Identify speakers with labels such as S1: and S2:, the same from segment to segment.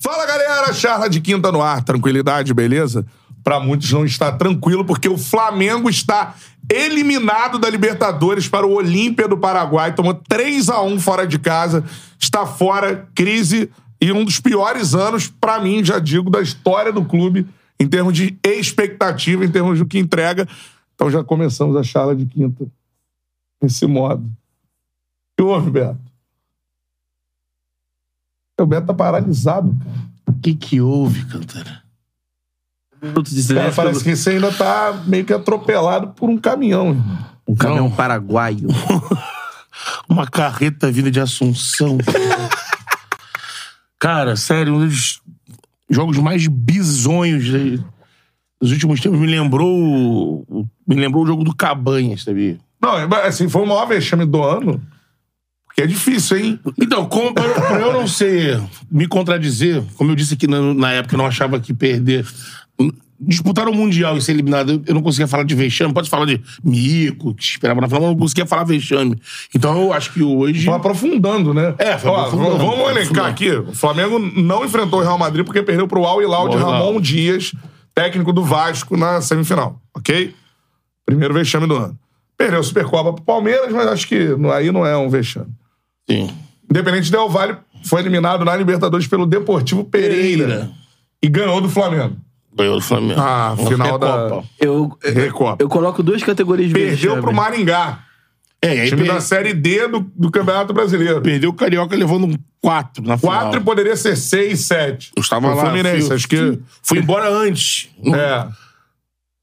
S1: Fala galera, charla de quinta no ar, tranquilidade, beleza? Pra muitos não está tranquilo porque o Flamengo está eliminado da Libertadores para o Olímpia do Paraguai, tomou 3 a 1 fora de casa, está fora, crise e um dos piores anos pra mim, já digo, da história do clube em termos de expectativa, em termos do que entrega. Então já começamos a charla de quinta desse modo. O que houve, Beto? O Beto tá paralisado, cara.
S2: O que que houve, Cantara? Minuto de
S1: Cara,
S2: silêncio
S1: parece que você ainda tá meio que atropelado por um caminhão. irmão.
S2: pelo- Um caminhão
S3: paraguaio.
S2: Uma carreta vinda de Assunção. Cara, sério, um dos jogos mais bizonhos de- dos últimos tempos me lembrou. o- Me lembrou o jogo do Cabanhas, sabia?
S1: Não, mas, assim, foi o maior vexame do ano. Porque é difícil, hein?
S2: Então, como pra eu, pra eu não ser, me contradizer, como eu disse aqui na, na época, eu não achava que perder. Disputar o Mundial e ser eliminado, eu- eu não conseguia falar de vexame. Pode falar de mico, que esperava na final, mas eu não conseguia falar vexame. Então eu acho que hoje.
S1: Foi aprofundando, né?
S2: É, foi
S1: Ó,
S2: aprofundando.
S1: v- Vamos elencar aqui. O Flamengo não enfrentou o Real Madrid porque perdeu pro Al Hilal de
S2: Al Hilal.
S1: Ramon Dias, técnico do Vasco, na semifinal, ok? Primeiro vexame do ano. Perdeu a Supercopa pro Palmeiras, mas acho que não- aí não é um vexame.
S2: Sim.
S1: Independente Del Valle foi eliminado na Libertadores pelo Deportivo Pereira, e ganhou do Flamengo.
S2: Ganhou do Flamengo.
S1: Ah,
S2: Uma
S1: final da-
S2: Recopa.
S3: Eu,
S1: É, Recopa.
S3: eu coloco duas categorias de
S1: Perdeu
S3: vexame.
S1: pro Maringá.
S2: É, e aí
S1: Time
S2: per-
S1: da Série D do, do Campeonato Brasileiro.
S2: perdeu o Carioca levando um 4 na final.
S1: Quatro e poderia ser seis, sete.
S2: Eu estava
S1: Pro
S2: lá.
S1: Fluminense,
S2: fui,
S1: acho que...
S2: fui embora antes.
S1: É.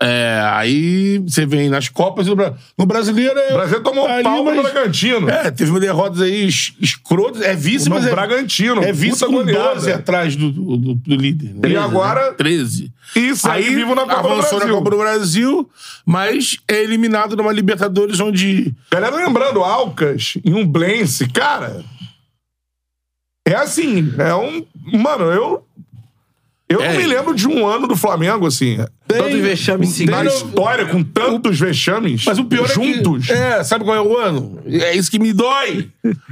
S2: É, aí você vem nas Copas do Brasil. No Brasileiro é.
S1: O Brasil tomou
S2: Ali,
S1: pau
S2: mas-
S1: no Bragantino.
S2: É, teve uma derrotas aí es- escrotas. É vice,
S1: no
S2: mas é.
S1: Bragantino.
S2: É vice
S1: Puta
S2: com
S1: goleada.
S2: 12 atrás do, do, do- do líder. né?
S1: E agora-
S2: 13.
S1: Isso aí, vivo na Copa do
S2: avançou
S1: Brasil.
S2: na Copa do Brasil, mas é eliminado numa Libertadores onde
S1: Galera, lembrando, Alcas e um Blense, cara. É assim, é um. Mano, eu. Eu
S2: É.
S1: não me lembro de um ano do Flamengo, assim.
S3: Tantos vexames
S1: Na
S3: seguidos.
S1: história, com tantos vexames.
S2: Mas o pior
S1: juntos.
S2: é que... É, sabe qual é o ano? É isso que me dói.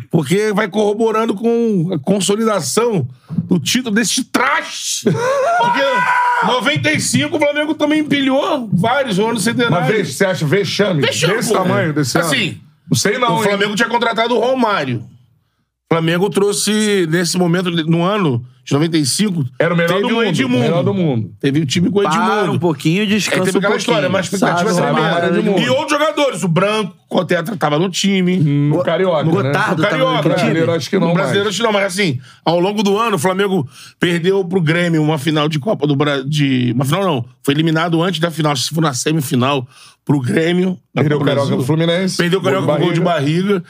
S2: Porque vai corroborando com a consolidação do título desse traste. Porque 95 o Flamengo também empilhou vários anos
S1: Mas ve-
S2: centenários.
S1: você acha vexame
S2: Fechou,
S1: desse
S2: pô.
S1: tamanho, desse ano?
S2: Assim,
S1: Não sei não,
S2: o
S1: hein?
S2: Flamengo tinha contratado o Romário. O Flamengo trouxe, nesse momento, no ano de 95,
S1: Era o melhor
S2: teve
S1: do
S2: o
S1: mundo.
S2: Edmundo.
S1: melhor do mundo.
S2: Teve o time com o
S3: Para um
S2: Edmundo.
S3: pouquinho,
S2: É,
S3: descansa
S2: teve
S3: um
S2: aquela
S3: pouquinho.
S2: história, mas tipo assim, a expectativa
S3: Sabe,
S2: tremenda.
S3: Romário
S1: de
S3: Edmundo.
S1: mundo.
S2: E outros jogadores, o Branco, o Cotetra tava no time.
S1: No Carioca,
S3: no
S1: né? No
S3: Gotardo tava no
S1: Carioca,
S3: time?
S1: brasileiro, acho que não
S2: no brasileiro,
S1: mais.
S2: acho que não, mas assim, ao longo do ano, o Flamengo perdeu pro Grêmio uma final de Copa do Brasil. De... Uma final não, foi eliminado antes da final, acho que foi na semifinal pro Grêmio. da
S1: Perdeu o
S2: Copa do
S1: Carioca
S2: Brasil.
S1: pro Fluminense.
S2: Perdeu o Carioca com gol de
S1: barriga.
S2: barriga.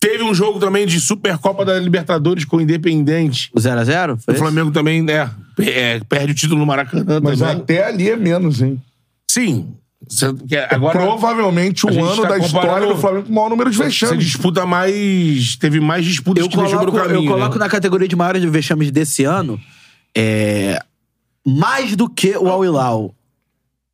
S2: Teve um jogo também de Supercopa da Libertadores com o Independente.
S3: O 0x0?
S2: O Flamengo também, né, pe- é, perde o título no Maracanã
S1: Mas
S2: também.
S1: até ali é menos, hein?
S2: Sim. Cê- que é,
S1: É
S2: Agora,
S1: provavelmente
S2: a
S1: o
S2: gente
S1: ano
S2: tá
S1: da história
S2: comparando-
S1: do Flamengo com o maior número de
S2: você
S1: vexames.
S2: disputa mais. Teve mais disputas
S3: Eu
S2: que mexeu
S3: coloco,
S2: pelo caminho.
S3: eu coloco
S2: né?
S3: na categoria de maiores vexames desse ano é, mais do que o Al Hilal.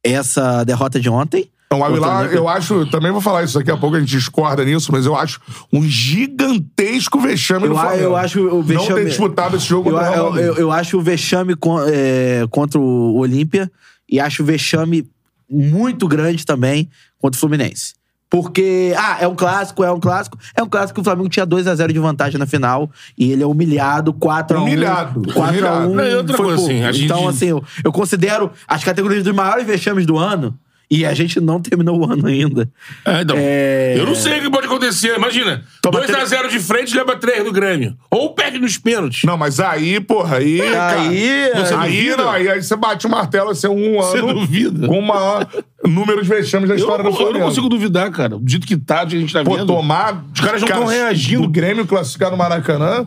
S3: Essa derrota de ontem.
S1: Então, o
S2: tá
S1: Aguilar,
S3: Flamengo-
S1: eu acho, também vou falar isso daqui a pouco, a gente discorda nisso, mas eu acho um gigantesco vexame
S3: Eu
S1: do
S3: a-
S1: Flamengo.
S3: eu acho o
S1: Não ter
S3: vexame-
S1: disputado esse jogo
S3: Eu,
S1: contra o Real
S3: eu,
S1: Madrid.
S3: eu- eu acho o vexame con- é, contra o Olímpia e acho o vexame muito grande também contra o Fluminense. Porque, ah, é um clássico, é um clássico. É um clássico que o Flamengo tinha 2 a 0 de vantagem na final e ele é humilhado, 4 a 1
S1: Humilhado,
S3: 4 a 1
S1: humilhado.
S2: Não, e outra
S3: foi
S2: coisa,
S3: pouco.
S2: assim, a gente-
S3: Então, assim, eu, eu considero as categorias dos maiores vexames do ano e a gente não terminou o ano ainda.
S2: É, então,
S3: É.
S2: Eu não sei o que pode acontecer. Imagina,
S3: Toma
S2: 2x0 de frente leva 3 do Grêmio. Ou perde nos pênaltis.
S1: Não, mas aí, porra, aí. cara,
S3: Aí,
S1: você
S3: aí-
S1: aí, não, aí, aí você bate o martelo, assim, um
S2: Você
S1: ano
S2: duvida?
S1: com o maior número de vexames da
S2: Eu,
S1: história
S2: não-
S1: do
S2: eu
S1: Flamengo.
S2: não consigo duvidar, cara. Do jeito que tá, do que a gente tá
S1: Pô,
S2: vendo.
S1: tomar.
S2: Os caras não tão reagindo.
S1: O Grêmio classificar no Maracanã.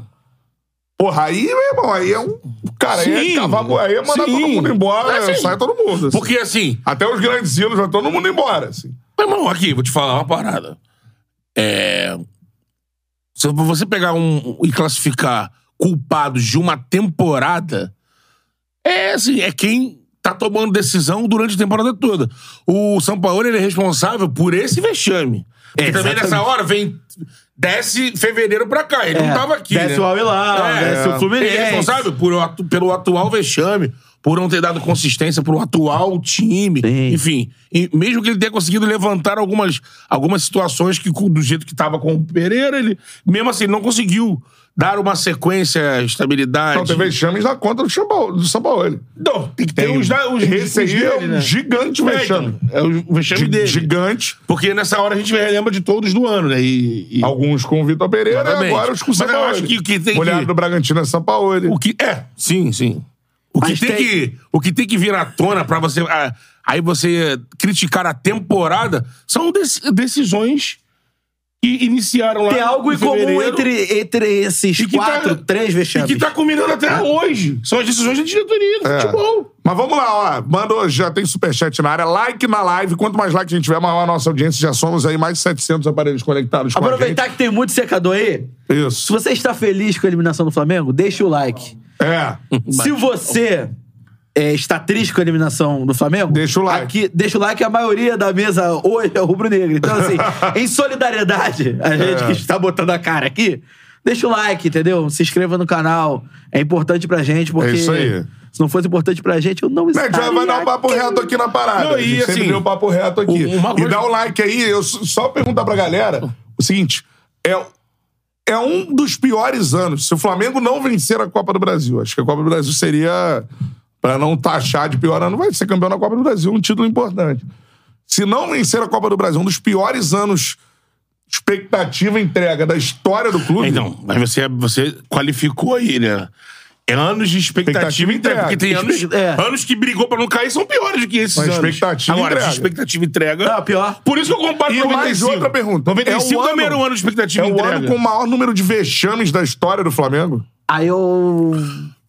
S1: Porra, aí, meu irmão, aí é um. Cara, aí
S2: Sim.
S1: é cavalo, aí é mandar
S2: Sim.
S1: todo mundo embora,
S2: É, sim.
S1: sai todo mundo. assim.
S2: Porque assim,
S1: Até os grandes ídolos, vai todo mundo embora, assim.
S2: Meu irmão, aqui, vou te falar uma parada. É. Se você pegar um e classificar culpados de uma temporada, é assim, é quem tá tomando decisão durante a temporada toda. O São Paulo ele é responsável por esse vexame. Porque também nessa hora vem desce fevereiro pra cá. Ele não tava aqui.
S3: É, Desce
S2: né?
S3: o Awilau,
S1: Ah,
S2: É,
S3: desce o Fluminense.
S2: Ele é responsável por, atu- pelo atual vexame, por não ter dado consistência pro atual time.
S3: Sim.
S2: Enfim, e mesmo que ele tenha conseguido levantar algumas, algumas situações que, co- do jeito que tava com o Pereira, ele mesmo assim não conseguiu dar uma sequência, estabilidade.
S1: Então, teve chames na conta do, Chambao, do Sampaoli.
S2: Não, tem que ter
S1: Tem-
S2: os, da- os,
S1: Esse
S2: os
S1: aí é
S2: dele,
S1: um
S2: né?
S1: gigante
S2: É,
S1: vexame.
S2: então, É o vexame
S1: Gi-
S2: dele.
S1: Gigante.
S2: Porque nessa hora a gente lembra de todos do ano, né? E, e-
S1: Alguns com o Vitor Pereira
S2: Exatamente.
S1: e agora os com o
S2: Mas eu
S1: Sampaoli.
S2: acho que- que tem que-
S1: Goleado do Bragantino é Sampaoli.
S2: O que é? Sim, sim. O que
S3: Mas
S2: tem,
S3: tem-
S2: que o que tem que vir à tona pra você ah, aí você criticar a temporada são deci- decisões que iniciaram lá
S3: Tem algo em comum
S2: fevereiro
S3: entre, entre esses
S2: E que tá-
S3: quatro, três
S2: e
S3: vexames.
S2: que tá culminando até hoje. Tá São as decisões da diretoria do
S1: É.
S2: futebol.
S1: Mas vamos lá, ó. Manda, já tem superchat na área. Like na live. Quanto mais like a gente tiver, maior a nossa audiência. Já somos aí mais de 700 aparelhos conectados com
S3: Aproveitar que tem muito secador aí.
S1: a gente.
S3: Se
S1: Isso.
S3: você está feliz com a eliminação do Flamengo, deixa o like.
S1: É.
S3: Se você é, está triste com a eliminação do Flamengo,
S1: Deixa o like.
S3: Aqui, deixa o like, a maioria da mesa hoje é rubro-negra. Então, assim, em solidariedade, a gente
S1: É.
S3: que está botando a cara aqui, deixa o like, entendeu? Se inscreva no canal. É importante pra gente, porque.
S1: isso aí.
S3: Se não fosse importante pra gente, eu não
S1: Né, a
S3: estaria
S1: gente vai vai dar um papo
S3: aqui.
S1: reto aqui na parada.
S2: Não,
S1: a gente
S2: e assim,
S1: sempre deu um papo reto aqui.
S2: um- uma
S1: E
S2: coisa-
S1: dá o like aí. Eu s- só perguntar pra galera o seguinte. É, é um dos piores anos. Se o Flamengo não vencer a Copa do Brasil. Acho que a Copa do Brasil seria... Pra não taxar de pior ano, vai ser campeão na Copa do Brasil. Um título importante. Se não vencer a Copa do Brasil, um dos piores anos expectativa entrega da história do clube. é
S2: Então, mas você, você qualificou aí, né? É anos de expectativa,
S1: Expectativa
S2: entrega. Porque tem anos,
S3: Expect- é.
S2: anos que brigou pra não cair são piores do que esses
S1: Mas
S2: anos.
S1: expectativa
S2: Agora,
S1: entrega.
S2: se expectativa entrega.
S3: Não, pior.
S2: Por isso que eu comparo
S1: E
S2: com
S1: mais
S2: 95.
S1: outra pergunta.
S2: 95
S1: É o ano-
S2: também era um ano de expectativa
S1: é o
S2: entrega.
S1: ano com o maior número de vexames da história do Flamengo.
S3: Aí eu.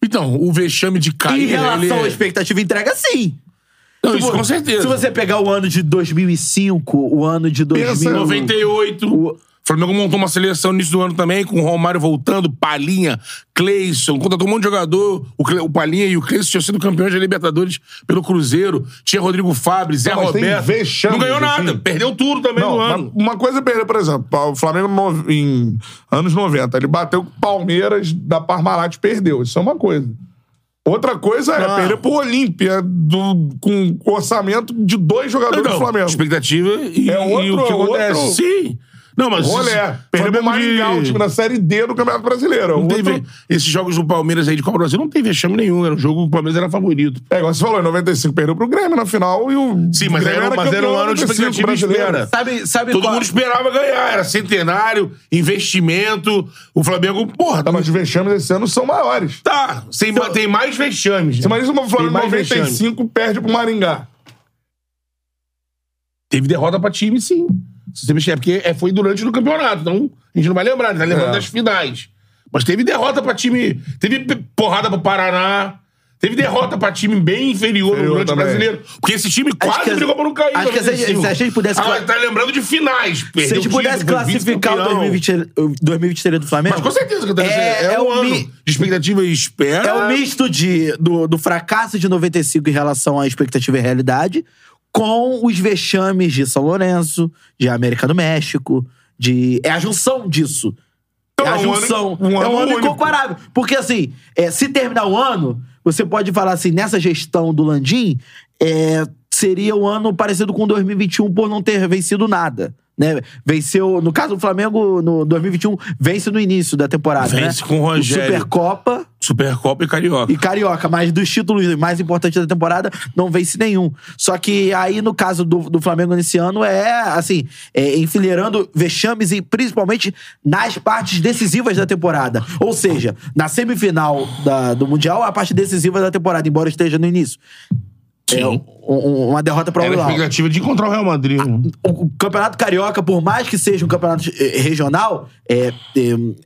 S2: Então, o vexame de cair, né,
S3: em relação
S2: Tá, ele... é-
S3: à expectativa entrega, sim.
S2: Não,
S3: Se
S2: isso
S3: vo-
S2: com certeza.
S3: Se você pegar o ano de 2005, o ano de
S1: Pensa em
S3: 2000,
S2: 98. Então, O Flamengo montou uma seleção no início do ano também, com o Romário voltando, Palinha, Cleison, contratou um monte de jogador. O, Cle... o Palinha e o Cleison tinham sido campeões da Libertadores pelo Cruzeiro. Tinha Rodrigo Fábio, Zé
S1: Não, mas tem
S2: Roberto.
S1: vexames,
S2: não ganhou nada,
S1: assim.
S2: perdeu tudo também
S1: Não,
S2: no
S1: mas
S2: ano.
S1: uma coisa é perder, por exemplo, o Flamengo no- em anos 90, ele bateu com o Palmeiras da Parmalat e perdeu. Isso é uma coisa. Outra coisa é
S2: Não.
S1: perder pro Olímpia do- com orçamento de dois jogadores
S2: Então,
S1: do Flamengo.
S2: Expectativa e,
S1: É outro- é.
S2: e o que acontece.
S1: outro-
S2: Sim. Não, mas.
S1: Rolé, perdeu pro
S2: Flamengo de-
S1: Maringá, o time da Série D do Campeonato Brasileiro.
S2: Não
S1: Outro-
S2: teve, Esses jogos do Palmeiras aí de Copa do Brasil não tem vexame nenhum. Era um jogo que o Palmeiras era favorito.
S1: É, igual você falou, em 95 perdeu pro Grêmio na final e o
S2: Sim, mas
S1: Grêmio
S2: era- mas
S1: campeão
S2: era um ano de
S1: 95
S2: expectativa e
S1: brasileiro.
S2: espera.
S3: Sabe, sabe
S2: Todo
S3: qual-
S2: mundo esperava ganhar. Era centenário, investimento. O Flamengo, porra,
S1: Tá,
S2: tá. Então-
S1: mas os vexames esse ano são maiores.
S2: sem- tem mais vexames. né?
S1: Você imagina o Flamengo em
S2: mais vexame.
S1: 95 perde pro Maringá.
S2: Teve derrota pra time, sim. Se você mexer, é porque é, foi durante o campeonato. Então, a gente não vai lembrar, né? tá lembrando
S1: É.
S2: das finais. Mas teve derrota pra time. Teve p- porrada pro Paraná. Teve derrota pra time bem inferior
S1: Inferior
S2: no durante o
S1: também.
S2: brasileiro. Porque esse time
S3: que
S2: quase
S3: a-
S2: brigou pra não cair.
S3: acho que se a gente-
S2: 95.
S3: se a gente pudesse
S2: Agora,
S3: cla-
S2: tá lembrando de finais.
S3: Se a gente pudesse classificar o 2020 o 2023 do Flamengo.
S2: Mas com certeza que eu tô
S3: É-
S2: dizendo. É,
S3: é
S2: um
S3: o
S2: ano
S3: mi-
S2: de expectativa e espera.
S3: É o misto de, do, do fracasso de 95 em relação à expectativa e realidade, com os vexames de São Lourenço, de América do México, de. É a junção disso. É
S1: Então,
S3: a
S1: é um ano-
S3: junção.
S1: um
S3: é
S1: ano
S3: um ano
S1: único.
S3: incomparável. Porque, assim, é, se terminar o ano, você pode falar assim, nessa gestão do Landim, é, seria um ano parecido com 2021 por não ter vencido nada. Né? Venceu, no caso do Flamengo, no 2021, vence no início da temporada.
S2: Vence
S3: né?
S2: com o Rogério.
S3: Supercopa
S2: Supercopa e Carioca.
S3: e Carioca, mas dos títulos mais importantes da temporada, não vence nenhum. Só que aí, no caso do, do Flamengo nesse ano, é assim, é, enfileirando vexames e principalmente nas partes decisivas da temporada. Ou seja, na semifinal da- do Mundial, a parte decisiva da temporada, embora esteja no início. É, um- um- uma derrota para o
S2: Era a
S3: Al-Hilal.
S2: expectativa de encontrar o Real Madrid. né?
S3: O o Campeonato Carioca, por mais que seja um campeonato eh, regional, é,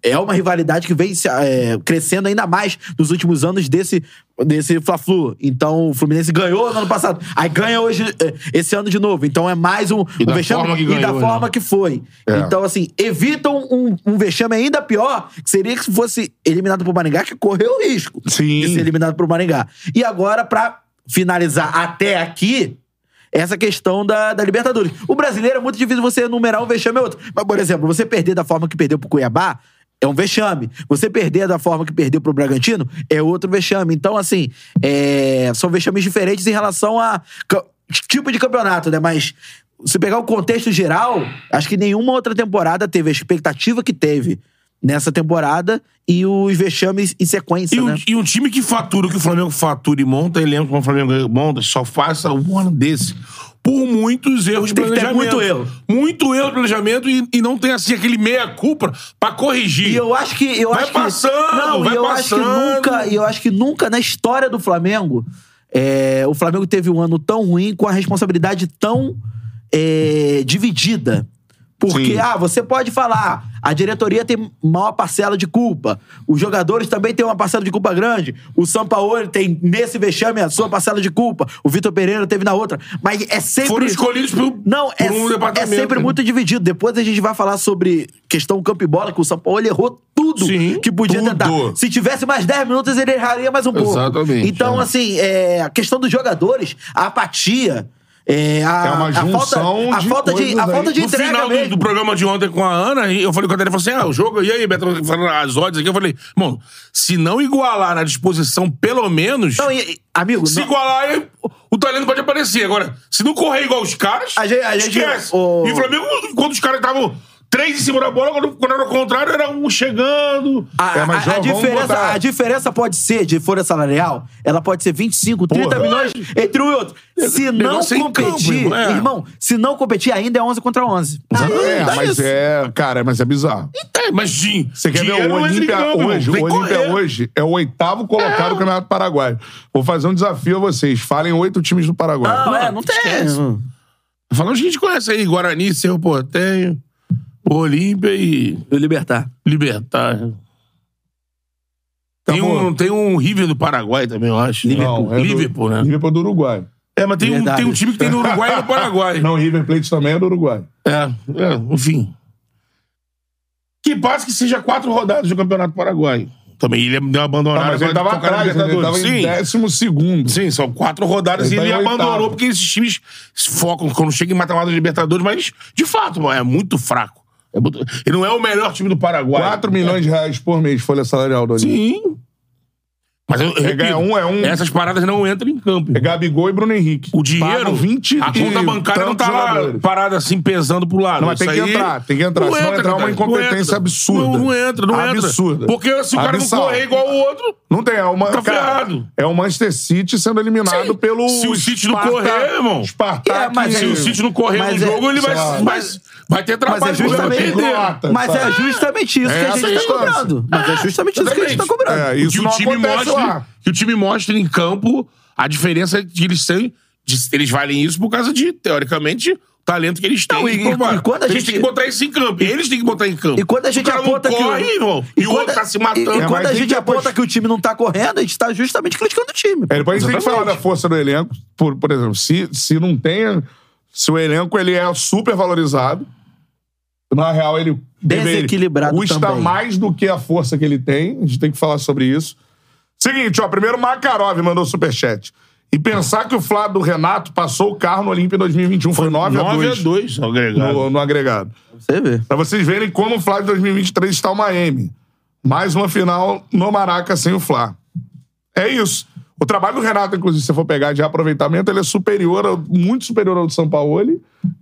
S3: é, é uma rivalidade que vem se, eh, crescendo ainda mais nos últimos anos desse, desse Fla-Flu. Então, o Fluminense ganhou no ano passado. Aí ganha hoje, eh, esse ano de novo. Então, é mais um,
S2: E
S3: um
S2: da
S3: vexame.
S2: forma que
S3: e da
S2: ganhou,
S3: forma
S2: né?
S3: que foi.
S1: É.
S3: Então, assim, evitam um, um vexame ainda pior, que seria que se fosse eliminado pro Maringá, que correu o risco
S1: Sim.
S3: de ser eliminado pro Maringá. E agora, pra finalizar até aqui, essa questão da, da Libertadores. O brasileiro é muito difícil você enumerar um vexame ou outro. Mas, por exemplo, você perder da forma que perdeu pro Cuiabá é um vexame. Você perder da forma que perdeu pro Bragantino é outro vexame. Então, assim, é, são vexames diferentes em relação a ca- tipo de campeonato, né? Mas se pegar o contexto geral, acho que nenhuma outra temporada teve a expectativa que teve nessa temporada e os vexames em sequência,
S2: E, um,
S3: né?
S2: e um time que fatura o que o Flamengo fatura e monta elenco como o Flamengo monta, só faça um ano desse. Por muitos erros de
S3: Tem que ter
S2: planejamento.
S3: muito erro.
S2: Muito erro de planejamento e, e não tem assim aquele meia-culpa pra corrigir.
S3: E eu acho que. Eu
S2: Vai
S3: acho
S2: passando,
S3: que, não,
S2: vai
S3: e eu acho
S2: passando.
S3: que nunca. E eu acho que nunca na história do Flamengo. é, o Flamengo teve um ano tão ruim com a responsabilidade tão é, dividida. Porque,
S2: Sim.
S3: ah, você pode falar, a diretoria tem maior parcela de culpa, os jogadores também têm uma parcela de culpa grande, o Sampaoli tem nesse vexame a sua parcela de culpa, o Vitor Pereira teve na outra, mas é sempre...
S2: Foram escolhidos por,
S3: Não,
S2: por
S3: é,
S2: um
S3: se- é
S2: departamento.
S3: sempre muito dividido. Depois a gente vai falar sobre questão campo e bola, que o São Paulo errou tudo
S2: Sim,
S3: que podia
S2: tudo.
S3: tentar. Se tivesse mais 10 minutos, ele erraria mais um pouco.
S2: Exatamente,
S3: Então,
S2: é.
S3: assim, é, a questão dos jogadores, a apatia. é, a,
S1: É uma
S3: a falta,
S1: junção
S3: a
S1: de
S3: falta de, a
S1: coisas
S3: falta
S1: aí.
S3: de
S2: no
S3: entrega
S2: final do,
S3: mesmo.
S2: do programa de ontem com a Ana, eu falei com a Dani, falou assim, ah, o jogo, e aí, Beto, falando as odds aqui, eu falei, mano, se não igualar na disposição, pelo menos,
S3: Não, e- e- amigo,
S2: se
S3: não-
S2: igualar, aí o- o talento pode aparecer. Agora, se não correr igual os caras,
S3: A gente- a gente-
S2: esquece.
S3: o-
S2: E o Flamengo, quando os caras estavam três em cima da bola, quando, quando era o contrário, era um chegando.
S3: a,
S1: É, mas
S3: a-
S1: já
S3: a
S1: vamos
S3: diferença,
S1: botar-
S3: a diferença pode ser de folha salarial, ela pode ser 25, 30
S1: Porra.
S3: milhões entre um e outro. Se não
S2: negócio é em campo,
S3: competir,
S2: irmão, é.
S3: irmão, se não competir ainda é 11 contra 11.
S1: É,
S2: dá
S1: mas
S2: isso.
S1: é. Cara, mas é bizarro.
S2: É, mas sim.
S1: Você quer ver
S2: dinheiro
S1: o
S2: não entra em
S1: Olímpia
S2: campo, irmão.
S1: hoje?
S2: Tem
S1: O
S2: que
S1: Olímpia
S2: correr. É.
S1: hoje é o oitavo colocado do Campeonato Paraguaio. Vou fazer um desafio a vocês. Falem oito times do Paraguai.
S3: Não,
S2: Ah,
S3: é, não tem.
S2: esquece. Falando que a gente conhece aí, Guarani, Cerro Portenho, Olímpia e
S3: E o Libertar.
S2: Libertar. Tem
S1: Acabou.
S2: um, tem um River do Paraguai também, eu acho. né?
S1: Não, é do-
S2: Liverpool, né?
S1: Tá Liverpool é do Uruguai.
S2: É, mas tem um,
S3: Verdade.
S2: tem um time que tem no Uruguai e no Paraguai.
S1: Não, River Plate também é do Uruguai.
S2: É, é, enfim. Que passe que seja quatro rodadas do Campeonato Paraguai. Também ele é- deu
S1: Tá,
S2: abandonado.
S1: mas ele
S2: agora
S1: tava
S2: de tocar na
S1: atrás, né? ele tava
S2: Libertadores.
S1: em
S2: Sim,
S1: décimo segundo.
S2: sim, são quatro rodadas
S1: Ele
S2: e
S1: tá
S2: ele
S1: em oitavo.
S2: abandonou porque esses times se focam quando chegam em mata-mata da Libertadores, mas de fato, mano, é muito fraco. É muito- Ele não é o melhor time do Paraguai.
S1: 4 milhões de reais por mês, folha salarial do Olímpia.
S2: Sim. Mas eu, eu
S1: É ganhar
S2: repito,
S1: um, é um.
S2: essas paradas não entram em campo.
S1: É Gabigol e Bruno Henrique.
S2: O dinheiro,
S1: Pagam 20
S2: a conta
S1: e
S2: bancária não
S1: tantos
S2: tá lá
S1: jogadores.
S2: parada assim, pesando pro lado.
S1: Não, mas tem
S2: Isso
S1: que
S2: aí-
S1: entrar, tem que entrar.
S2: Não
S1: Senão
S2: entra,
S1: entrar uma
S2: cara,
S1: incompetência
S2: entra.
S1: absurda.
S2: Não, não entra, não entra.
S1: Absurda.
S2: Porque se o cara
S1: Abissal.
S2: não correr igual o outro,
S1: Não tem, é uma,
S2: Tá
S1: cara,
S2: ferrado.
S1: É o Manchester City sendo eliminado
S2: Sim.
S1: pelo.
S2: Se o City não
S1: Spartak-
S2: correr, irmão.
S1: Spartak.
S3: É, mas
S2: se o City não correr no
S3: Mas é-
S2: jogo, ele vai,
S1: sei lá.
S2: vai, vai ter trabalho.
S3: Mas é justamente-
S2: ele vai perder.
S1: Croata.
S3: Mas é
S1: sabe?
S3: justamente isso
S1: É
S3: que a
S1: essa
S3: gente
S1: a
S3: tá
S1: distância.
S3: cobrando. Mas é justamente isso que a gente tá
S2: Exatamente.
S3: cobrando.
S1: É, isso
S2: que
S1: não
S2: o time
S1: acontece
S2: mostre,
S1: lá.
S2: que o time mostre em campo a diferença que eles têm, de- eles valem isso por causa de teoricamente o talento que eles têm.
S3: Não, e-
S2: Então,
S3: e-
S2: mano,
S3: e quando a
S2: eles
S3: gente-
S2: têm que botar isso em campo. Eles têm que botar em campo.
S3: E quando a
S2: Se o
S3: gente
S2: cara não
S3: aponta que
S2: corre,
S3: o-
S2: irmão, e, o
S3: quando-
S2: outro tá se
S3: E,
S2: matando.
S3: e quando
S1: É, mas
S3: a
S1: tem
S3: gente
S1: que depois-
S3: aponta que o time não tá correndo, a gente tá justamente criticando o time.
S1: É, depois a gente tem que falar da
S3: Exatamente.
S1: força do elenco. Por, por exemplo, se, se não tem. Se o elenco ele é super valorizado, na real ele deveria-
S3: Desequilibrado
S1: custa
S3: também.
S1: mais do que a força que ele tem. A gente tem que falar sobre isso. Seguinte, ó, primeiro o Makarov mandou superchat. E pensar que o Flávio do Renato passou o carro no Olímpia em 2021 foi 9 a
S2: 9 a
S1: 2
S2: 2 só agregado.
S3: né?
S1: no, no agregado.
S3: Você vê.
S1: Pra vocês verem como o Flá de 2023 está uma M. Mais uma final no Maraca sem o Flá. É isso. O trabalho do Renato, inclusive, se você for pegar de aproveitamento, ele é superior, ao- muito superior ao do São Paulo,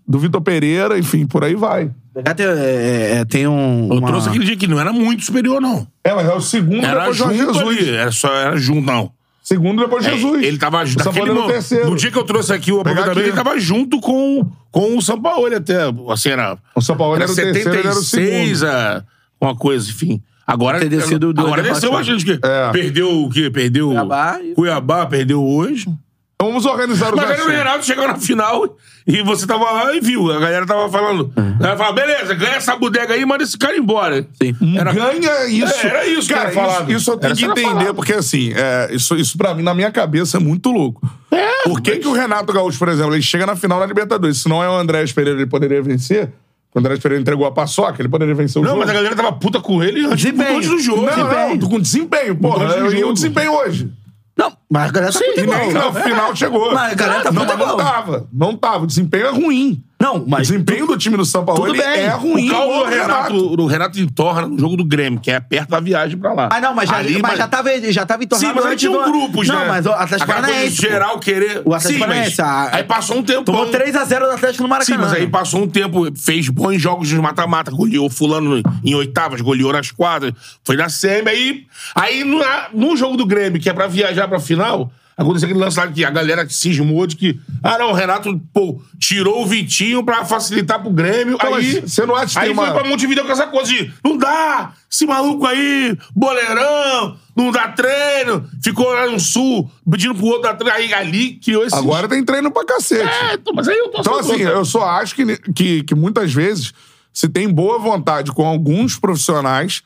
S1: do Vitor Pereira, enfim, por aí vai.
S3: Até, é, é, tem um.
S2: Eu
S3: uma-
S2: trouxe aquele dia que não era muito superior, não.
S1: É, mas é o segundo
S2: Era
S1: depois de
S2: junto
S1: Jesus.
S2: ali. Era, só, era junto, não. É,
S1: Segundo depois de Jesus.
S2: Ele tava
S1: o São
S2: naquele
S1: Paulo era o
S2: momento.
S1: terceiro.
S2: No dia que eu trouxe aqui o
S1: Pegar
S2: aproveitamento,
S1: aqui,
S2: ele
S1: né?
S2: tava junto com, com o Sampaoli até. Assim, era.
S1: O São Paulo era,
S2: Era
S1: o terceiro, ele era o
S2: 76,
S1: segundo.
S2: a, é, uma coisa, enfim. Agora,
S3: Ter descido do
S2: agora
S3: Ademar
S2: desceu
S3: Chaves.
S2: bastante. que
S1: É.
S2: Perdeu o quê? Perdeu
S3: Cuiabá e-
S2: Cuiabá, perdeu hoje.
S1: Então vamos organizar os
S2: Mas era o
S1: assuntos.
S2: Renato chegou na final e você tava lá e viu. A galera tava falando. A galera falava, beleza, ganha essa bodega aí e manda esse cara embora.
S3: Uhum. Sim.
S2: Era-
S1: Ganha isso.
S2: É, era isso que
S1: cara.
S2: era falado.
S1: Isso, isso eu tenho
S2: Era
S1: que
S2: isso que era
S1: entender,
S2: falado.
S1: porque assim, é, isso, isso pra mim, na minha cabeça, é muito louco.
S3: É,
S1: Por que, que o Renato Gaúcho, por exemplo, ele chega na final da Libertadores? Se não é o Andrés Pereira, ele poderia vencer? O Andrés Pereira entregou a paçoca, ele poderia vencer o
S2: Não,
S1: jogo.
S2: mas a galera tava puta com ele antes,
S3: Desempenho.
S2: antes do jogo.
S1: Não, não,
S3: Desempenho.
S1: com desempenho, porra.
S2: Antes do
S1: E o
S2: jogo.
S1: desempenho hoje?
S3: Não, Mas a galera tá muito
S1: E
S3: igual.
S1: nem no
S2: né?
S1: final chegou.
S3: Mas a galera tá
S1: não,
S3: muito
S1: mas não
S3: igual.
S1: tava. Não tava. O desempenho é ruim.
S3: Não,
S1: O
S3: mas.
S1: desempenho do time do São Paulo
S3: Tudo
S1: ele
S3: bem.
S1: é ruim.
S2: o
S1: igual
S2: caldo do
S1: o Renato.
S2: Renato, do Renato entorna no jogo do Grêmio, que é perto da viagem pra lá.
S3: Ah, não, mas já,
S2: Ali,
S3: mas já tava, já tava entornado
S2: Sim, mas aí
S3: antes
S2: tinham
S3: do-
S2: grupos,
S3: não,
S2: né?
S3: Não, mas o Atlético
S2: Aquela coisa de
S3: Paranaense. pô.
S2: geral querer...
S3: O Atlético
S2: Sim, mas
S3: Paranaense, a-
S2: Aí passou um tempo...
S3: Tomou 3x0 do Atlético no
S2: Sim,
S3: Maracanã.
S2: mas aí passou um tempo, fez bons jogos nos mata-mata, goleou fulano em oitavas, goleou nas quadras, foi na SEMI, aí, aí no, no jogo do Grêmio, que é pra viajar pra final, aconteceu aquele lance lá que a galera que cismou de que, ah não, o Renato, pô, tirou o Vitinho pra facilitar pro Grêmio,
S1: Então,
S2: aí...
S1: mas você não acha que
S2: Aí
S1: tem
S2: foi
S1: uma...
S2: pra Montevideo com essa coisa de não dá, esse maluco aí, boleirão, não dá treino, ficou lá no sul pedindo pro outro dar treino, aí ali criou esse...
S1: Agora tem treino pra cacete.
S2: É, tô- mas aí eu tô
S1: Então,
S2: sendo
S1: assim,
S2: contra.
S1: eu só acho que, que, que muitas vezes se tem boa vontade com alguns profissionais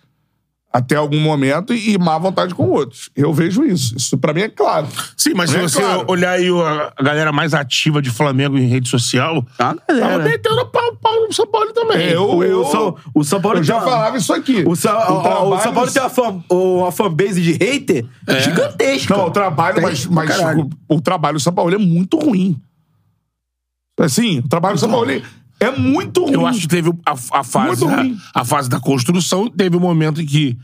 S1: até algum momento e, e má vontade com outros. Eu vejo isso. Isso pra mim é claro.
S2: Sim, mas se
S1: É
S2: você
S1: claro.
S2: olhar aí a a galera mais ativa de Flamengo em rede social,
S3: Ah,
S2: tava
S3: galera.
S2: metendo pau, pau no São Paulo também.
S1: né? É, Eu, eu,
S3: O São, o São Paulo
S1: eu já
S3: tem uma-
S1: falava isso aqui.
S3: O São, o- o- o
S1: trabalho-
S3: São Paulo tem uma, fan, uma fanbase de hater gigantesca.
S1: Não, tá- o trabalho,
S3: Tem
S1: mas,
S3: pra
S1: mas
S3: caralho.
S1: o, o trabalho do São Paulo é muito ruim. Assim, o trabalho do São Paulo é muito ruim.
S2: Eu acho que teve a, a
S1: Muito
S2: fase,
S1: ruim.
S2: a, a fase da construção, teve um momento em que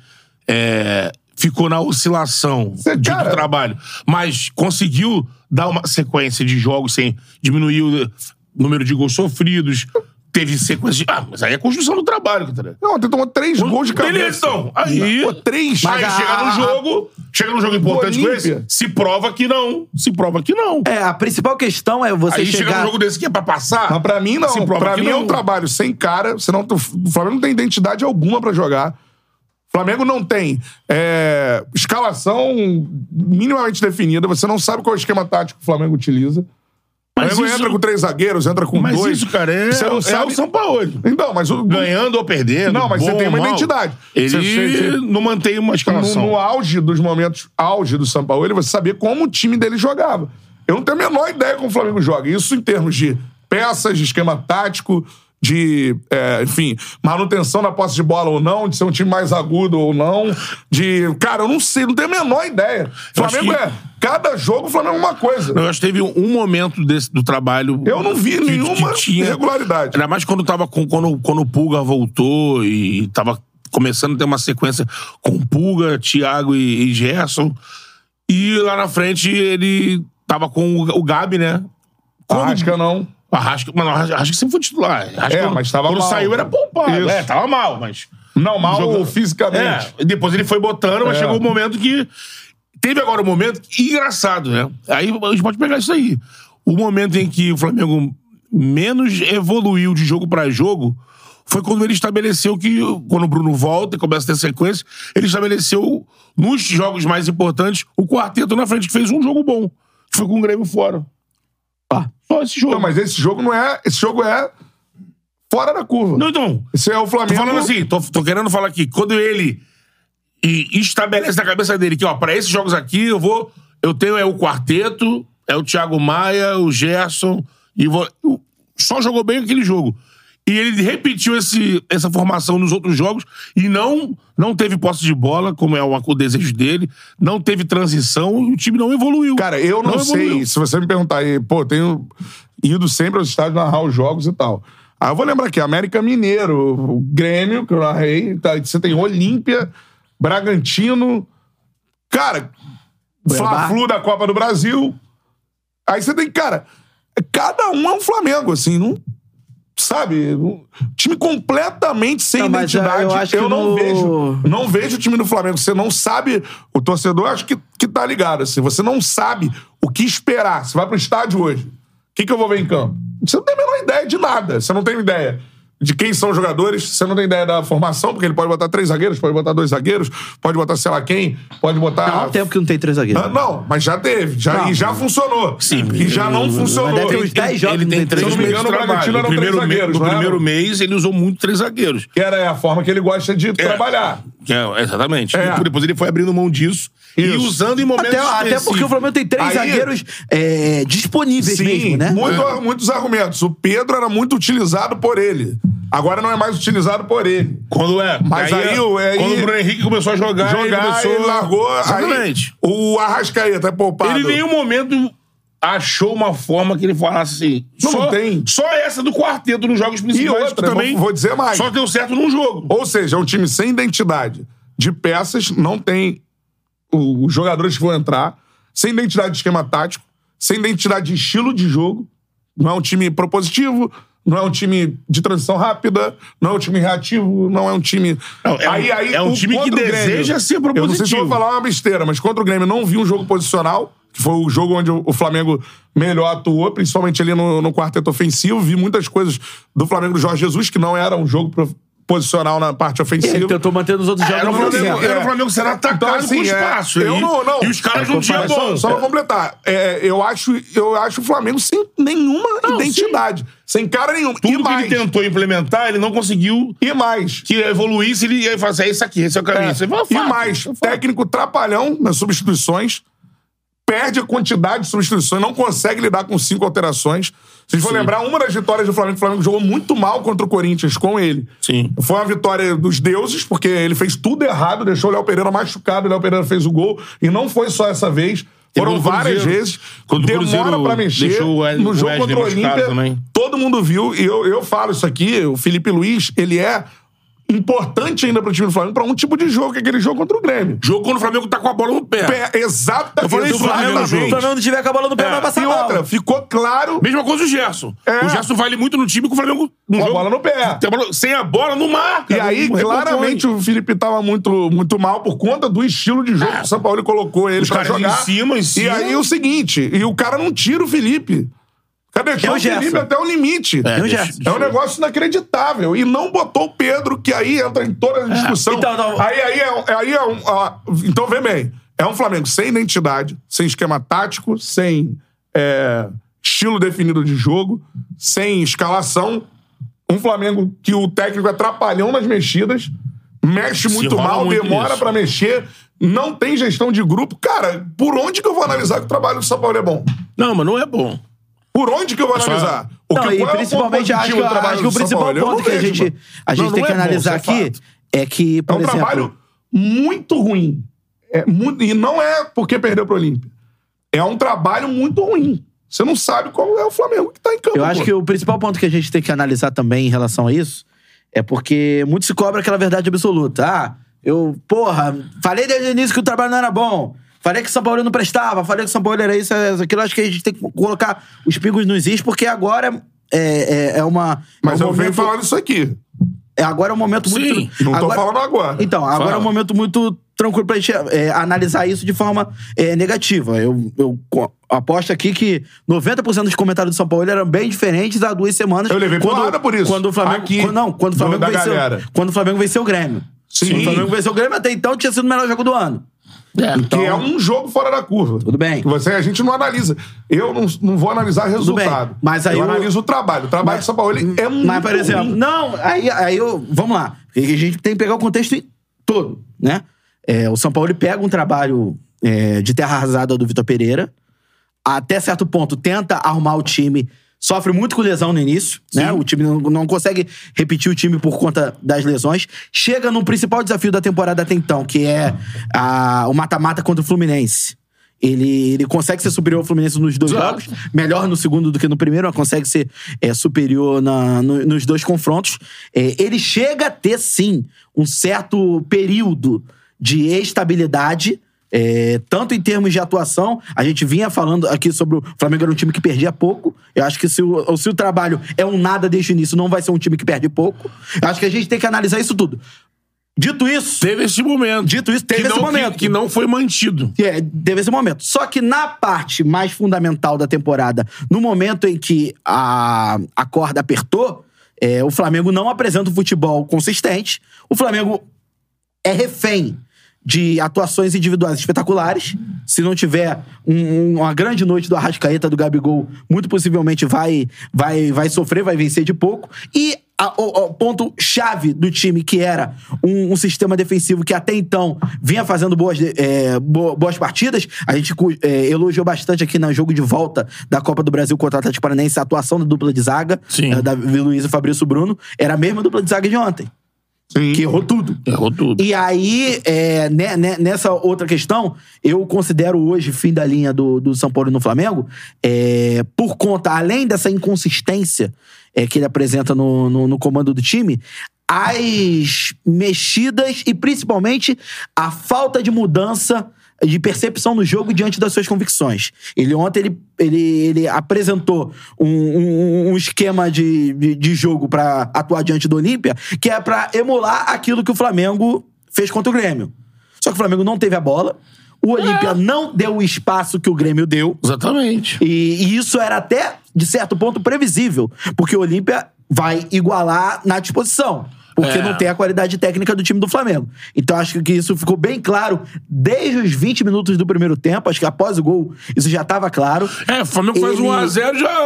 S2: é, ficou na oscilação
S1: Cê,
S2: de-
S1: cara-
S2: do trabalho, mas conseguiu dar uma sequência de jogos sem diminuir o número de gols sofridos. Teve sequência de. Ah, mas aí é construção do trabalho, cara.
S1: Não, ontem tomou três gols de cabeça.
S2: Beleza, então. Aí.
S1: Pô, três.
S2: Mas
S1: Aí
S2: aí
S1: chega
S2: chega
S1: no
S2: num jogo, chega num jogo importante com
S1: Olímpia.
S2: esse, se prova que não. Se prova que não.
S3: É, a principal questão é você
S2: aí chega
S3: chegar.
S2: num jogo desse que é pra passar.
S1: Mas pra mim, não.
S2: Se Assim, prova
S1: pra
S2: que
S1: mim é
S2: não.
S1: um trabalho sem cara, senão tu- o Flamengo não tem identidade alguma pra jogar. O Flamengo não tem é, escalação minimamente definida, você não sabe qual é o esquema tático que o Flamengo utiliza. O
S2: Mas
S1: Flamengo
S2: isso-
S1: entra com três zagueiros, entra com
S2: Mas
S1: dois.
S2: isso, cara, é,
S1: Você não
S2: é
S1: sabe-
S2: o São Paulo.
S1: Então, mas o,
S2: Ganhando ou perdendo.
S1: Não, mas
S2: bom
S1: você tem
S2: ou
S1: uma
S2: mal,
S1: identidade.
S2: Ele
S1: Você- você-
S2: não mantém uma
S1: no,
S2: escalação.
S1: no auge dos momentos auge do São Paulo, ele você sabia como o time dele jogava. Eu não tenho a menor ideia como o Flamengo joga. Isso em termos de peças, de esquema tático, de, é, enfim, manutenção da posse de bola ou não, de ser um time mais agudo ou não, de... Cara, eu não sei, não tenho a menor ideia.
S2: acho
S1: Flamengo
S2: que-
S1: é... Cada jogo o Flamengo é uma coisa.
S2: Eu acho que teve um momento desse, do trabalho.
S1: Eu não vi
S2: que- que
S1: nenhuma irregularidade.
S2: Ainda mais quando tava com. Quando, quando o Pulga voltou e tava começando a ter uma sequência com Pulga, Thiago e, e Gerson. E lá na frente ele tava com o, o Gabi, né? Quando-
S1: Arrasca não.
S2: Arrasca, mano, Arrasca Arrasca sempre foi titular. Arrasca
S1: É,
S2: quando-
S1: mas tava
S2: Quando
S1: mal. né?
S2: saiu era poupado.
S1: Isso.
S2: É, tava mal, mas.
S1: Não, mal
S2: Joga-
S1: fisicamente.
S2: É, e depois ele foi botando, mas
S1: É.
S2: chegou o momento que. Teve agora um momento que- engraçado, né? Aí a gente pode pegar isso aí. O momento em que o Flamengo menos evoluiu de jogo pra jogo foi quando ele estabeleceu que, quando o Bruno volta e começa a ter sequência, ele estabeleceu, nos jogos mais importantes, o quarteto na frente, que fez um jogo bom, que foi com o Grêmio fora.
S3: Ah.
S2: Só esse jogo.
S1: Não, mas esse jogo não é... Esse jogo é fora da curva.
S2: Não, então,
S1: Esse é o Flamengo...
S2: Tô falando assim, tô, tô querendo falar aqui, quando ele e estabelece na cabeça dele que, ó, pra esses jogos aqui eu vou. Eu tenho é o quarteto, é o Thiago Maia, o Gerson, e vou. o- Só jogou bem aquele jogo. E ele repetiu esse, essa formação nos outros jogos e não não teve posse de bola, como é uma- o desejo dele, não teve transição e o time não evoluiu.
S1: Cara, eu não, sei.
S2: evoluiu.
S1: Se você me perguntar aí, pô, tenho ido sempre aos estádios narrar os jogos e tal. Aí eu vou lembrar aqui: América Mineiro, o Grêmio, que eu narrei. tá? Você tem Olímpia, Bragantino. Cara,
S3: Cuiabá.
S1: Fla-Flu da Copa do Brasil. Aí você tem, cara, cada um é um Flamengo, assim, não. Sabe? Um time completamente sem
S3: Não, mas ah, eu-
S1: identidade.
S3: eu acho que
S1: não
S3: no-
S1: vejo. Não vejo o time do Flamengo. Você não sabe. O torcedor acho que, que tá ligado, assim. Você não sabe o que esperar. Você vai pro estádio hoje. O que, que eu vou ver em campo? Você não tem a menor ideia de nada. Você não tem ideia de quem são os jogadores. Você não tem ideia da formação, porque ele pode botar três zagueiros, pode botar dois zagueiros, pode botar sei lá quem, pode botar.
S3: Não, há um tempo que não tem três zagueiros.
S1: Ah, não, mas já teve. Já,
S3: Não.
S1: e já funcionou.
S2: Sim,
S1: E já não
S2: mas
S1: funcionou.
S3: deve ter uns
S1: Ele-
S3: 10 jogos
S2: Ele
S3: não
S2: tem
S3: tem
S2: três
S3: três.
S1: Se eu
S2: meses
S1: não me
S2: de
S1: engano, o
S2: trabalho.
S1: Bragantino
S2: No
S1: eram três
S2: primeiro, me-
S1: zagueiros,
S2: no
S1: não era?
S2: primeiro mês ele usou muito três zagueiros.
S1: Que era a forma que ele gosta
S3: É.
S1: de trabalhar.
S2: Que é, exatamente.
S1: É.
S2: E depois ele foi abrindo mão disso e
S1: Isso.
S2: usando em momentos
S3: Até, até porque o
S2: específicos.
S3: Flamengo tem três
S1: Aí-
S3: zagueiros é, disponíveis
S1: Sim,
S3: mesmo, né?
S2: É.
S1: muito- muitos argumentos. O Pedro era muito utilizado por ele. Agora não é mais utilizado por ele.
S2: Quando é.
S1: Mas aí o- é-
S2: Quando
S1: aí-
S2: o Bruno Henrique começou a jogar,
S1: Jogar,
S2: ele, começou...
S1: ele largou. Aí,
S2: Exatamente.
S1: o Arrascaeta é poupado.
S2: Ele um em nenhum momento achou uma forma que ele falasse assim.
S1: Não
S2: só,
S1: tem.
S2: Só essa do quarteto nos jogos
S1: E
S2: principais que
S1: outra,
S2: também
S1: vou, vou dizer mais.
S2: só deu certo num jogo.
S1: Ou seja, é um time sem identidade. De peças, não tem o- os jogadores que vão entrar, sem identidade de esquema tático, sem identidade de estilo de jogo. Não é um time propositivo, não é um time de transição rápida, não é um time reativo, não é um time.
S2: Não, é um- é um
S1: o-
S2: time que
S1: contra o
S2: deseja ser
S1: Eu não sei se eu
S2: propositivo.
S1: vou falar uma besteira, mas contra o Grêmio eu não vi um jogo posicional, que foi o jogo onde o o Flamengo melhor atuou, principalmente ali no, no quarteto ofensivo. Vi muitas coisas do Flamengo do Jorge Jesus, que não era um jogo pro- posicional na parte ofensiva. um
S3: Ele tentou manter nos outros
S2: Era,
S3: jogos.
S2: o
S3: não deu
S2: Flamengo,
S3: certo.
S2: era o Flamengo sendo atacado
S1: assim, é. Então, assim,
S2: com
S1: é,
S2: espaço.
S1: eu
S2: e,
S1: não- não.
S2: e os caras
S3: É,
S2: não tinham
S3: compara-
S1: Só,
S2: bola.
S1: só pra completar, é, eu, acho, eu acho o Flamengo sem nenhuma identidade. Sem cara nenhuma.
S2: Tudo
S1: e
S2: que
S1: mais.
S2: ele tentou implementar, ele não conseguiu
S1: E mais.
S2: que evoluísse. Ele ia fazer é isso aqui, esse é o caminho.
S1: É.
S2: Isso é fato,
S1: E mais,
S2: isso é fato.
S1: técnico trapalhão nas substituições, perde a quantidade de substituições, não consegue lidar com cinco alterações. Vocês vão lembrar, uma das vitórias do Flamengo, o Flamengo jogou muito mal contra o Corinthians com ele.
S2: Sim.
S1: Foi uma vitória dos deuses, porque ele fez tudo errado, deixou o Léo Pereira machucado, o Léo Pereira fez o gol, e não foi só essa vez.
S2: Teve
S1: Foram
S2: o
S1: várias
S2: Cruzeiro.
S1: vezes.
S2: Quando o
S1: Demora
S2: Cruzeiro
S1: pra mexer.
S2: deixou o Wesley-
S1: no
S2: o
S1: jogo
S2: Wesley
S1: contra o
S2: machucado
S1: Olímpia,
S2: também.
S1: todo mundo viu, e eu, eu falo isso aqui, o Felipe Luiz, ele é importante ainda pro time do Flamengo pra um tipo de jogo, que é aquele jogo contra o Grêmio.
S2: Jogo quando o Flamengo tá com a bola no pé.
S1: Pé, exatamente.
S2: Eu falei isso no primeiro
S3: Se o
S1: exatamente.
S2: jogo.
S3: Flamengo não tiver com a bola no pé,
S2: É,
S3: vai passar
S1: E
S3: mal.
S1: outra, ficou claro
S2: Mesma coisa o Gerson.
S1: É.
S2: O Gerson vale muito no time que o Flamengo. no
S1: Com a
S2: jogo- um
S1: bola no pé.
S2: Tem a bola- Sem a bola, não marca.
S1: E aí,
S2: Não recompõe.
S1: claramente, o Felipe tava muito, muito mal por conta do estilo de jogo que o São Paulo colocou ele
S2: Os
S1: pra
S2: caras em
S1: jogar.
S2: cima, em cima.
S1: E aí, o seguinte, e o cara não tira o Felipe. O cara
S3: É
S1: deixou
S3: o
S1: o
S3: Gerson.
S1: Felipe até o limite.
S2: É,
S1: É,
S3: E o
S2: deixa-
S3: Gerson?
S2: deixa
S1: um
S2: eu-
S1: negócio inacreditável. E não botou o Pedro, que aí entra em toda
S2: É.
S1: a discussão.
S3: Então, não.
S1: Aí, aí, é, um- aí é um... ó, então, vê bem. É um Flamengo sem identidade, sem esquema tático, sem é, estilo definido de jogo, sem escalação, um Flamengo que o técnico é trapalhão nas mexidas, mexe muito
S2: rola
S1: mal,
S2: muito
S1: demora
S2: isso.
S1: pra mexer, não tem gestão de grupo. Cara, por onde que eu vou analisar que o trabalho do São Paulo é bom?
S2: Não, mas não é bom.
S1: Por onde que eu vou analisar? O
S3: Não,
S1: que, qual
S3: e
S1: é o ponto
S3: principalmente,
S1: positivo
S3: acho,
S1: do
S3: que-
S1: trabalho
S3: acho que o
S1: do São
S3: principal
S1: Paulo? Eu não
S3: ponto que a
S1: vejo,
S3: gente,
S1: mano.
S3: a gente
S1: Não,
S3: tem
S1: não
S3: que
S1: é bom,
S3: analisar
S1: isso é
S3: aqui
S1: fato.
S3: é que,
S1: É
S3: por
S1: um
S3: exemplo...
S1: trabalho muito ruim. É muito, e não é porque perdeu pro Olímpia. É um trabalho muito ruim. Você não sabe qual é o Flamengo que tá em campo.
S3: Eu acho
S1: pô.
S3: que o principal ponto que a gente tem que analisar também em relação a isso é porque muito se cobra aquela verdade absoluta. Ah, eu, porra, falei desde o início que o trabalho não era bom. Falei que o São Paulo não prestava, falei que o São Paulo era isso, era aquilo. Acho que a gente tem que colocar os pingos nos is, porque agora é, é, é- é uma.
S1: Mas
S3: é um
S1: eu venho
S3: momento,
S1: falando isso aqui.
S3: é, Agora é um momento muito.
S2: Sim,
S1: Não tô
S3: agora-
S1: falando agora.
S3: então, agora
S2: Fala.
S3: é um momento muito tranquilo pra gente é, analisar isso de forma é, negativa. Eu, eu co- aposto aqui que 90% dos comentários do São Paulo eram bem diferentes há duas semanas.
S1: Eu levei porrada por isso.
S3: Quando o Flamengo,
S1: Aqui,
S3: quando- não, quando o
S1: do-
S3: Flamengo
S1: da
S3: venceu,
S1: galera.
S3: quando o Flamengo venceu o Grêmio.
S1: Sim.
S3: Quando o Flamengo venceu o Grêmio até então tinha sido o melhor jogo do ano.
S1: Que é um jogo fora da curva.
S3: então- Tudo bem.
S1: Que você, a gente não analisa. Eu não, não vou analisar resultado.
S3: bem, mas aí
S1: eu
S3: o-
S1: analiso o trabalho. O trabalho do São Paulo ele é muito
S3: Mas, por exemplo,
S1: ruim.
S3: não, aí, aí eu, vamos lá. Porque A gente tem que pegar o contexto em- todo, né? É, o São Paulo ele pega um trabalho é, de terra arrasada do Vitor Pereira, até certo ponto tenta arrumar o time, sofre muito com lesão no início, né? O time não, não consegue repetir o time por conta das lesões. Chega no principal desafio da temporada até então, que é a- o mata-mata contra o Fluminense. Ele, ele consegue ser superior ao Fluminense nos dois
S2: Exato.
S3: jogos, melhor no segundo do que no primeiro, mas consegue ser é, superior na- no- nos dois confrontos. É, ele chega a ter, sim, um certo período de estabilidade, é, tanto em termos de atuação. A gente vinha falando aqui sobre o Flamengo era um time que perdia pouco. Eu acho que se o, se o trabalho é um nada desde o início, não vai ser um time que perde pouco. Eu acho que a gente tem que analisar isso tudo. Dito isso,
S2: Teve esse momento.
S3: Dito isso, teve
S2: que
S3: esse
S2: não,
S3: momento.
S2: Que, que não foi mantido.
S3: é, teve esse momento. Só que na parte mais fundamental da temporada, no momento em que a, a corda apertou, é, o Flamengo não apresenta um futebol consistente. O Flamengo é refém de atuações individuais espetaculares. Se não tiver um- um- uma grande noite do Arrascaeta, do Gabigol, muito possivelmente vai, vai, vai sofrer, vai vencer de pouco. E a- o, o ponto chave do time, que era um, um sistema defensivo que até então vinha fazendo boas, de- é, bo- boas partidas. A gente cu- é, elogiou bastante aqui no jogo de volta da Copa do Brasil contra o Atlético Paranaense a atuação da dupla de zaga,
S2: Sim.
S3: é, Davi Luiz e Fabrício Bruno. Era a mesma dupla de zaga de ontem,
S1: Sim.
S3: que errou tudo.
S2: Errou tudo.
S3: E aí, é, né- né- nessa outra questão, eu considero hoje fim da linha do, do São Paulo no Flamengo, é, por conta, além dessa inconsistência é, que ele apresenta no, no- no comando do time, as mexidas e principalmente a falta de mudança de percepção no jogo diante das suas convicções. Ele ontem ele, ele, ele apresentou um, um- um esquema de, de, de jogo pra atuar diante do Olímpia, que é pra emular aquilo que o Flamengo fez contra o Grêmio. Só que o Flamengo não teve a bola, o Olímpia não deu o espaço que o Grêmio deu.
S2: Exatamente.
S3: E, e isso era até, de certo ponto, previsível, porque o Olímpia vai igualar na disposição. Porque
S2: É.
S3: não tem a qualidade técnica do time do Flamengo. Então acho que isso ficou bem claro desde os 20 minutos do primeiro tempo. Acho que após o gol isso já estava claro.
S2: É, o Flamengo faz
S3: Ele-
S2: 1x0 já.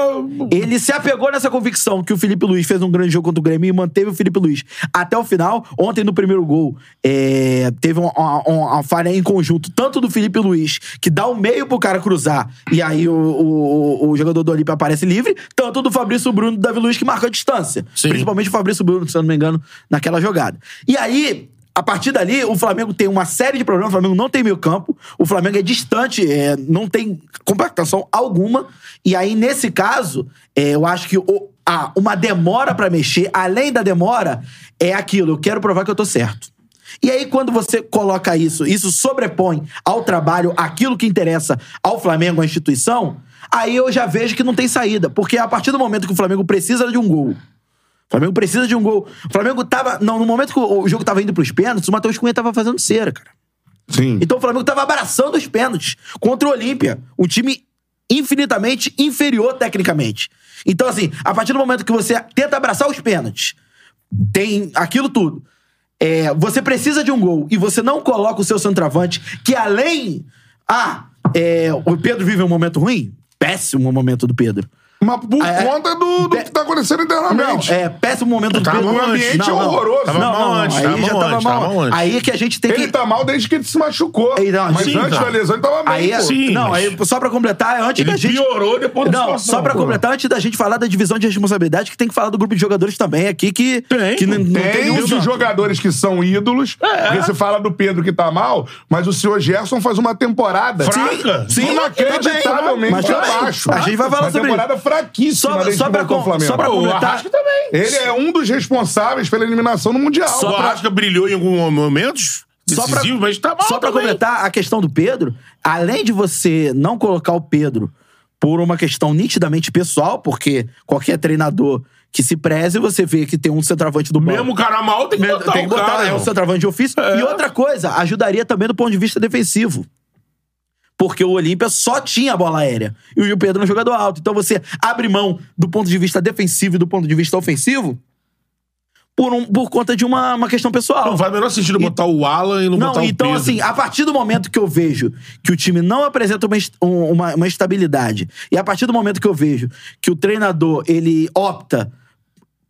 S3: Ele se apegou nessa convicção que o Felipe Luiz fez um grande jogo contra o Grêmio e manteve o Felipe Luiz até o final. Ontem, no primeiro gol, é, teve uma, uma- uma falha em conjunto, tanto do Felipe Luiz, que dá o meio pro cara cruzar, e aí o, o- o jogador do Olímpia aparece livre, tanto do Fabrício Bruno e do Davi Luiz, que marca a distância.
S2: Sim.
S3: Principalmente o Fabrício Bruno, se eu não me engano, naquela jogada. E aí. A partir dali, o Flamengo tem uma série de problemas. O Flamengo não tem meio campo. O Flamengo é distante, é, não tem compactação alguma. E aí, nesse caso, é, eu acho que o- há uma demora pra mexer. Além da demora, é aquilo. Eu quero provar que eu tô certo. E aí, quando você coloca isso, isso sobrepõe ao trabalho aquilo que interessa ao Flamengo, à instituição, aí eu já vejo que não tem saída. Porque a partir do momento que o Flamengo precisa de um gol, o Flamengo precisa de um gol. O Flamengo tava. Não, no momento que o o jogo tava indo pros pênaltis, o Matheus Cunha tava fazendo cera, cara.
S1: Sim.
S3: Então o Flamengo tava abraçando os pênaltis contra o Olímpia. Um time infinitamente inferior tecnicamente. Então, assim, a partir do momento que você tenta abraçar os pênaltis, tem aquilo tudo. É, você precisa de um gol e você não coloca o seu centroavante, que além. Ah, é, o Pedro vive um momento ruim? Péssimo momento do Pedro.
S1: Mas por
S3: É.
S1: conta do, do que tá acontecendo internamente.
S3: Não, é péssimo momento do
S2: Tava
S3: Pedro.
S2: mal
S3: Não,
S2: antes,
S3: não,
S1: tava
S3: não.
S1: horroroso.
S3: Não,
S1: Tava
S3: não,
S2: mal
S3: não,
S2: antes,
S3: aí
S2: tava
S3: já
S2: mal
S3: tava
S2: antes,
S3: mal.
S2: tava mal antes.
S3: Aí é que a gente tem
S1: Ele
S3: que...
S1: tá mal desde que ele se machucou.
S3: Ele tá-
S1: Mas
S3: sim,
S1: antes
S2: tá.
S1: da lesão ele tava
S3: Aí,
S1: bem,
S3: é-
S1: pô.
S2: Sim,
S3: não,
S2: mas-
S3: aí, só pra completar, é antes
S2: Ele
S3: da gente...
S2: piorou depois da
S3: Não,
S2: situação,
S3: só pra
S2: pô.
S3: completar, antes da gente falar da divisão de responsabilidade, que tem que falar do grupo de jogadores também aqui, que,
S2: Tem,
S3: que
S2: pô.
S3: n- não tem,
S1: Tem
S3: nenhum
S1: os
S3: santo.
S1: jogadores que são ídolos.
S2: É.
S1: Porque você fala do Pedro que tá mal, mas o senhor Gerson faz uma temporada
S2: Fraca.
S1: Sim,
S3: Sim, mas
S1: inacreditavelmente
S3: tá bem.
S1: abaixo.
S3: A gente vai falar
S1: uma
S3: sobre
S1: temporada
S3: Só-
S1: fraquíssima desde
S3: só
S1: que
S3: pra
S1: voltou ao
S3: com-
S1: Flamengo.
S3: só pra
S1: Pô,
S2: O
S3: completar.
S2: Arrasca também.
S1: Ele é um dos responsáveis pela eliminação no Mundial.
S2: o Arrasca brilhou em alguns momentos
S3: Só pra-
S2: decisivos, mas tá mal
S3: Só pra
S2: também.
S3: completar a questão do Pedro, além de você não colocar o Pedro por uma questão nitidamente pessoal, porque qualquer treinador que se preze, você vê que tem um centroavante do banco.
S2: Mesmo o cara mal tem que botar
S3: tem que
S2: o
S3: botar,
S2: cara.
S3: é um centroavante de ofício.
S2: É.
S3: E outra coisa, ajudaria também do ponto de vista defensivo. Porque o Olímpia só tinha a bola aérea. E o Gil Pedro é um jogador alto. Então você abre mão do ponto de vista defensivo e do ponto de vista ofensivo por, um- por conta de uma, uma questão pessoal.
S2: Não faz o menor sentido botar o Alan e não, botar um
S3: Não,
S2: o
S3: então
S2: Pedro.
S3: assim, a partir do momento que eu vejo que o time não apresenta uma, est- um- uma, uma estabilidade, e a partir do momento que eu vejo que o treinador, ele opta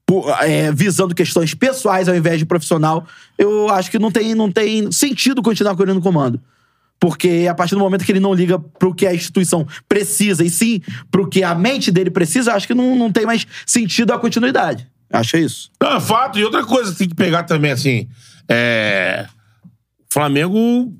S3: por, é, visando questões pessoais ao invés de profissional, eu acho que não tem, não tem sentido continuar correndo o comando. Porque a partir do momento que ele não liga pro que a instituição precisa, e sim pro que a mente dele precisa, eu acho que não, não tem mais sentido a continuidade. Acho isso.
S2: Não, é fato. E outra coisa que tem que pegar também, assim, é... Flamengo,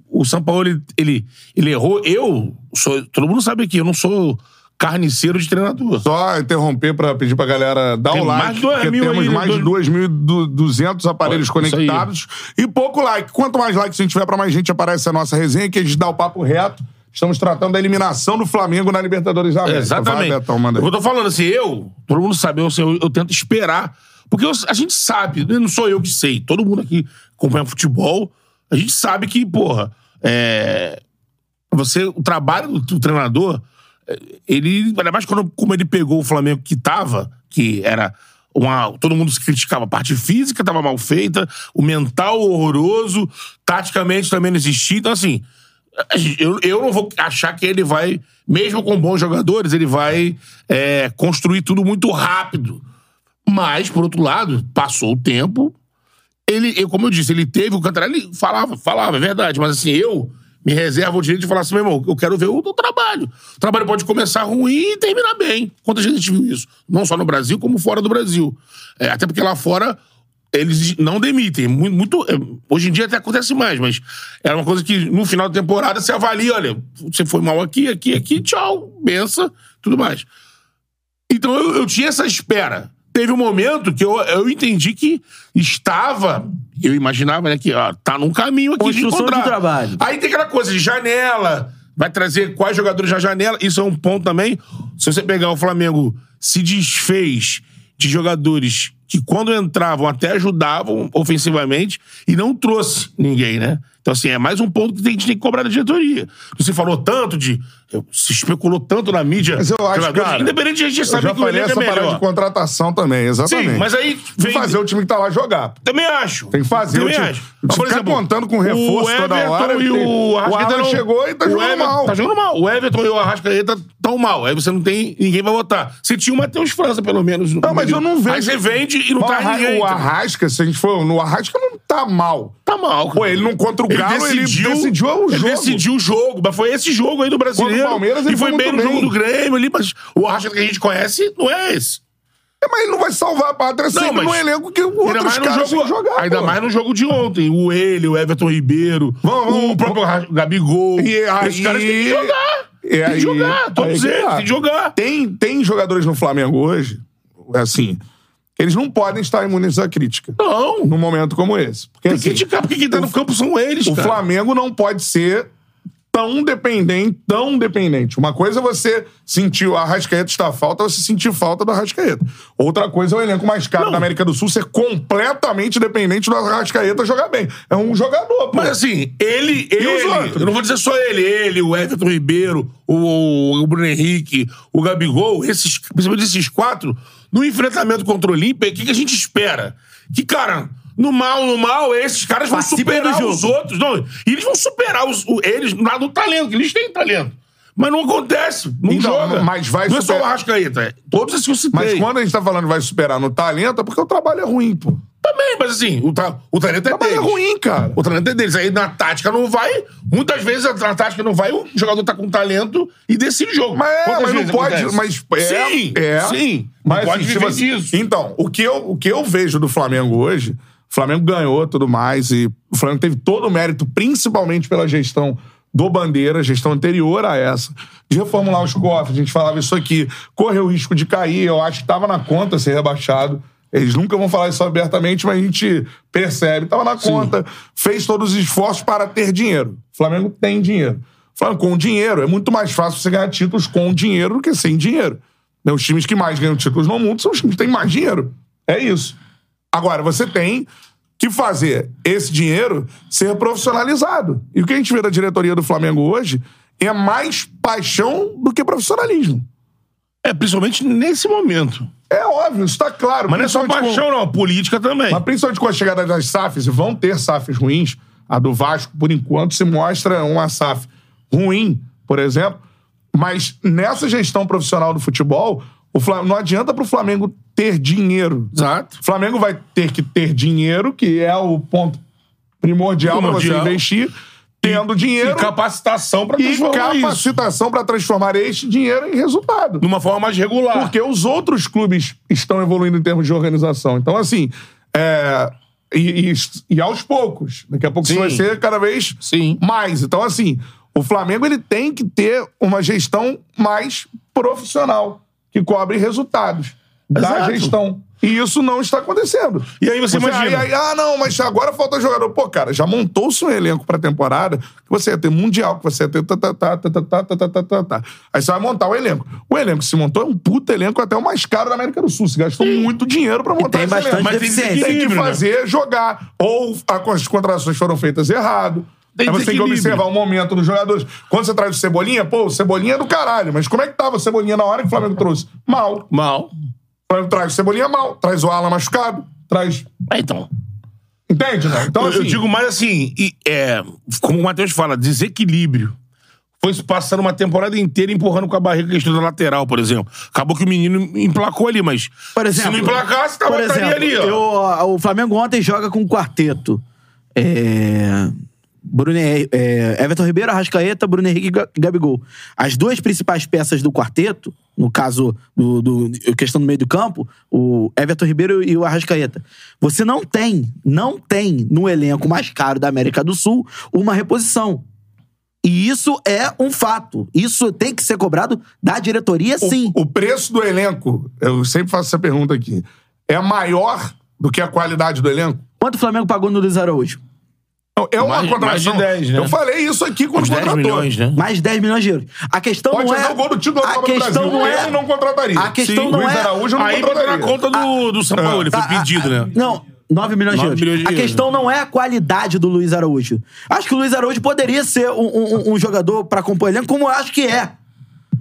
S2: o São Paulo, ele, ele, ele errou. Eu, sou, todo mundo sabe aqui, eu não sou carniceiro de treinador.
S1: Só interromper pra pedir pra galera dar
S2: Tem
S1: o
S2: mais
S1: like,
S2: dois
S1: porque
S2: mil
S1: temos
S2: aí,
S1: mais de
S2: dois-
S1: 2.200 aparelhos
S2: Olha, isso aí.
S1: conectados e pouco like. Quanto mais likes a gente tiver, pra mais gente aparece a nossa resenha que a gente dá o papo reto. Estamos tratando da eliminação do Flamengo na Libertadores da América.
S2: Exatamente.
S1: Vai, Betão, manda aí.
S2: Eu tô falando assim, eu, todo mundo sabe, eu, assim, eu, eu tento esperar. Porque eu- a gente sabe, né, não sou eu que sei, todo mundo aqui acompanha futebol, a gente sabe que, porra, é, você, o trabalho do, do treinador, é, ele, ainda mais quando, como ele pegou o Flamengo que tava, que era uma, todo mundo se criticava, a parte física tava mal feita, o mental horroroso, taticamente também não existia, então assim, a gente- eu, eu não vou achar que ele vai, mesmo com bons jogadores, ele vai é, construir tudo muito rápido. Mas, por outro lado, passou o tempo. Ele, eu, como eu disse, ele teve o Cantarelli, falava, falava, é verdade. Mas assim, eu me reservo o direito de falar assim, meu irmão, eu quero ver o, o trabalho. O trabalho pode começar ruim e terminar bem. Quantas vezes a gente viu isso? Não só no Brasil, como fora do Brasil. É, até porque lá fora eles não demitem. Muito, muito- é, hoje em dia até acontece mais, mas era uma coisa que no final da temporada você avalia, olha, você foi mal aqui, aqui, aqui, tchau, benção, tudo mais. Então eu, eu tinha essa espera. Teve um momento que eu, eu entendi que estava, eu imaginava, né, que ó, tá num caminho aqui de
S3: Construção de
S2: encontrar.
S3: trabalho.
S2: Aí tem aquela coisa de janela, vai trazer quais jogadores na janela, isso é um ponto também. Se você pegar o Flamengo, se desfez de jogadores que quando entravam até ajudavam ofensivamente e não trouxe ninguém, né? Então, assim, é mais um ponto que a gente tem que cobrar da diretoria. Você falou tanto de... Se especulou tanto na mídia.
S1: Mas eu acho,
S2: jogadores,
S1: cara,
S2: Independente de a gente
S1: Eu
S2: saber
S1: já
S2: que o
S1: falei
S2: elenco é
S1: essa parada de
S2: melhor.
S1: contratação também, exatamente.
S2: Sim, mas aí
S1: Tem
S2: vem...
S1: que fazer o time que tá lá jogar.
S2: Também acho.
S1: Tem que fazer.
S2: Também
S1: O time-
S2: acho.
S1: o time fica tá contando com reforço
S2: o
S1: toda
S2: Everton
S1: hora,
S2: E
S1: tem- o
S2: o Arrascaeta
S1: Alan
S2: não-
S1: chegou e tá
S2: o
S1: jogando
S2: Everton
S1: mal.
S2: Tá jogando mal. O Everton e o Arrascaeta tão mal. Aí você não tem... Ninguém vai votar. Você tinha o Matheus França, pelo menos.
S1: Não, mas eu não vejo-
S2: Aí você vende e não
S1: o,
S2: traz
S1: Arra-
S2: ninguém.
S1: o
S2: tá ligado?
S1: Arrasca, se a gente for no Arrasca, não tá mal.
S2: Tá mal, cara.
S1: Pô, ele não contra o
S2: Ele
S1: Galo,
S2: decidiu,
S1: ele decidiu é o jogo.
S2: Ele decidiu o jogo, mas foi esse jogo aí do brasileiro.
S1: Contra o Palmeiras, ele
S2: e foi
S1: foi
S2: bem no
S1: muito
S2: jogo
S1: bem.
S2: do Grêmio ali, mas o Arrascaeta que a gente conhece não é esse.
S1: É, mas ele não vai salvar a pátria sempre
S2: mas-
S1: num elenco que
S2: Ainda
S1: outros
S2: mais, no
S1: caras
S2: jogo,
S1: vão jogar.
S2: ainda
S1: pô.
S2: mais no jogo de ontem. O ele, o Everton Ribeiro,
S1: Vamos, vamos,
S2: o próprio Ra- Gabigol.
S1: E aí-
S2: Esses caras têm que jogar.
S1: e
S2: tem que
S1: aí-
S2: jogar. Todos
S1: aí que
S2: eles
S1: tá.
S2: têm que jogar.
S1: Tem, tem jogadores no Flamengo hoje, assim, que eles não podem estar imunes à crítica
S2: Não.
S1: num momento como esse. Porque,
S2: Tem que
S1: assim,
S2: criticar, porque quem tá
S1: o-
S2: no campo são eles,
S1: o
S2: cara.
S1: Flamengo não pode ser tão dependente, tão dependente. Uma coisa é você sentir o Arrascaeta está falta, você sentir falta do Arrascaeta. Outra coisa é o elenco mais caro da América do Sul ser completamente dependente do Arrascaeta jogar bem. É um jogador, pô.
S2: Mas assim, ele, ele.
S1: os outros?
S2: Eu não vou dizer só ele, ele, o Everton Ribeiro, o, o Bruno Henrique, o Gabigol, esses, principalmente esses quatro, no enfrentamento contra o Olímpia, o que, que a gente espera? Que, cara, no mal, no mal, esses caras vão
S3: Participam do
S2: superar
S3: jogo.
S2: os outros. Não, e eles vão superar os, o- eles lá no talento, que eles têm talento. Mas não acontece, não
S1: Então,
S2: joga.
S1: mas vai
S2: não é só
S1: superar.
S2: o Arrascaeta, é todos esses que eu citei.
S1: Mas quando a gente tá falando vai superar no talento, é porque o trabalho é ruim, pô.
S2: Também, mas assim, o, ta- o talento é
S1: O trabalho é
S2: deles.
S1: ruim, cara.
S2: O talento é deles. Aí na tática não vai. Muitas vezes na tática não vai, o jogador tá com talento e decide o jogo.
S1: Mas, é,
S2: Quantas
S1: mas não
S2: vezes
S1: pode.
S2: acontece?
S1: Mas é,
S2: sim,
S1: é.
S2: sim.
S1: Mas
S2: não pode
S1: assim, se
S2: viver
S1: você-
S2: disso.
S1: Então, o que, eu, o que eu vejo do Flamengo hoje, o Flamengo ganhou tudo mais, e o Flamengo teve todo o mérito, principalmente pela gestão do Bandeira, gestão anterior a essa, de reformular os cofres. A gente falava isso aqui, correu o risco de cair, eu acho que estava na conta ser rebaixado. Eles nunca vão falar isso abertamente, mas a gente percebe. Estava na conta, fez todos os esforços para ter dinheiro. O Flamengo tem dinheiro. O Flamengo com dinheiro, é muito mais fácil você ganhar títulos com dinheiro do que sem dinheiro. Né, Os times que mais ganham títulos no mundo são os times que têm mais dinheiro. É isso. Agora, você tem que fazer esse dinheiro ser profissionalizado. E o que a gente vê da diretoria do Flamengo hoje é mais paixão do que profissionalismo.
S2: É, principalmente nesse momento.
S1: É óbvio, isso tá claro.
S2: Mas não é só
S1: Principalmente com-
S2: paixão, não. Política também.
S1: mas principalmente com a chegada das SAFs, e vão ter SAFs ruins. A do Vasco, por enquanto, se mostra uma SAF ruim, por exemplo. Mas nessa gestão profissional do futebol, o Fla- não adianta pro Flamengo ter dinheiro.
S2: Exato.
S1: O Flamengo vai ter que ter dinheiro, que é o ponto primordial para você
S2: Primordial.
S1: investir, tendo dinheiro
S2: E capacitação pra
S1: e
S2: transformar isso.
S1: capacitação para transformar este dinheiro em resultado.
S2: Numa forma mais regular.
S1: Porque os outros clubes estão evoluindo em termos de organização. Então, assim, é, e, e- e aos poucos. Daqui a pouco
S2: Sim.
S1: isso vai ser cada vez
S2: Sim.
S1: mais. Então, assim, o Flamengo ele tem que ter uma gestão mais profissional, que cobre resultados
S2: Exato.
S1: da gestão. E isso não está acontecendo.
S2: E aí você imagina.
S1: aí- aí, ah, não, mas agora falta jogador. Pô, cara, já montou-se um elenco pra temporada que você ia ter Mundial, que você ia ter. Tá, tá, tá, tá, tá, tá, tá, tá, tá, tá, tá. Aí você vai montar o elenco. O elenco que se montou é um puto elenco, até o mais caro da América do Sul. Você gastou muito dinheiro pra montar
S3: tem
S1: esse
S3: bastante
S1: elenco.
S2: Mas tem
S3: deficiência.
S1: Tem que
S2: equilíbrio, né?
S1: fazer, jogar. Ou a- as contratações foram feitas errado.
S2: Tem
S1: Aí você tem que
S2: desequilíbrio.
S1: observar o momento dos jogadores. Quando você traz o Cebolinha, pô, o Cebolinha é do caralho. Mas como é que tava o Cebolinha na hora que o Flamengo trouxe? Mal.
S2: Mal.
S1: O Flamengo traz o Cebolinha mal, traz o Ala machucado, traz
S2: É, então.
S1: Entende, né? Então,
S2: Eu-
S1: assim,
S2: eu digo mais assim, e, é, como o Matheus fala, desequilíbrio. foi se passando uma temporada inteira empurrando com a barriga a questão da lateral, por exemplo. Acabou que o menino emplacou ali, mas
S3: Por exemplo,
S2: se não emplacasse, tava,
S3: por exemplo,
S2: estaria ali, ó.
S3: eu- ó, o Flamengo ontem joga com um quarteto. É, Bruno, Hen- é, Everton Ribeiro, Arrascaeta, Bruno Henrique e Ga- Gabigol. As duas principais peças do quarteto, no caso do, do- questão do meio do campo, o Everton Ribeiro e o Arrascaeta. Você não tem, não tem no elenco mais caro da América do Sul uma reposição. E isso é um fato. Isso tem que ser cobrado da diretoria,
S1: O-
S3: sim.
S1: O, preço do elenco, eu sempre faço essa pergunta aqui, é maior do que a qualidade do elenco?
S3: Quanto o Flamengo pagou no Luiz Araújo?
S1: Não, é uma
S2: Mais-
S1: contratação.
S2: mais de 10, né?
S1: Eu falei isso aqui quando
S2: Uns 10
S1: contratou.
S2: milhões, né?
S3: Mais 10 milhões de euros. A questão
S1: Pode
S3: não
S1: fazer
S3: é.
S1: o gol do título da
S3: a
S1: Copa do
S3: questão
S1: Brasil.
S3: não é.
S1: Eu não contrataria.
S3: A questão não
S1: Luiz
S3: é-
S1: Araújo eu não
S2: Aí botou
S1: contrataria.
S2: na conta do, do São Paulo, ele foi
S3: Tá,
S2: pedido,
S3: a- a-
S2: né?
S3: Não, 9 milhões de
S2: Nove
S3: euros.
S2: milhões de
S3: a
S2: euros.
S3: questão não é a qualidade do Luiz Araújo. Acho que o Luiz Araújo poderia ser um, um- um jogador pra compor elenco, como eu acho que é.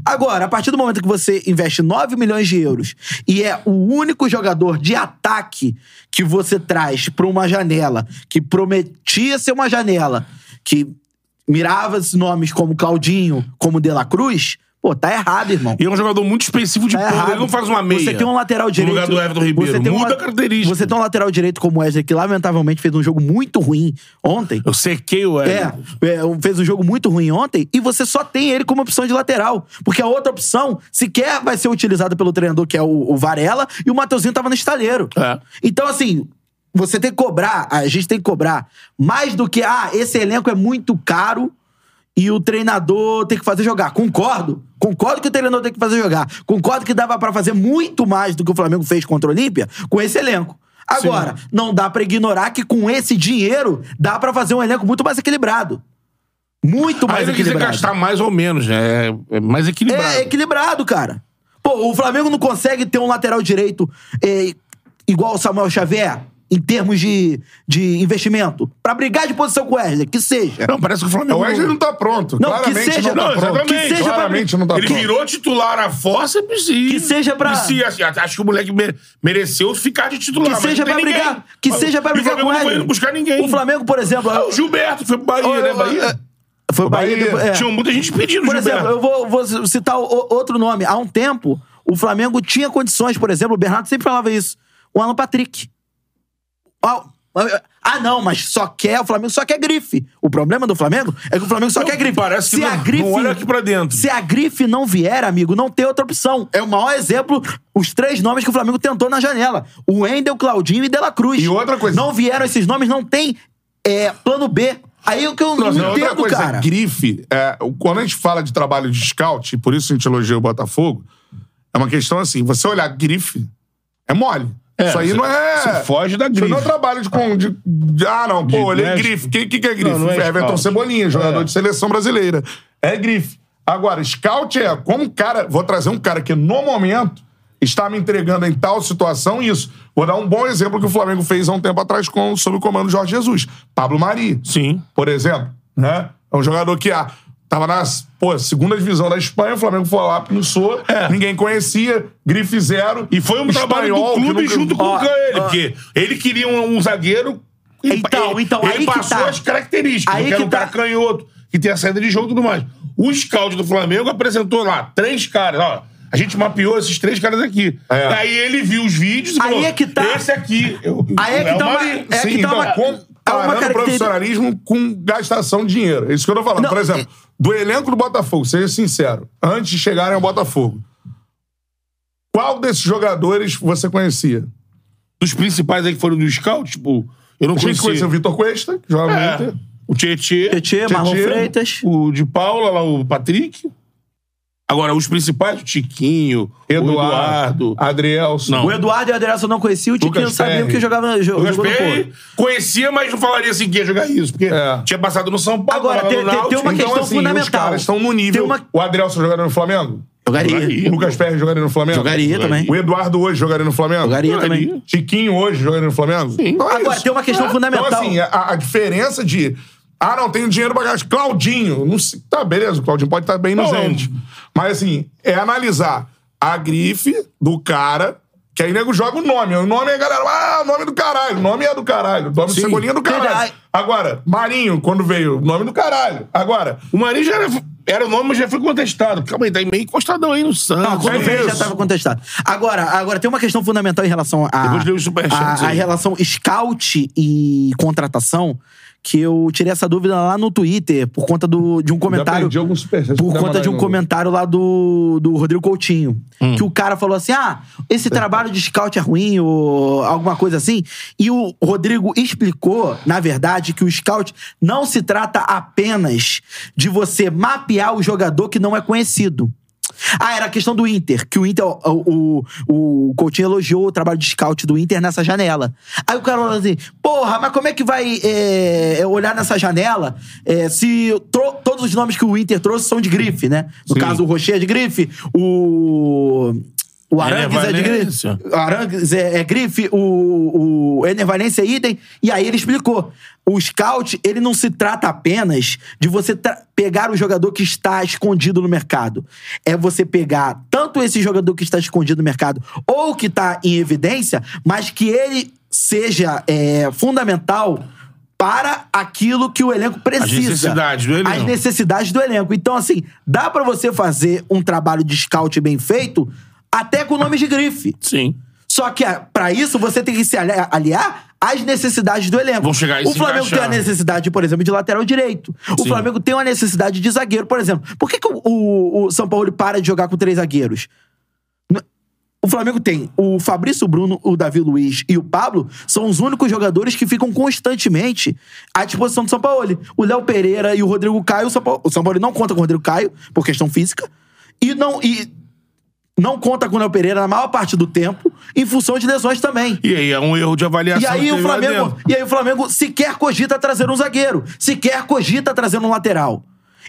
S3: Agora, a partir do momento que você investe 9 milhões de euros e é o único jogador de ataque que você traz pra uma janela que prometia ser uma janela que mirava esses nomes como Claudinho, como De La Cruz, pô, tá errado, irmão.
S2: E é um jogador muito específico de
S3: Tá
S2: ponta,
S3: errado.
S2: ele não faz uma meia.
S3: Você tem um lateral
S2: no
S3: direito.
S2: lugar do Everton Ribeiro.
S3: Você tem um
S2: Muda
S3: la-
S2: a característica.
S3: Você tem um lateral direito como o Wesley, que lamentavelmente fez um jogo muito ruim ontem.
S2: Eu sequei o
S3: É,
S2: Everton.
S3: é, um- fez um jogo muito ruim ontem e você só tem ele como opção de lateral. Porque a outra opção sequer vai ser utilizada pelo treinador, que é o, o Varela, e o Mateuzinho tava no estaleiro.
S2: É.
S3: Então, assim, você tem que cobrar, a gente tem que cobrar mais do que, ah, esse elenco é muito caro e o treinador tem que fazer jogar. Concordo. Concordo que o treinador tem que fazer jogar. Concordo que dava pra fazer muito mais do que o Flamengo fez contra o Olímpia com esse elenco. Agora, não dá pra ignorar que com esse dinheiro dá pra fazer um elenco muito mais equilibrado. Muito
S2: Aí
S3: mais
S2: ele quiser
S3: equilibrado.
S2: gastar mais ou menos, né? É- É mais equilibrado.
S3: É equilibrado, cara. Pô, o Flamengo não consegue ter um lateral direito eh, igual o Samuel Xavier em termos de, de investimento. Pra brigar de posição com o Wesley, que seja.
S2: Não, parece que o
S1: O
S2: Flamengo...
S1: Wesley não tá pronto.
S3: Não, que
S1: Claramente
S3: seja-
S1: não tá
S3: não,
S1: pronto.
S2: exatamente. Que seja pra-
S1: Claramente não tá
S2: ele
S1: pronto.
S2: virou titular a força e...
S3: Que seja pra-
S2: e se- assim, acho que o moleque mere- mereceu ficar de titular.
S3: Que
S2: mas
S3: seja
S2: não tem
S3: pra brigar.
S2: ninguém.
S3: Que seja pra
S2: E
S3: brigar
S2: o Flamengo
S3: com o
S2: não foi
S3: Wesley.
S2: indo buscar ninguém.
S3: O Flamengo, por exemplo.
S2: Ah, O Gilberto foi pro Bahia,
S3: eu-
S2: né?
S3: eu-
S2: Bahia.
S3: Foi o é, Bahia.
S1: Bahia.
S3: depois- é.
S2: Tinha um muita gente pedindo
S3: Por
S2: o Gilberto.
S3: exemplo, eu vou, vou citar o- outro nome. Há um tempo, o Flamengo tinha condições, por exemplo, o Bernardo sempre falava isso. O Alan Patrick. Ah, ah, não, mas só quer, o Flamengo só quer grife. O problema do Flamengo é que o Flamengo só
S2: Não,
S3: quer grife.
S2: parece que
S3: se
S2: não-
S3: a grife,
S2: não olha aqui pra dentro.
S3: Se a grife não vier, amigo, não tem outra opção. É o maior exemplo, os três nomes que o Flamengo tentou na janela: o Wendel, Claudinho e De La Cruz.
S1: E outra coisa-
S3: Não vieram esses nomes, não tem é, plano B. Aí é o que eu não,
S1: Não,
S3: entendo,
S1: outra coisa,
S3: cara.
S1: grife, é, o- quando a gente fala de trabalho de scout, e por isso a gente elogia o Botafogo, é uma questão assim, você olhar grife, é mole. isso aí
S2: você-
S1: não é...
S2: você foge da
S1: Isso aí não é
S2: grife.
S1: trabalho de... con- de- de- ah, não, pô,
S2: De-
S1: olhei
S2: não é-
S1: grife. O que, que que é grife?
S2: Não, não é
S1: Everton
S2: scout.
S1: Cebolinha, jogador
S2: É.
S1: de seleção brasileira. É grife. Agora, scout é como um cara... Vou trazer um cara que, no momento, está me entregando em tal situação isso. Vou dar um bom exemplo que o Flamengo fez há um tempo atrás com, sob o comando do Jorge Jesus. Pablo Mari
S2: Sim.
S1: por exemplo, né? É um jogador que ah, tava na pô, segunda divisão da Espanha, o Flamengo foi lá, pinçou,
S2: É.
S1: ninguém conhecia, grife zero.
S2: E foi um trabalho do
S1: espanhol, que
S2: clube
S1: nunca- Ah.
S2: junto com
S3: Ó,
S2: o Cânio,
S3: ó.
S2: porque ele queria um, um zagueiro. e-
S3: Então,
S2: ele,
S3: então,
S2: ele
S3: aí que
S2: passou
S3: tá.
S2: as características,
S3: Aí
S2: que era
S3: que
S2: um cara
S3: tá.
S2: canhoto, que tem a saída de jogo e tudo mais. O scout do Flamengo apresentou lá três caras, ó. A gente mapeou esses três caras aqui.
S1: É.
S2: Aí ele viu os vídeos e
S3: Aí
S2: falou,
S3: é que tá.
S2: esse aqui. eu-
S3: Aí é que
S2: o
S3: tá uma-
S2: Marinho."
S3: é
S1: Sim,
S3: que dá
S1: então,
S3: uma- dá uma
S1: comparando
S3: caracteri-
S1: profissionalismo com gastação de dinheiro. É isso que eu tô falando.
S3: Não,
S1: Por exemplo, do elenco do Botafogo, seja sincero, antes de chegarem ao Botafogo, qual desses jogadores você conhecia?
S2: Dos principais aí que foram do scout, tipo, eu não
S1: Tinha que conhecer
S2: conhecia.
S1: o Vitor Cuesta, que joga no
S2: É,
S1: Inter.
S2: o Tietê.
S3: Tietê, Marlon Freitas.
S2: O de Paula, lá, o Patrick. Agora, os principais, o Tiquinho,
S1: Eduardo,
S2: o Eduardo.
S1: Adrielson.
S2: Não.
S3: O Eduardo e o Adriano não conheciam, o Tiquinho
S1: Lucas
S3: sabia
S1: Perry.
S3: que jogava, jo-
S2: Lucas
S3: jogou no
S2: Perry
S3: Porto.
S2: conhecia, mas não falaria assim que ia jogar isso, porque
S1: É.
S2: tinha passado no São Paulo.
S3: Agora,
S2: tava
S3: tem-
S2: no
S3: tem- tem
S2: Náutico.
S3: uma
S1: então,
S3: questão
S1: assim, os
S3: fundamental.
S1: caras estão no nível.
S3: Tem uma-
S1: O Adrielson jogaria no Flamengo?
S3: Jogaria.
S1: O Lucas Perry jogaria no Flamengo?
S3: Jogaria também.
S1: O Eduardo hoje jogaria no Flamengo?
S3: Jogaria também.
S1: Tiquinho hoje jogaria no Flamengo? Sim.
S3: Agora, tem uma questão fundamental.
S1: Então, assim, a, a diferença de. Ah, não, tenho dinheiro pra gastar. Claudinho. Não sei, tá, beleza, o Claudinho pode estar bem inocente. Mas, assim, é analisar a grife do cara. Que aí nego joga o nome. O nome é galera. Ah, o nome do caralho. O nome é do caralho. O nome do
S2: Sim.
S1: Cebolinha é do caralho.
S3: Verdade.
S1: Agora, Marinho, quando veio, o nome do é caralho. Agora,
S2: O Marinho já era Era o nome, mas já foi contestado. Calma aí, tá meio encostadão aí no Santos.
S3: Não, quando
S1: é
S3: fez já tá
S1: isso.
S3: estava contestado. Agora, agora, tem uma questão fundamental em relação a.
S2: Depois lê os superchats
S3: a, a
S2: aí.
S3: relação scout e contratação, que eu tirei essa dúvida lá no Twitter, por conta do, de um comentário.
S1: perdi alguns superchats,
S3: Por
S1: dá uma
S3: conta de um
S1: olhada no-
S3: comentário lá do, do Rodrigo Coutinho. Que o cara falou assim: ah, esse trabalho de scout é ruim, ou alguma coisa assim. E o Rodrigo explicou, na verdade, que o scout não se trata apenas de você mapear o jogador que não é conhecido. Ah, era a questão do Inter, que o Inter, o, o, o Coutinho elogiou o trabalho de scout do Inter nessa janela. Aí o cara falou assim, porra, mas como é que vai é, olhar nessa janela é, se tro- todos os nomes que o Inter trouxe são de grife, né? No
S2: Sim.
S3: caso, o Rocher é de grife, o... O
S2: Ele é
S3: Arangues é, de grife.
S2: Valência.
S3: O Arangues é, é grife, o, o Ener Valencia é idem. E aí ele explicou. O scout, ele não se trata apenas de você tra- pegar o jogador que está escondido no mercado. É você pegar tanto esse jogador que está escondido no mercado ou que está em evidência, mas que ele seja é, fundamental para aquilo que o elenco precisa.
S2: necessidades do elenco.
S3: As necessidades do elenco. Então, assim, dá pra você fazer um trabalho de scout bem feito até com nome de grife.
S2: Sim.
S3: Só que ah, pra isso você tem que se alia- aliar às necessidades do elenco.
S2: Vão chegar aí e
S3: O
S2: se
S3: Flamengo
S2: encaixar.
S3: tem a necessidade, por exemplo, de lateral direito. O
S2: Sim.
S3: Flamengo tem uma necessidade de zagueiro, por exemplo. Por que, que o, o- o São Paulo para de jogar com três zagueiros? N- O Flamengo tem o Fabrício Bruno, o Davi Luiz e o Pablo são os únicos jogadores que ficam constantemente à disposição do São Paulo. O Léo Pereira e o Rodrigo Caio, o São Paulo, o São Paulo não conta com o Rodrigo Caio por questão física e não e não conta com o Léo Pereira na maior parte do tempo, em função de lesões também.
S2: E aí, é um erro de avaliação.
S3: E aí,
S2: que
S3: o
S2: teve lá
S3: Flamengo,
S2: dentro.
S3: e aí o Flamengo sequer cogita trazer um zagueiro, sequer cogita trazer um lateral.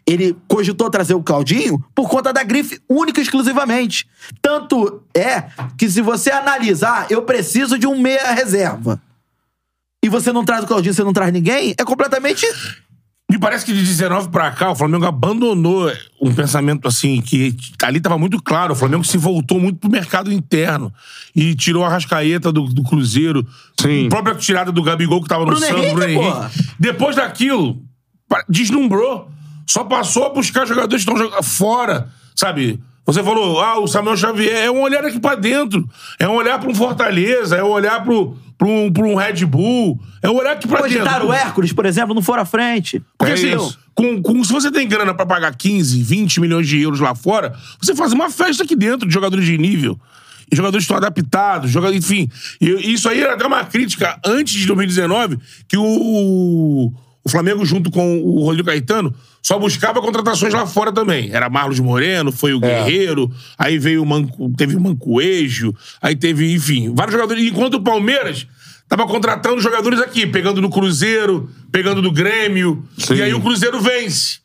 S3: Ele cogitou trazer o Claudinho por conta da grife única e exclusivamente. Tanto é que se você analisar, eu preciso de um meia reserva. E você não traz o Claudinho, você não traz ninguém, é completamente
S2: Me parece que de 19 pra cá, o Flamengo abandonou um pensamento assim, que ali tava muito claro. O Flamengo se voltou muito pro mercado interno. E tirou a rascaeta do, do Cruzeiro.
S1: Sim.
S2: A própria tirada do Gabigol, que tava no
S3: Bruno
S2: Santos,
S3: Henrique,
S2: Bruno Henrique.
S3: porra.
S2: Depois daquilo, pa- deslumbrou. Só passou a buscar jogadores que estão joga- fora, sabe? Você falou, ah, o Samuel Xavier é um olhar aqui pra dentro. É um olhar pra um Fortaleza, é um olhar pro, pro, um, pro um Red Bull. É um olhar aqui pra
S3: cogitar
S2: dentro.
S3: o Hércules, por exemplo, não for à frente.
S2: Porque
S1: É
S2: assim,
S1: isso.
S2: com, com- se você tem grana pra pagar 15, 20 milhões de euros lá fora, você faz uma festa aqui dentro de jogadores de nível. E jogadores que estão adaptados, jogadores, enfim. E isso aí era até uma crítica antes de 2019, que o, o Flamengo, junto com o Rodrigo Caetano, só buscava contratações lá fora também. Era Marlos Moreno, foi o Guerreiro, aí veio o Manco, teve o Mancoejo, aí teve, enfim, vários jogadores. Enquanto o Palmeiras tava contratando jogadores aqui, pegando do Cruzeiro, pegando do Grêmio.
S1: Sim.
S2: E aí o Cruzeiro vence.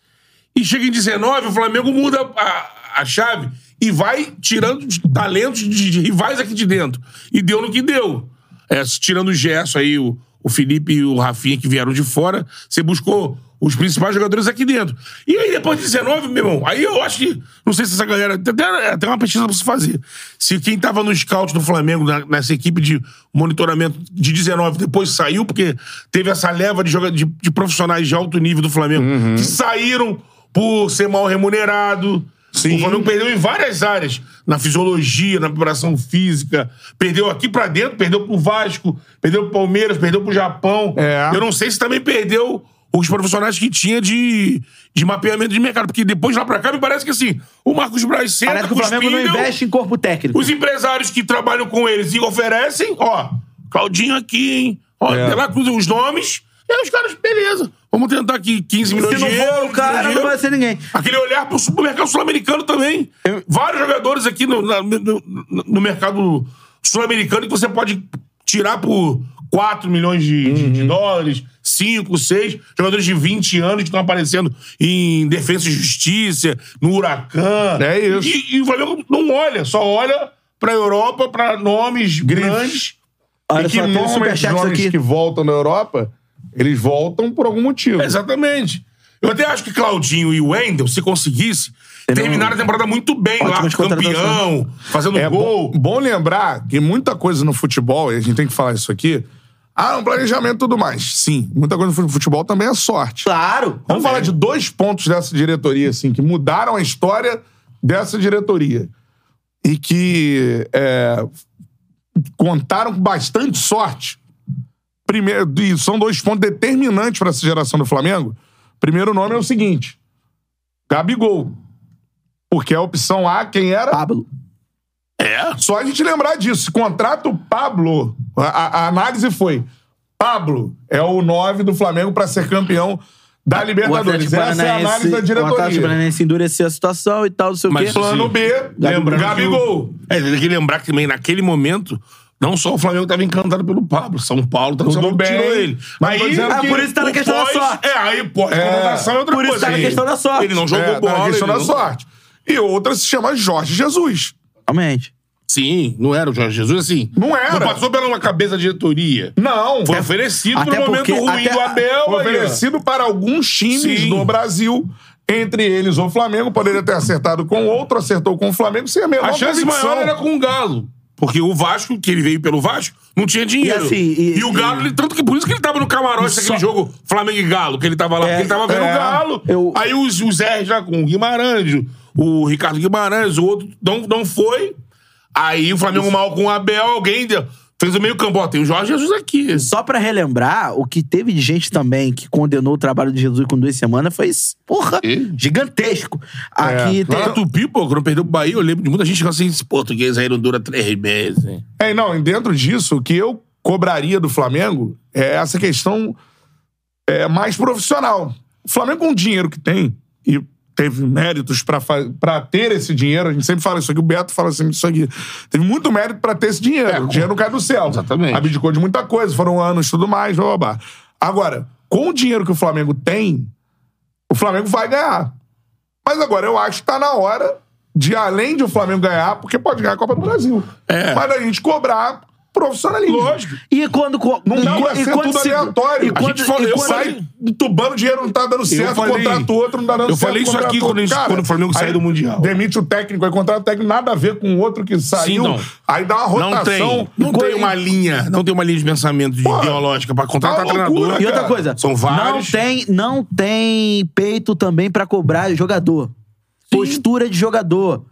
S2: E chega em 19, o Flamengo muda a, a chave e vai tirando de- talentos de, de rivais aqui de dentro. E deu no que deu. É, tirando o Gerson aí, o, o Felipe e o Rafinha que vieram de fora, você buscou os principais jogadores aqui dentro. E aí depois de 19, meu irmão, aí eu acho que, não sei se essa galera, tem até, até uma pesquisa pra se fazer. Se quem tava no scout do Flamengo, na- nessa equipe de monitoramento de 19, depois saiu, porque teve essa leva de, joga- de, de profissionais de alto nível do Flamengo,
S3: Uhum.
S2: que saíram por ser mal remunerado. O Flamengo perdeu em várias áreas. Na fisiologia, na preparação física. Perdeu aqui pra dentro, perdeu pro Vasco, perdeu pro Palmeiras, perdeu pro Japão.
S1: É.
S2: Eu não sei se também perdeu os profissionais que tinha de, de mapeamento de mercado. Porque depois lá pra cá, me parece que assim, o Marcos Braz senta
S3: Parece que o
S2: com os
S3: Flamengo
S1: é
S3: não
S1: um
S2: Spindel,
S3: investe em corpo técnico.
S2: os empresários que trabalham com eles e oferecem, ó, Claudinho aqui, hein? Ó,
S1: É.
S2: é. lá cruzam os nomes. E aí os caras, beleza. Vamos tentar aqui 15 milhões
S3: Se não
S2: de
S1: é
S3: for
S1: um
S2: euros.
S3: o cara,
S2: 15
S3: não vai
S2: euros.
S3: ser ninguém.
S2: Aquele olhar pro supermercado sul-americano também. Vários jogadores aqui no, na- no- no- no mercado sul-americano que você pode tirar por 4 milhões de, de-
S1: Uhum.
S2: de dólares, 5, 6. Jogadores de 20 anos que estão aparecendo em Defesa e Justiça, no Huracan.
S1: É isso.
S2: E, e o Flamengo não olha, só olha pra Europa, pra nomes grandes.
S3: Olha
S1: e que
S3: só, tem um
S1: normalmente os
S3: superchat
S1: nomes
S3: aqui.
S1: que voltam da Europa, eles voltam por algum motivo.
S2: Exatamente. Eu até acho que Claudinho e o Wendel, se conseguisse, terminaram a temporada muito bem
S3: Ótimas
S2: lá, campeão,
S3: contratações.
S2: fazendo
S1: É
S2: gol.
S1: bom, bom lembrar que muita coisa no futebol, e a gente tem que falar isso aqui, Ah, um planejamento e tudo mais. Sim, muita coisa no futebol também é sorte.
S3: Claro.
S1: Vamos falar de dois pontos dessa diretoria, assim, que mudaram a história dessa diretoria. E que é, contaram com bastante sorte. Primeiro, e são dois pontos determinantes para essa geração do Flamengo. Primeiro nome é o seguinte: Gabigol. Porque a opção A, quem era?
S3: Pablo.
S2: É.
S1: Só a gente lembrar disso. Contrata o Pablo. A, a- a análise foi: Pablo é o 9 do Flamengo para ser campeão da Libertadores. Essa é a análise da
S3: O Atlético
S1: diretoria.
S3: Paranaense endureceu a situação e tal, não sei
S2: Mas
S3: o quê.
S2: isso-
S1: Plano B,
S2: Lembrando
S1: Gabigol.
S2: É, tem que lembrar que também naquele momento, não só o Flamengo estava encantado pelo Pablo, São Paulo também
S1: Tudo bem.
S2: tirou ele.
S1: Mas tô dizendo
S3: Ah, que por isso tá na
S2: o
S3: questão da
S2: pós-
S3: sorte.
S2: É, aí pós-contratação é, outra
S3: Por isso
S2: coisa.
S3: tá na
S2: Ele-
S3: questão da sorte.
S2: Ele não
S1: É,
S2: jogou
S1: tá,
S2: bola.
S1: questão
S2: ele
S1: da
S2: não-
S1: sorte. E outra se chama Jorge Jesus.
S3: Realmente.
S2: Sim, não era o Jorge Jesus, assim.
S1: Não era.
S2: Não passou pela uma cabeça da diretoria.
S1: Não.
S2: Foi oferecido
S3: até
S2: no momento
S3: porque-
S2: ruim
S3: até-
S2: do
S1: Foi
S2: Abel. aí, ó.
S1: oferecido para alguns times
S2: Sim.
S1: do Brasil. Entre eles, o Flamengo poderia ter acertado com outro, acertou com o Flamengo, sem a menor
S2: A chance
S1: convicção.
S2: maior era com o Galo. Porque o Vasco, que ele veio pelo Vasco, não tinha dinheiro.
S3: E assim, e-
S2: o Galo,
S3: e-
S2: ele- tanto que por isso que ele tava no camarote
S3: E
S2: daquele
S3: só-
S2: jogo Flamengo e Galo, que ele tava lá, porque ele tava vendo
S1: é.
S2: o Galo.
S3: Eu-
S2: Aí os, os R já com o Guimarães, o Ricardo Guimarães, o outro não, não foi. Aí o Flamengo mal com o Abel, alguém deu- fez o meio campo. Ó, tem o Jorge Jesus aqui.
S3: Só pra relembrar, o que teve de gente também que condenou o trabalho de Jesus com duas semanas foi, porra,
S2: E?
S3: gigantesco.
S1: É,
S3: Aqui tem.
S2: Lá no Tupi, pô, quando perdeu o Bahia, eu lembro de muita gente que fala assim, esse português aí não dura três meses. hein?"
S1: É, e não, e dentro disso, o que eu cobraria do Flamengo é essa questão é, mais profissional. O Flamengo, com o dinheiro que tem, e teve méritos pra fa- pra ter esse dinheiro, a gente sempre fala isso aqui, o Beto fala sempre isso aqui. Teve muito mérito pra ter esse dinheiro. o dinheiro não cai do céu.
S2: Exatamente.
S1: Abdicou de muita coisa, foram anos, tudo mais, blá, blá, blá. Agora, com o dinheiro que o Flamengo tem, o Flamengo vai ganhar. Mas agora eu acho que tá na hora de, além de o Flamengo ganhar, porque pode ganhar a Copa do Brasil.
S2: É.
S1: Mas a gente cobrar profissionalismo.
S2: Lógico.
S3: E quando. co-
S1: Não
S3: e,
S1: dá pra
S3: e
S1: ser
S3: quando
S1: tudo
S3: se-
S1: aleatório.
S3: E
S1: A
S3: quando,
S2: gente falou,
S3: e
S2: eu
S3: quando-
S2: saí-
S1: entubando dinheiro, não tá dando certo,
S2: falei-
S1: contrata outro, não tá dando
S2: eu
S1: certo.
S2: falei isso
S1: contrata
S2: aqui
S1: outro.
S2: quando eles- quando o Flamengo
S1: aí
S2: saiu do Mundial.
S1: Demite o técnico, aí contrata o técnico, nada a ver com o outro que saiu.
S2: não.
S1: Aí dá uma
S2: Não tem. é
S1: rotação.
S2: Não
S1: Co-
S2: tem uma linha. Não tem uma linha de pensamento de
S1: Porra,
S2: ideológica pra contratar
S1: tá uma
S2: treinador.
S1: loucura,
S3: E outra
S1: cara.
S3: coisa,
S2: São vários.
S3: Não tem, não tem peito também pra cobrar jogador. Postura de jogador.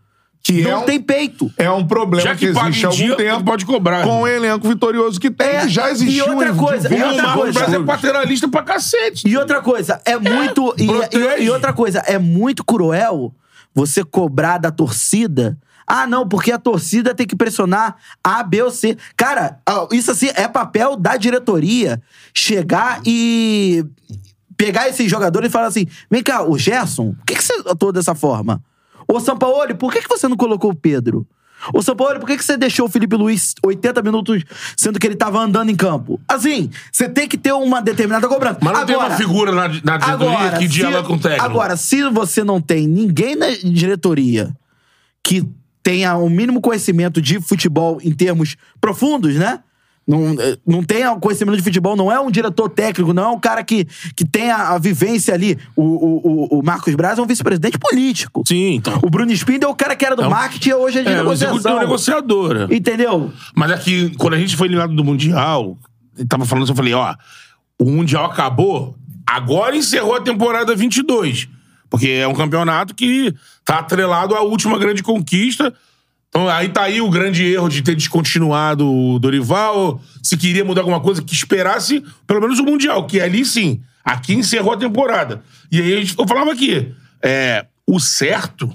S1: Que é
S3: não
S1: um-
S3: tem peito.
S1: É um problema
S2: Já
S1: que,
S2: que, paga
S1: existe há
S2: em
S1: algum
S2: dia,
S1: tempo
S2: pode cobrar.
S1: com o elenco vitorioso que tem,
S3: É,
S1: que já
S3: e
S1: existiu. um
S3: outra
S1: em
S3: coisa,
S1: diversos
S3: e
S2: o
S3: outra
S2: Marcos
S3: coisa.
S2: Braz é
S1: clubes.
S2: paternalista pra cacete.
S3: E outra coisa, é muito. e-
S2: protege.
S3: e, e outra coisa, é muito cruel você cobrar da torcida. Ah, não, porque a torcida tem que pressionar A, B ou C. Cara, ah, isso assim é papel da diretoria chegar e pegar esses jogadores e falar assim: vem cá, o Gerson, por que, que você atuou dessa forma? Ô, Sampaoli, por que, que você não colocou o Pedro? Ô, Sampaoli, por que, que você deixou o Felipe Luiz 80 minutos sendo que ele tava andando em campo? Assim, você tem que ter uma determinada cobrança.
S2: Mas não
S3: agora,
S2: tem uma figura na, na diretoria
S3: agora,
S2: que
S3: se-
S2: dialoga com o técnico.
S3: Agora, se você não tem ninguém na diretoria que tenha o mínimo conhecimento de futebol em termos profundos, né? Não, eh, não tem o conhecimento de futebol, não é um diretor técnico, não é um cara que, que tem a, a vivência ali. O, o, o, o Marcos Braz é um vice-presidente político.
S2: Sim, então.
S3: O Bruno Spindel é o cara que era do
S2: É um-
S3: marketing e hoje é de
S2: É, o executivo
S3: negociação.
S2: negociadora.
S3: Entendeu?
S2: Mas aqui, quando a gente foi eliminado do Mundial, eu tava falando isso, eu falei, ó, o Mundial acabou, agora encerrou a temporada 22. Porque é um campeonato que tá atrelado à última grande conquista. Então, aí tá aí o grande erro de ter descontinuado o Dorival. Se queria mudar alguma coisa, que esperasse pelo menos o Mundial, que ali sim, aqui encerrou a temporada. E aí a gente- eu falava aqui, é, o certo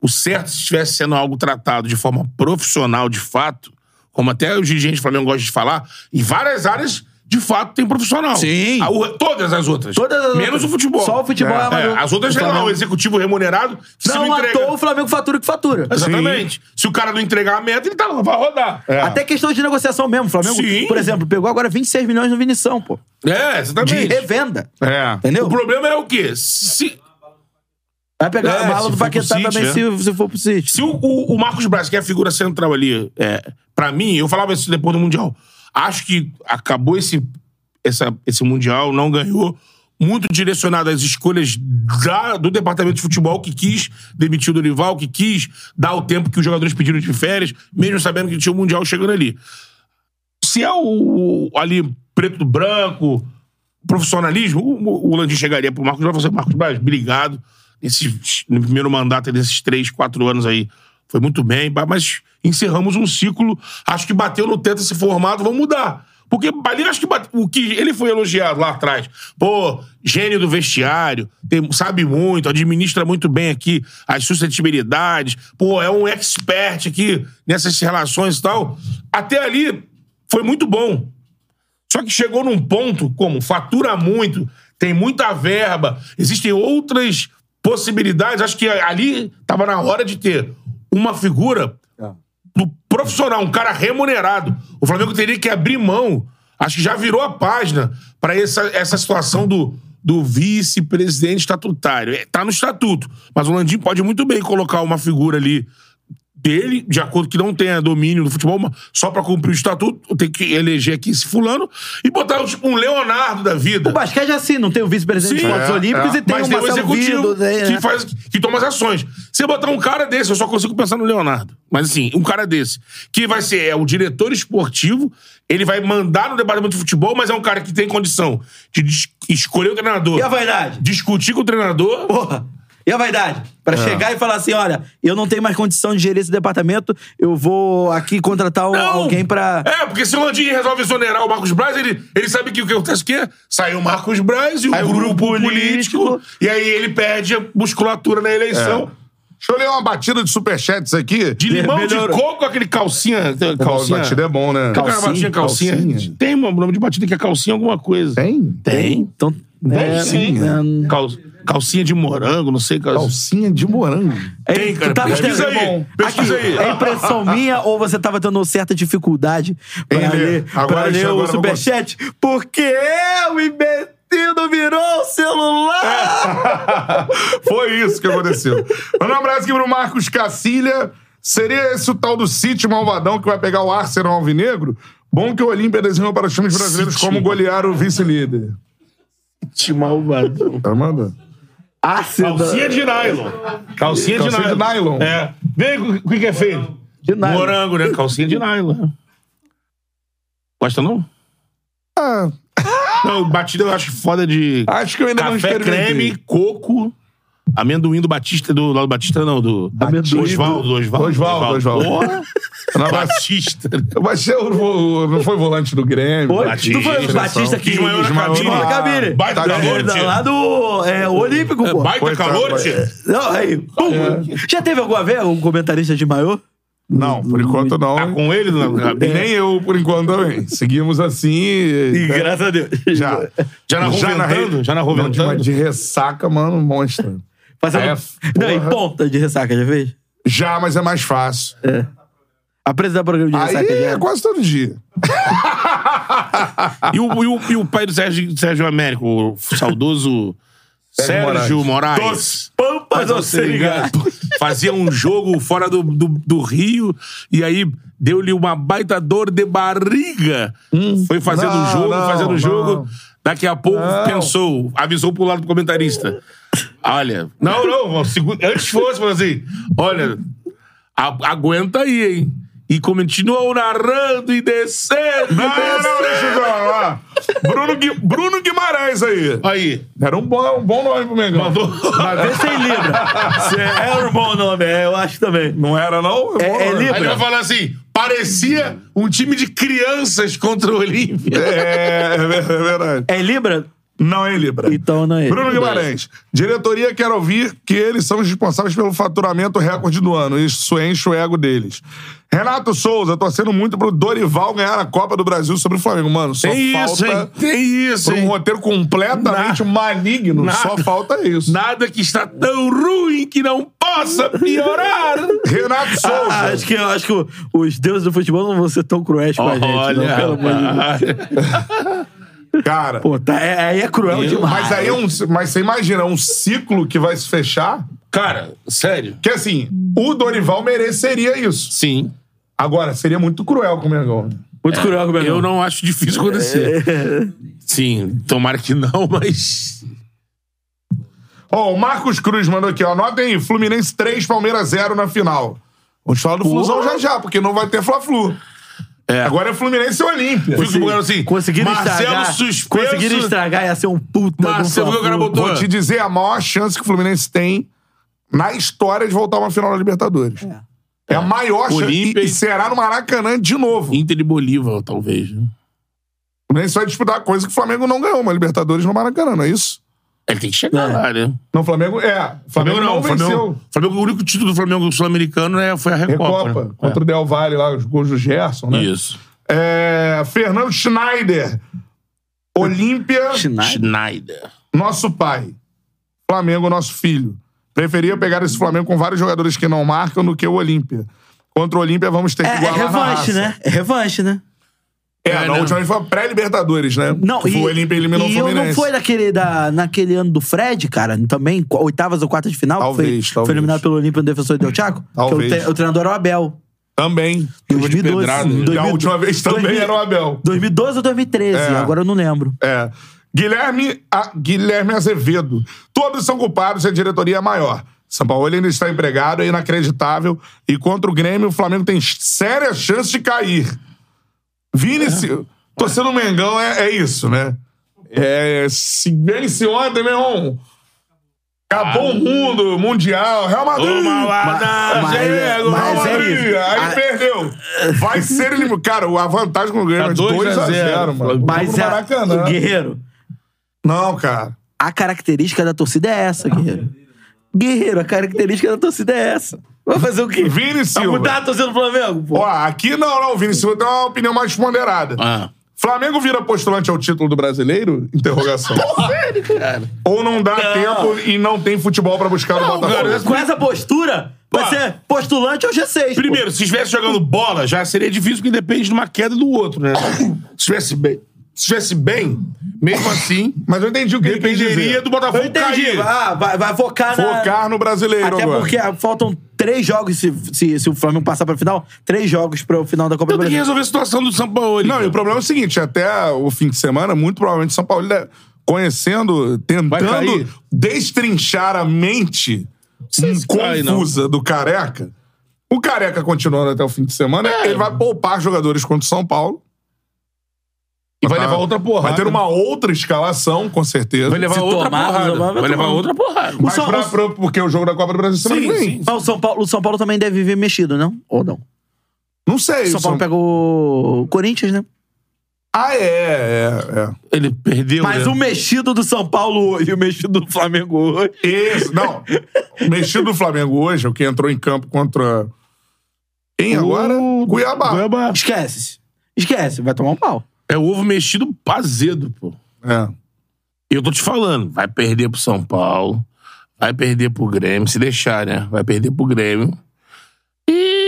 S2: o certo, se estivesse sendo algo tratado de forma profissional, de fato, como até os dirigentes do Flamengo gostam de falar, em várias áreas, de fato, tem profissional.
S3: Sim.
S2: A- o- todas as outras.
S3: Todas as
S2: Menos
S3: outras.
S2: o futebol.
S3: Só o futebol é amador.
S2: é, As outras,
S3: O
S2: sei lá,
S3: Flamengo-
S2: o executivo remunerado que se
S3: Não
S2: não
S3: à
S2: entrega.
S3: toa o Flamengo fatura o que fatura.
S2: Exatamente. Se o cara não entregar a meta, ele tá, vai rodar. É,
S3: Até questão de negociação mesmo. O Flamengo,
S2: Sim.
S3: por exemplo, pegou agora 26 milhões no Vinição, pô. De
S2: É, exatamente.
S3: revenda.
S1: É.
S3: Entendeu?
S2: O problema é o quê? Se,
S3: Vai pegar
S2: É,
S3: a bala
S2: se for
S3: do
S2: pro
S3: Paquetá
S2: City,
S3: também
S2: é.
S3: se, se for pro City.
S2: Se o, o- o Marcos Braz, que é a figura central ali, é, para mim, eu falava isso depois do Mundial. Acho que acabou esse, essa- esse Mundial, não ganhou. Muito direcionado às escolhas da- do departamento de futebol que quis demitir o Dorival, que quis dar o tempo que os jogadores pediram de férias, mesmo sabendo que tinha o Mundial chegando ali se é o, o- ali preto do branco, profissionalismo, o, o Landim chegaria pro Marcos Braz e falaria, assim, Marcos Braz, obrigado. Esse, no primeiro mandato, desses três, quatro anos aí, foi muito bem, ba- mas encerramos um ciclo. Acho que bateu no teto esse formato, vamos mudar. Porque ali acho que bate- o que ele foi elogiado lá atrás. Pô, gênio do vestiário, tem- sabe muito, administra muito bem aqui as suscetibilidades. Pô, é um expert aqui nessas relações e tal. Até ali foi muito bom. Só que chegou num ponto como fatura muito, tem muita verba, existem outras possibilidades. Acho que ali estava na hora de ter uma figura do profissional, um cara remunerado. O Flamengo teria que abrir mão. Acho que já virou a página para essa, essa situação do, do vice-presidente estatutário. É, tá no estatuto, mas o Landim pode muito bem colocar uma figura ali dele, de acordo que não tenha domínio do futebol, mas só pra cumprir o estatuto, tem que eleger aqui esse fulano e botar tipo, um Leonardo da vida.
S3: O basquete é assim, não tem o vice-presidente
S2: Sim.
S3: dos Jogos
S2: É,
S3: Olímpicos
S2: é.
S3: e tem
S2: Mas
S3: o Marcelo Guido. né?
S2: que, faz, que toma as ações. Você botar um cara desse, eu só consigo pensar no Leonardo. Mas assim, um cara desse, que vai ser é, o diretor esportivo, ele vai mandar no departamento de futebol, mas é um cara que tem condição de dis- escolher o treinador,
S3: E a vaidade?
S2: discutir com o treinador.
S3: Porra! E a vaidade?
S2: É.
S3: Pra chegar e falar assim, olha, eu não tenho mais condição de gerir esse departamento, eu vou aqui contratar um-
S2: Não.
S3: alguém pra...
S2: É, porque se o Landim resolve exonerar o Marcos Braz, ele, ele sabe que o que acontece o quê? Saiu o Marcos Braz e o
S3: Aí o
S2: grupo,
S3: grupo
S2: político,
S3: político. É.
S2: e aí ele perde a musculatura na eleição.
S1: Deixa eu ler uma batida de superchats aqui.
S2: De limão
S3: Vermelho.
S2: de coco, aquele calcinha.
S1: Pô,
S2: calcinha.
S1: batida é bom, né?
S2: Tem aquela
S3: Calcinha,
S2: batida calcinha?
S1: calcinha.
S2: Tem um nome de batida que é calcinha alguma coisa.
S1: Tem? né?
S2: Tem.
S3: Então, é,
S2: sim.
S3: é,
S2: Cal- calcinha de morango, não sei. Cal...
S1: Calcinha de morango.
S3: é,
S2: Tem,
S3: tu
S2: cara,
S3: tava
S2: pesquisa
S3: tendo-
S2: aí,
S3: Bom,
S2: pesquisa
S3: aqui,
S2: aí.
S3: É impressão minha ou você tava tendo certa dificuldade pra
S1: Em ler.
S3: ler, pra
S1: Agora
S3: ler
S1: isso,
S3: o
S1: agora eu vou
S3: superchat? Porque eu, imbecil, virou o celular!
S1: Foi isso que aconteceu. Manda um abraço aqui pro Marcos Cacilha. Seria esse o tal do City Malvadão que vai pegar o Arsenal Alvinegro? Bom que o Olímpia desenhou para os times brasileiros
S2: City.
S1: como golear o vice-líder.
S2: Te malvado.
S1: Tá mandando?
S3: Ácido.
S2: Calcinha de nylon. Calcinha, de,
S1: Calcinha de
S2: nylon.
S1: nylon.
S2: É. Vem o que, que é feito.
S3: De nylon.
S2: Morango, né? Calcinha de nylon. Gosta não?
S1: Ah,
S2: Não, batida eu acho foda de
S1: acho que eu Ah, ainda não
S2: café,
S1: experimentei.
S2: creme, coco, amendoim do Batista, do lado do Batista não, do
S3: Amendoim
S2: Osvaldo, do Osvaldo.
S1: Osvaldo, Osvaldo.
S2: Porra,
S1: Tá, Não, mas-
S2: Batista.
S1: mas eu vo- não foi volante do Grêmio.
S3: Foi?
S2: Batista.
S3: Tu foi o Batista que
S2: Desmaiou na
S3: desmaiou
S2: cabine.
S3: na cabine.
S2: Baita
S3: Tá
S2: calor,
S3: vendo?
S2: tio.
S3: Lá do é, Olímpico, pô.
S2: Baita
S1: Coitado,
S2: calor,
S1: vai.
S2: tia.
S3: Não, aí. pum. Já teve alguma vez um comentarista de maiô?
S1: Não, por enquanto não.
S2: Tá com ele na
S1: E
S2: cabine.
S1: nem eu, por enquanto, também. Seguimos assim. e-
S3: graças a Deus.
S1: Já.
S2: Já narrou ventando?
S1: narrei-
S2: Já narrou
S1: Não, de-
S2: ventando?
S1: De ressaca, mano, monstro.
S3: Fazendo...
S1: É,
S3: Não, e
S1: porra.
S3: ponta de ressaca, já fez?
S1: Já, mas é mais fácil.
S3: Apresentar programa de
S1: Aí
S3: ressaca
S1: é
S3: já.
S1: quase todo dia.
S2: E o, e, o, e o pai do Sérgio, Sérgio Américo, o saudoso Sérgio Moraes.
S3: Pampas ou
S2: Fazia um jogo fora do, do, do Rio e aí deu-lhe uma baita dor de barriga. Foi fazendo
S1: não,
S2: jogo,
S1: não,
S2: fazendo
S1: não.
S2: jogo. Daqui a pouco pensou, avisou pro lado do comentarista. Olha, não, não, segu- antes fosse, falou assim: olha, a- aguenta aí, hein? E continuou narrando e descendo.
S1: Não, não, não, deixa eu falar. Bruno, Gui- Bruno Guimarães aí.
S2: Aí,
S1: Era um bom, um bom nome pro Mengão.
S2: mandou.
S3: Vê se ele lembra. Se é é um bom nome, é, eu acho também.
S1: Não era, não?
S3: É- é
S2: Aí ele vai falar assim: parecia um time de crianças contra o Olímpia.
S1: É, é ver- é verdade.
S3: É Libra?
S1: Não é Libra.
S3: Então não é.
S1: Bruno Guimarães, diretoria quer ouvir que eles são os responsáveis pelo faturamento recorde do ano. Isso enche o ego deles. Renato Souza, torcendo muito pro Dorival ganhar a Copa do Brasil sobre o Flamengo. Mano, só
S2: Tem
S1: falta
S2: isso, hein? Tem isso,
S1: pra um
S2: hein?
S1: roteiro completamente maligno.
S2: Nada.
S1: Só falta isso.
S2: Nada que está tão ruim que não possa piorar.
S1: Renato Souza.
S3: Ah, acho que, acho que o- os deuses do futebol não vão ser tão cruéis com a gente. não, pelo amor de Deus.
S2: rapaz.
S1: Cara,
S3: Pô, tá, é, aí é cruel
S2: Eu-
S3: demais.
S1: mas aí é um. Mas você imagina, é um ciclo que vai se fechar.
S2: Cara, sério?
S1: Que assim, o Dorival mereceria isso.
S2: Sim.
S1: Agora, seria muito cruel com o Mengão.
S3: Muito cruel com o meu
S2: Eu não acho difícil acontecer.
S3: É.
S2: Sim, tomara que não, mas.
S1: Ó, o Marcos Cruz mandou aqui, ó. Anotem aí, Fluminense 3, Palmeiras 0 na final. Vamos falar do Flusão já já, porque não vai ter Fla-Flu. Agora é Fluminense e Olímpia.
S2: Fico bugando assim.
S3: Conseguiram
S2: Marcelo
S3: estragar.
S2: suspenso.
S3: Conseguiram estragar, ia ser um puta. de um
S2: Marcelo, o que o cara
S3: Fla-Flu.
S2: botou?
S1: Vou te dizer a maior chance que o Fluminense tem na história de voltar a uma final da Libertadores. É, a maior chance. E,
S2: Olímpia e-
S1: e será no Maracanã de novo.
S2: Inter e Bolívar, talvez. né?
S1: O Fluminense vai disputar coisa que o Flamengo não ganhou, uma Libertadores no Maracanã, não é isso?
S2: Ele tem que chegar
S3: É.
S2: lá, né?
S1: Não, o Flamengo. É. O Flamengo, não, venceu.
S2: Flamengo, Flamengo, o único título do Flamengo sul-americano é, foi a Recopa.
S1: Recopa.
S2: né?
S1: Contra o Del Valle lá, os gols do Gerson,
S2: É.
S1: né?
S2: Isso.
S1: É, Fernando Schneider. Olímpia,
S2: né?
S3: Schneider.
S2: Schneider.
S1: nosso pai. Flamengo, nosso filho. Preferia pegar esse Flamengo com vários jogadores que não marcam do que o Olímpia. Contra o Olímpia, vamos ter que
S3: É, é
S1: igualar na
S3: revanche,
S1: raça.
S3: né? É revanche, né?
S1: É,
S2: É,
S1: na
S2: né?
S1: última vez foi a pré-Libertadores, né?
S3: Não,
S1: Que foi
S3: e,
S1: o Olímpia eliminou o
S3: e eu
S1: Fluminense.
S3: não foi daquele, da, naquele ano do Fred, cara, também, qu- oitavas ou quartas de final, que foi-
S1: Talvez,
S3: foi,
S1: talvez.
S3: eliminado pelo Olímpia no Defensor é Del Chaco?
S1: Talvez.
S3: Que o, tre- o treinador era o Abel.
S1: Também.
S2: de
S3: 2012.
S2: pedrada, né? E a
S3: 2012.
S1: E a última vez também
S3: 2000
S1: era o Abel.
S3: 2012 ou 2013,
S1: É.
S3: agora eu não lembro.
S1: É. Guilherme, A- Guilherme Azevedo. Todos são culpados e a diretoria é maior. São Paulo ainda está empregado, é inacreditável. E contra o Grêmio, o Flamengo tem sérias chances de cair. Vini, se- torcendo o Mengão é, é isso, né? É, se vence ontem, meu irmão. Acabou o mundo, Mundial, Real Madrid.
S2: Uma
S3: Ma-
S2: lá,
S3: mas-
S1: Diego, Real
S3: mas é
S1: Madrid.
S3: isso.
S1: Aí
S3: A-
S1: perdeu. Vai ser eliminado. Cara, a vantagem com o Grêmio
S2: Tá
S1: é de 2 a 0 mano.
S3: Mas
S1: Jogo no
S3: é,
S1: Maracanã.
S3: Guerreiro,
S1: Não, cara.
S3: a característica da torcida é essa, Guerreiro. Guerreiro, a característica da torcida é essa. Vai fazer o quê?
S1: Vini
S3: Vai
S1: Silva.
S3: mudar a torcida do Flamengo, pô?
S1: Ó, aqui não, não. O Vini Silva tem uma opinião mais ponderada.
S2: Ah,
S1: Flamengo vira postulante ao título do brasileiro? Interrogação.
S2: cara.
S1: Ou não dá tempo e não tem futebol pra buscar o Botafogo?
S2: cara,
S3: Com essa postura, vai
S2: Ó.
S3: ser postulante é ao G6. pô.
S2: Primeiro, se estivesse jogando bola, já seria difícil, porque depende de uma queda do outro, né? Se estivesse bem, se estivesse bem mesmo assim,
S1: Mas eu entendi o que ele quis
S2: dependeria
S1: dizer.
S2: do Botafogo
S3: eu entendi.
S2: cair.
S3: Ah, vai, vai focar, na-
S1: Focar no brasileiro
S3: Até
S1: agora.
S3: porque ah, faltam três jogos se, se, se o Flamengo passar pra final. Três jogos pro final da Copa
S2: Então
S3: do
S2: tem que
S3: Brasil.
S2: resolver a situação do São Paulo.
S1: Não, e o problema é o seguinte, até o fim de semana, muito provavelmente São Paulo deve- conhecendo, tentando
S2: cair?
S1: destrinchar a mente um
S2: se cai, não.
S1: confusa do Careca. O Careca continuando até o fim de semana,
S3: É.
S1: ele vai poupar jogadores contra o São Paulo.
S2: E é vai levar outra porrada.
S1: Vai ter uma outra escalação, com certeza.
S2: Vai levar
S3: Se
S2: outra
S3: tomar,
S2: porrada.
S3: vai
S2: Vai levar
S3: tomar.
S2: outra porrada.
S3: O
S1: Mas
S3: São-
S1: pra-
S3: o-
S1: pra- porque o jogo da Copa do Brasil é semana que vem.
S3: Mas o São, Paulo, o São Paulo também deve vir mexido, não? Ou não?
S1: Não sei.
S3: O São
S1: o
S3: Paulo pega o Corinthians, né?
S1: Ah, é, é, é.
S2: Ele perdeu.
S3: Mas
S2: né?
S3: o mexido do São Paulo hoje e o mexido do Flamengo hoje.
S1: Esse, não. O mexido do Flamengo hoje, o que entrou em campo contra. Quem agora? Cuiabá.
S2: Goiaba
S3: Esquece. Esquece, vai tomar um pau.
S2: É ovo mexido azedo, pô.
S1: É.
S2: E eu tô te falando, vai perder pro São Paulo, vai perder pro Grêmio, se deixar, né? Vai perder pro Grêmio. E.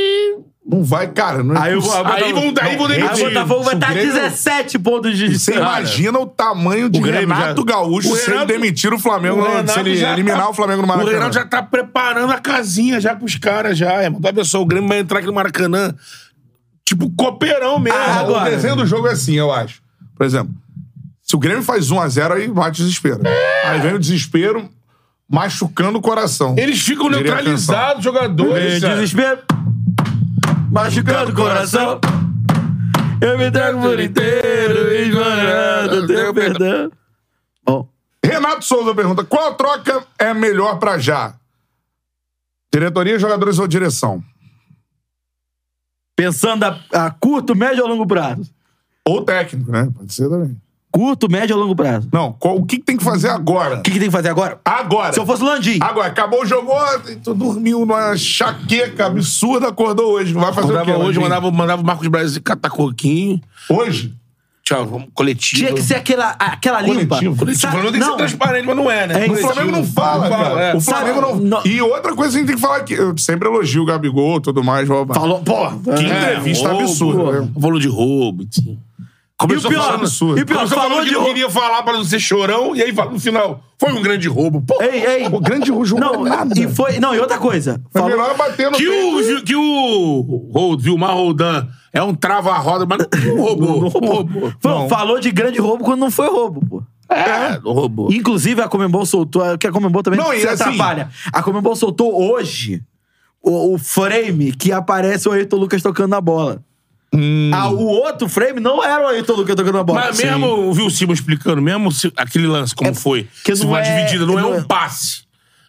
S1: Não vai, cara. Não é
S3: Aí eu vou-
S1: possível.
S2: Aí vão- aí
S1: Não,
S2: vão demitir.
S3: Aí o
S1: gente,
S3: Botafogo vai
S1: isso,
S2: tá
S3: estar
S1: o Grêmio-
S3: 17 pontos de
S1: Você
S3: distância.
S1: imagina o tamanho de
S2: O Grêmio
S1: Renato
S2: já-
S1: Gaúcho
S2: o
S1: se ele
S2: Renato-
S1: demitir o Flamengo,
S2: o
S1: no- se
S2: Renato
S1: ele
S2: já tá-
S1: eliminar o Flamengo no
S2: O
S1: Maracanã.
S2: Reinaldo já tá preparando a casinha já pros caras, já. irmão. Tá pessoal, o Grêmio vai entrar aqui no Maracanã. Tipo, copeirão mesmo.
S3: Ah, agora-
S1: É, O desenho do jogo é assim, eu acho. Por exemplo, se o Grêmio faz 1x0, aí bate o desespero. Aí vem o desespero machucando o coração.
S2: Eles ficam
S1: Diria
S2: neutralizados,
S3: É,
S2: jogadores. cara.
S3: Desespero. Machucando o coração. Eu me entrego por inteiro, ignorando teu perdão. Bom,
S1: Renato Souza pergunta: qual troca é melhor pra já? Diretoria, jogadores ou direção?
S3: pensando a, a curto, médio ou longo prazo?
S1: Ou técnico, né? Pode ser também.
S3: Curto, médio ou longo prazo?
S1: Não, qual- o que que tem que fazer agora?
S3: O que, que tem que fazer agora?
S1: Agora.
S3: Se eu fosse o Landim,
S1: Agora, acabou o jogo ontem, tu dormiu numa chaqueca absurda, acordou hoje. Vai fazer
S2: Mandava
S1: o quê?
S2: é hoje,
S1: Landim?
S2: mandava, mandava o Marcos Braz catar coquinho.
S1: Hoje?
S2: Tchau, vamos, coletivo.
S3: tinha que ser aquela, aquela limpa.
S1: Coletivo,
S2: Coletivo. O
S3: Sabe-
S2: Flamengo tem que ser
S3: não,
S2: transparente, mas não é, né?
S3: É, o
S1: O
S2: Coletivo.
S1: Flamengo não fala, cara.
S2: é.
S1: O Flamengo não...
S3: Sabe, não-
S1: E outra coisa que a gente tem que falar aqui. Eu sempre elogio o Gabigol, tudo mais. Blá, blá.
S3: Falou, porra.
S1: Que
S2: É,
S1: entrevista
S2: roubo,
S1: absurda. né?
S2: Falou de roubo, assim.
S3: E o pior,
S1: absurdo.
S3: e o pior,
S2: Começou
S3: falou
S2: falando que
S3: de
S2: não
S3: roubo.
S2: queria falar pra não ser chorão, e aí fala no final, foi um grande roubo. Pô,
S3: Ei, ei.
S1: O grande Rujo não,
S3: Não,
S1: é nada.
S3: e foi. Não, e outra coisa.
S1: É
S3: Falou-
S1: melhor bater no
S2: que
S1: peito.
S2: o, que o Hold, Vilmar Roldan é um trava-roda, mas não roubou. Não roubou.
S3: Não, falou de grande roubo quando não foi roubo, pô.
S2: É, não roubou.
S3: Inclusive, a Comembol soltou. Que a Comembol também
S1: Não, e
S3: se
S1: assim-
S3: atrapalha. A Comembol soltou hoje o, o frame que aparece o Ayrton Lucas tocando na bola. Ah, o outro frame não era o Ayrton Lucas tocando a bola.
S2: Mas mesmo, viu o Silva explicando, mesmo se- aquele lance como foi,
S3: que
S2: se
S3: não
S2: uma
S3: é-
S2: dividida não
S3: que
S2: é
S3: não
S2: um
S3: é-
S2: passe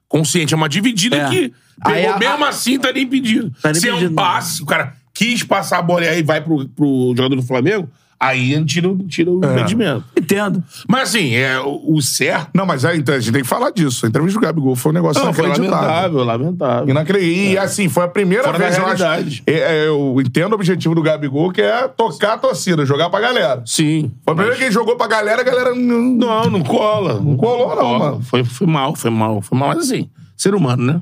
S2: consciente, é uma dividida
S3: É.
S2: que
S3: Aí
S2: pegou,
S3: a-
S2: mesmo assim tá nem impedido.
S3: Tá nem
S2: se é
S3: impedido,
S2: um
S3: não.
S2: passe, o cara quis passar a bola e aí vai pro, pro jogador do Flamengo, aí ele tira, o- tira
S3: É.
S2: o impedimento.
S3: Entendo.
S2: Mas assim, é, o, o certo...
S1: Não, mas é, então, a gente tem que falar disso. A entrevista do Gabigol foi um negócio
S2: Não, foi
S1: inacreditável.
S2: lamentável, lamentável.
S1: Inacreditável. E assim, foi a primeira
S2: Fora da
S1: vez, eu acho-
S2: realidade.
S1: É, é, eu entendo o objetivo do Gabigol, que é tocar a torcida, jogar pra galera.
S2: Sim.
S1: Foi a primeira vez que ele jogou pra galera, a galera. não-
S2: Não, não cola. Não
S1: colou, não, mano.
S2: Foi, foi mal, foi mal, foi mal. Mas assim, ser humano, né?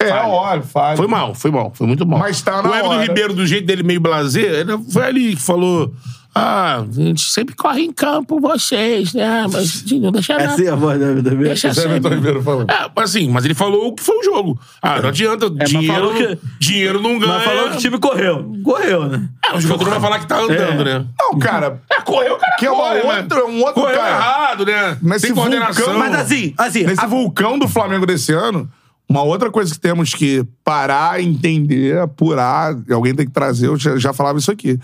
S1: É,
S2: Falha.
S1: olha, falha.
S2: Foi mal, foi mal, foi muito mal.
S1: Mas tá na
S2: O Everton
S1: hora.
S2: Ribeiro, do jeito dele meio blazer, ele foi ali que falou: Ah, a gente sempre corre em campo, vocês, né? Mas de não deixa nada.
S3: Essa é a voz da vida mesmo.
S2: Deixa
S1: Isso é
S2: sempre.
S1: Everton Ribeiro É. falando.
S2: É, mas assim, mas ele falou o que foi o jogo. Ah, não adianta, dinheiro,
S3: É, falou que-
S2: dinheiro não ganha.
S3: Mas falou que tipo o time correu. Correu, né?
S2: É, o jogador vai falar que tá andando, né?
S1: Não, cara.
S2: É, correu, o cara
S1: Que é uma
S2: corre, né?
S1: outra- um outro
S2: correu
S1: cara.
S2: errado, né?
S1: Mas
S2: Tem
S1: esse
S2: coordenação.
S1: vulcão- é
S3: Mas assim, assim.
S1: Nesse
S3: a-
S1: vulcão do Flamengo desse ano, uma outra coisa que temos que parar, entender, apurar, e alguém tem que trazer, eu já, já falava isso aqui.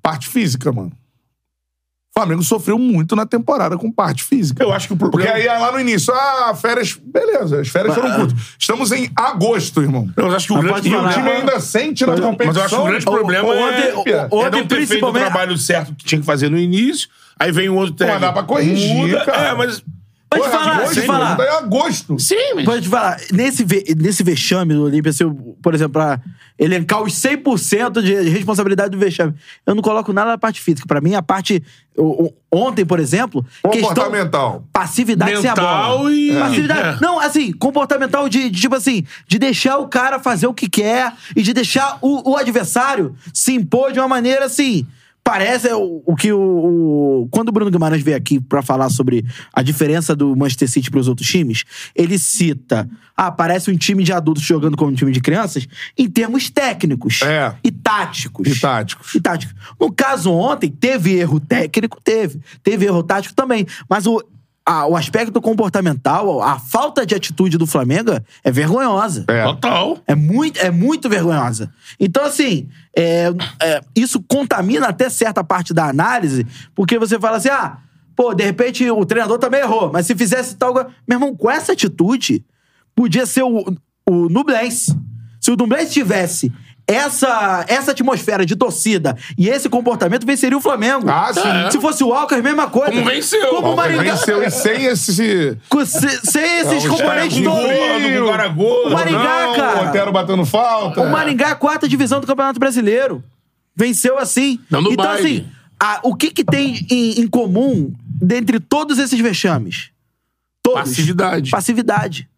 S1: Parte física, mano. O Flamengo sofreu muito na temporada com parte física.
S2: Eu acho que o
S1: Porque
S2: problema...
S1: aí é lá no início, ah, férias, beleza, as férias foram curtas. Estamos em agosto, irmão.
S2: Eu acho que o
S3: Mas
S2: grande um
S3: pode falar.
S1: O time ainda sente na competição.
S2: Mas eu acho que o grande problema é,
S3: ontem-
S2: é
S3: ontem,
S2: não ter feito o
S3: principalmente-
S2: trabalho certo que tinha que fazer no início, aí vem o outro técnico.
S1: dá pra corrigir,
S2: muda,
S1: cara.
S2: É, mas...
S3: Pode
S1: Porra,
S3: falar,
S1: agosto,
S3: pode falar.
S1: Tá em agosto.
S2: Sim, mas...
S3: Pode falar, nesse, ve- nesse vexame do Olímpia, se eu, por exemplo, pra elencar os 100% de responsabilidade do vexame, eu não coloco nada na parte física. Pra mim, a parte. o- o- ontem, por exemplo.
S1: Comportamental.
S3: Questão, passividade sem a
S2: Mental
S3: bola.
S2: e-
S3: Passividade.
S2: É.
S3: Não, assim, comportamental de, de, tipo assim, de deixar o cara fazer o que quer e de deixar o, o adversário se impor de uma maneira assim. Parece o, o que o, o- Quando o Bruno Guimarães veio aqui pra falar sobre a diferença do Manchester City pros outros times, ele cita. Ah, parece um time de adultos jogando como um time de crianças em termos técnicos
S1: É.
S3: e táticos.
S1: E táticos.
S3: E tático. No caso ontem, teve erro técnico, teve. Teve erro tático também. Mas o, a- o aspecto comportamental, a falta de atitude do Flamengo é vergonhosa.
S1: É.
S2: Total.
S3: É muito, é muito vergonhosa. Então, assim, é, é, isso contamina até certa parte da análise, porque você fala assim, ah, pô, de repente o treinador também errou, mas se fizesse tal... coisa- Meu irmão, com essa atitude, podia ser o, o Nublense. Se o Nublense tivesse essa, essa atmosfera de torcida e esse comportamento, venceria o Flamengo.
S1: Ah, sim.
S3: Se fosse o Alckmin, mesma coisa.
S2: Como venceu.
S3: Como o
S2: Alckmin
S1: Ele
S3: Maringá...
S1: venceu e sem esse.
S3: com- se- Sem esses
S1: É, o
S3: componentes
S1: Thiago
S3: todos.
S1: Gol,
S2: do Guaragô.
S3: O Maringá,
S1: Não,
S3: cara.
S1: O Otero batendo falta.
S3: O Maringá, é a quarta divisão do Campeonato Brasileiro. Venceu assim.
S2: Não, no
S3: então,
S2: baile.
S3: assim, a- o que, que tem em, em comum dentre todos esses vexames? Todos.
S2: Passividade.
S3: Passividade.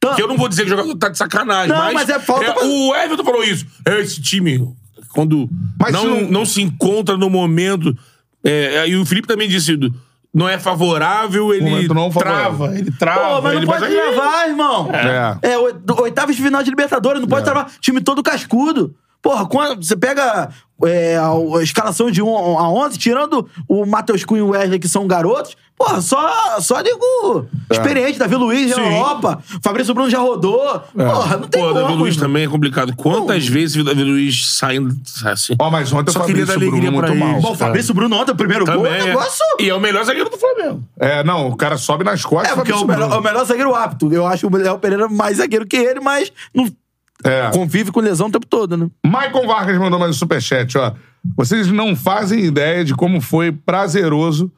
S3: Tan-
S2: Que eu não vou dizer que o jogador tá de sacanagem,
S3: Não,
S2: mas...
S3: mas é falta pra-
S2: O Everton falou isso. É, Esse time, quando
S1: Mas
S2: não,
S1: se o-
S2: não se encontra no momento... é, e o Felipe também disse... do- Não é favorável, ele
S1: Momento não é favorável.
S2: trava. Ele trava.
S3: Pô, mas
S2: Ah, ele
S3: não pode
S2: aí-
S3: travar, irmão.
S1: É.
S3: É, o- do- oitavas de final de Libertadores,
S2: É.
S3: não pode travar. Time todo cascudo. Porra, quando você pega é, a, a escalação de 1 a 11, tirando o Matheus Cunha e o Wesley, que são garotos, porra, só, só nego experiente. Davi Luiz, já
S2: É. Sim. É.
S3: Europa, Fabrício Bruno já rodou. Porra, não tem
S2: Pô, o
S3: como.
S2: Davi Luiz
S3: irmão.
S2: também é complicado. Quantas vezes o Davi Luiz saindo. Assim,
S1: Ó, mas ontem
S2: Só
S1: o
S2: queria dar
S1: Fabrício Bruno
S2: alegria
S1: muito
S2: pra ele.
S1: mal.
S3: Bom, o Fabrício Bruno ontem, o primeiro gol,
S2: também
S3: é um negócio...
S2: é... E é o melhor zagueiro do Flamengo.
S1: É, não, o cara sobe nas costas.
S3: É, porque é o
S1: Fabrício
S3: melhor,
S1: Bruno.
S3: é o melhor zagueiro apto. Eu acho o Léo Pereira mais zagueiro que ele, mas não
S2: Ah.
S1: É.
S3: convive com lesão o tempo todo, né?
S1: Maicon Vargas mandou mais um superchat, ó. Vocês não fazem ideia de como foi prazeroso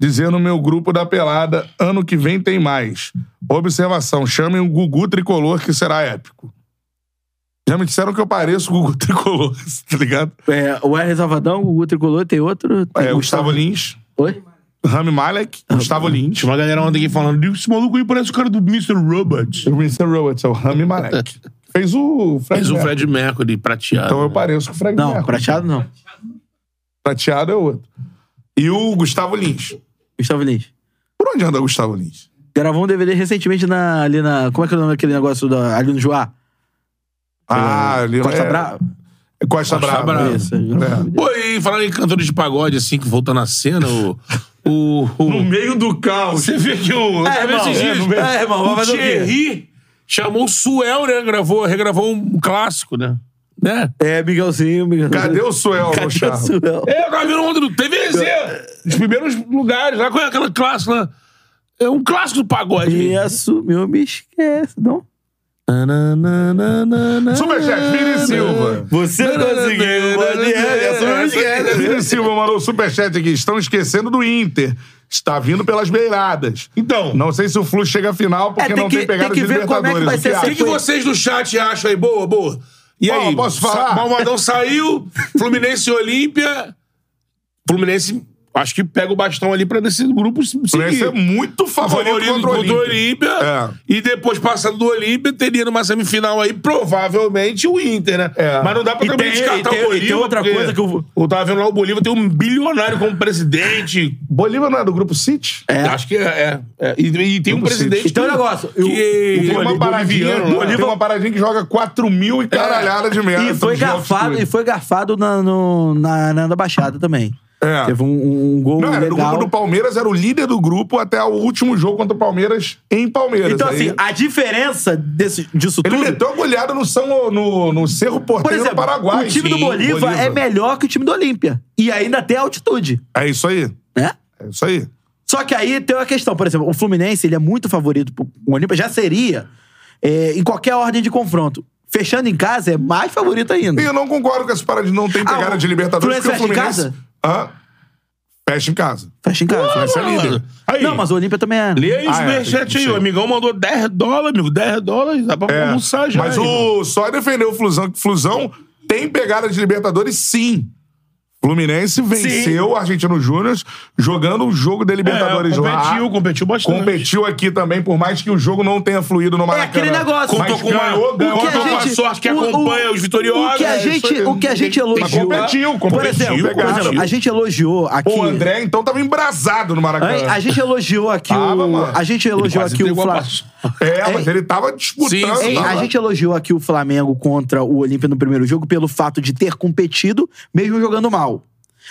S1: dizer no meu grupo da pelada, ano que vem tem mais. Observação, chamem o Gugu Tricolor que será épico. Já me disseram que eu pareço o Gugu Tricolor, tá ligado?
S3: É, o R Salvadão, o Tricolor, tem outro. Tem
S1: É, Gustavo Lins,
S3: Oi?
S1: Rami Malek, Gustavo Lins.
S2: Tinha uma galera ontem aqui falando: esse maluco aí parece o cara do Mr. Robot.
S1: O Winston Roberts, é o Rami Malek. Fez o Fred
S2: Mas o
S1: Mercury.
S2: Fred Mercury prateado.
S1: Então eu pareço com o Fred
S3: Não,
S1: Mercury.
S3: prateado não.
S1: Prateado é outro. E o Gustavo Lins.
S3: Gustavo Lins.
S1: Por onde anda o Gustavo Lins?
S3: Gravou um DVD recentemente na, ali na. Como é que é o nome daquele negócio da, ali no Joá?
S1: Ah, ele
S3: Costa
S1: é-
S3: Brava.
S1: é Costa, Brava.
S2: Brava.
S3: Isso. É.
S2: Pô, e falando em cantores de pagode, assim, que voltando à cena, o. o, o-
S1: No meio do caos.
S2: Você vê que o. você
S3: É,
S2: vê
S3: irmão,
S2: esses
S3: é,
S2: dias,
S3: no meio- é, irmão, vai
S2: o
S3: fazer o quê?
S2: Thierry chamou o Suel, né? Gravou, regravou um clássico, né? né?
S3: É, Miguelzinho, Miguelzinho.
S1: Cadê o Suel no
S3: Cadê o
S1: Charla?
S3: Suel?
S2: É, eu tava vendo ontem no TVZ. Os primeiros lugares, lá com aquela classe lá. É um clássico do pagode.
S3: E assumiu, me esquece, não?
S1: Superchat, Vini Silva.
S3: Você conseguiu, pode é, assumiu, me
S1: Essa-
S3: esquece.
S1: Vini Silva mandou um superchat aqui. Estão esquecendo do Inter. Está vindo pelas beiradas.
S2: Então,
S1: Não sei se o Flu chega à final porque
S3: É, tem
S1: não
S3: que-
S1: tem pegada
S3: tem
S1: de
S3: que ver como é que
S1: Libertadores.
S3: vai
S1: O
S3: ser
S1: acha?
S2: o que, que vocês do chat acham aí? Boa, boa. E
S1: Ó,
S2: aí?
S1: posso falar?
S2: Sa- Malvadão saiu, Fluminense e Olímpia. Fluminense, acho que pega o bastão ali pra desse grupo se-
S1: O Fluminense é
S2: seguir.
S1: muito
S3: é
S1: favorito,
S2: Favorito
S1: contra o Olímpia.
S2: Olímpia.
S1: É.
S2: E depois, passando do Olímpia, teria numa semifinal aí, provavelmente, o Inter, né?
S1: É.
S2: Mas não dá pra
S3: E
S2: também
S3: tem- e
S2: descartar
S3: tem- e
S2: o
S3: tem
S2: Bolívar.
S3: outra
S2: porque
S3: coisa que eu-
S2: Eu tava vendo lá, o Bolívar tem um bilionário como presidente.
S1: Bolívar não é do Grupo City?
S3: É.
S2: Acho que é. é, é. E, e tem um
S1: Grupo City.
S2: presidente...
S3: Então,
S2: que-
S3: o negócio, o-
S2: Que...
S3: o
S1: Tem uma,
S2: Bolí-
S1: paradinha,
S2: boliviano lá.
S1: tem uma paradinha que joga 4 mil e caralhada de merda.
S3: E foi
S1: de altitude.
S3: garfado, e foi garfado na, no- na, na, na Baixada também.
S1: É.
S3: Teve um, um- um gol
S1: Não, era o
S3: legal.
S1: grupo do Palmeiras, era o líder do grupo até o último jogo contra o Palmeiras em Palmeiras.
S3: Então,
S1: Aí,
S3: assim, a diferença desse, disso
S1: ele
S3: tudo...
S1: meteu a goleada no, São, no, no Cerro
S3: Por
S1: Porteiro do
S3: exemplo,
S1: Paraguai.
S3: o time do
S1: Sim,
S3: Bolívar, é melhor que o time do Olímpia. E ainda tem altitude,
S1: É isso aí.
S3: né?
S1: É isso aí.
S3: Só que aí tem uma questão, por exemplo, o Fluminense ele é muito favorito pro o Olímpia, já seria é, em qualquer ordem de confronto. Fechando em casa é mais favorito ainda.
S1: E eu não concordo com essa parada de não ter pegada
S3: Ah, o
S1: de Libertadores, porque o
S3: Fluminense
S1: Fluminense.
S3: fecha em
S1: Hã? Fecha em casa.
S3: Fecha em casa.
S1: Fluminense é líder.
S2: Aí.
S3: Não, mas o Olímpia também é.
S2: Lê aí o
S1: Ah, é,
S2: superchat
S1: não
S2: aí.
S1: sei.
S2: O amigão mandou 10 dólares, amigo. 10 dólares, dá pra
S1: É.
S2: almoçar já.
S1: Mas
S2: hein, irmão.
S1: o só defender o Flusão, que Flusão tem pegada de Libertadores, sim. Fluminense venceu o Argentino Júnior jogando o jogo da Libertadores
S2: É,
S1: lá.
S2: competiu, competiu bastante.
S1: Competiu aqui também, por mais que o jogo não tenha fluído no Maracanã.
S3: É aquele negócio.
S1: Mas
S2: Contou com uma-
S1: ganhou,
S2: o que
S1: ganhou.
S2: a gente- com a sorte que acompanha os vitoriosos,
S3: O que a
S2: é,
S3: gente,
S1: isso aí.
S3: o que a gente
S1: Mas
S3: elogiou.
S1: competiu,
S3: por
S1: competiu,
S3: exemplo, por
S1: pegaram.
S3: exemplo, a gente elogiou aqui.
S1: O André, então, tava embrasado no
S3: Hein?
S1: Maracanã.
S3: A gente elogiou aqui
S1: Tava,
S3: o.
S1: mano.
S3: A gente
S2: Ele
S3: elogiou
S2: quase
S3: aqui o
S2: entregou a
S3: Flá.
S2: paçoca.
S1: É, mas ele tava disputando.
S2: Sim, sim.
S3: Hein,
S1: tava-
S3: a gente elogiou aqui o Flamengo contra o Olímpia no primeiro jogo pelo fato de ter competido, mesmo jogando mal.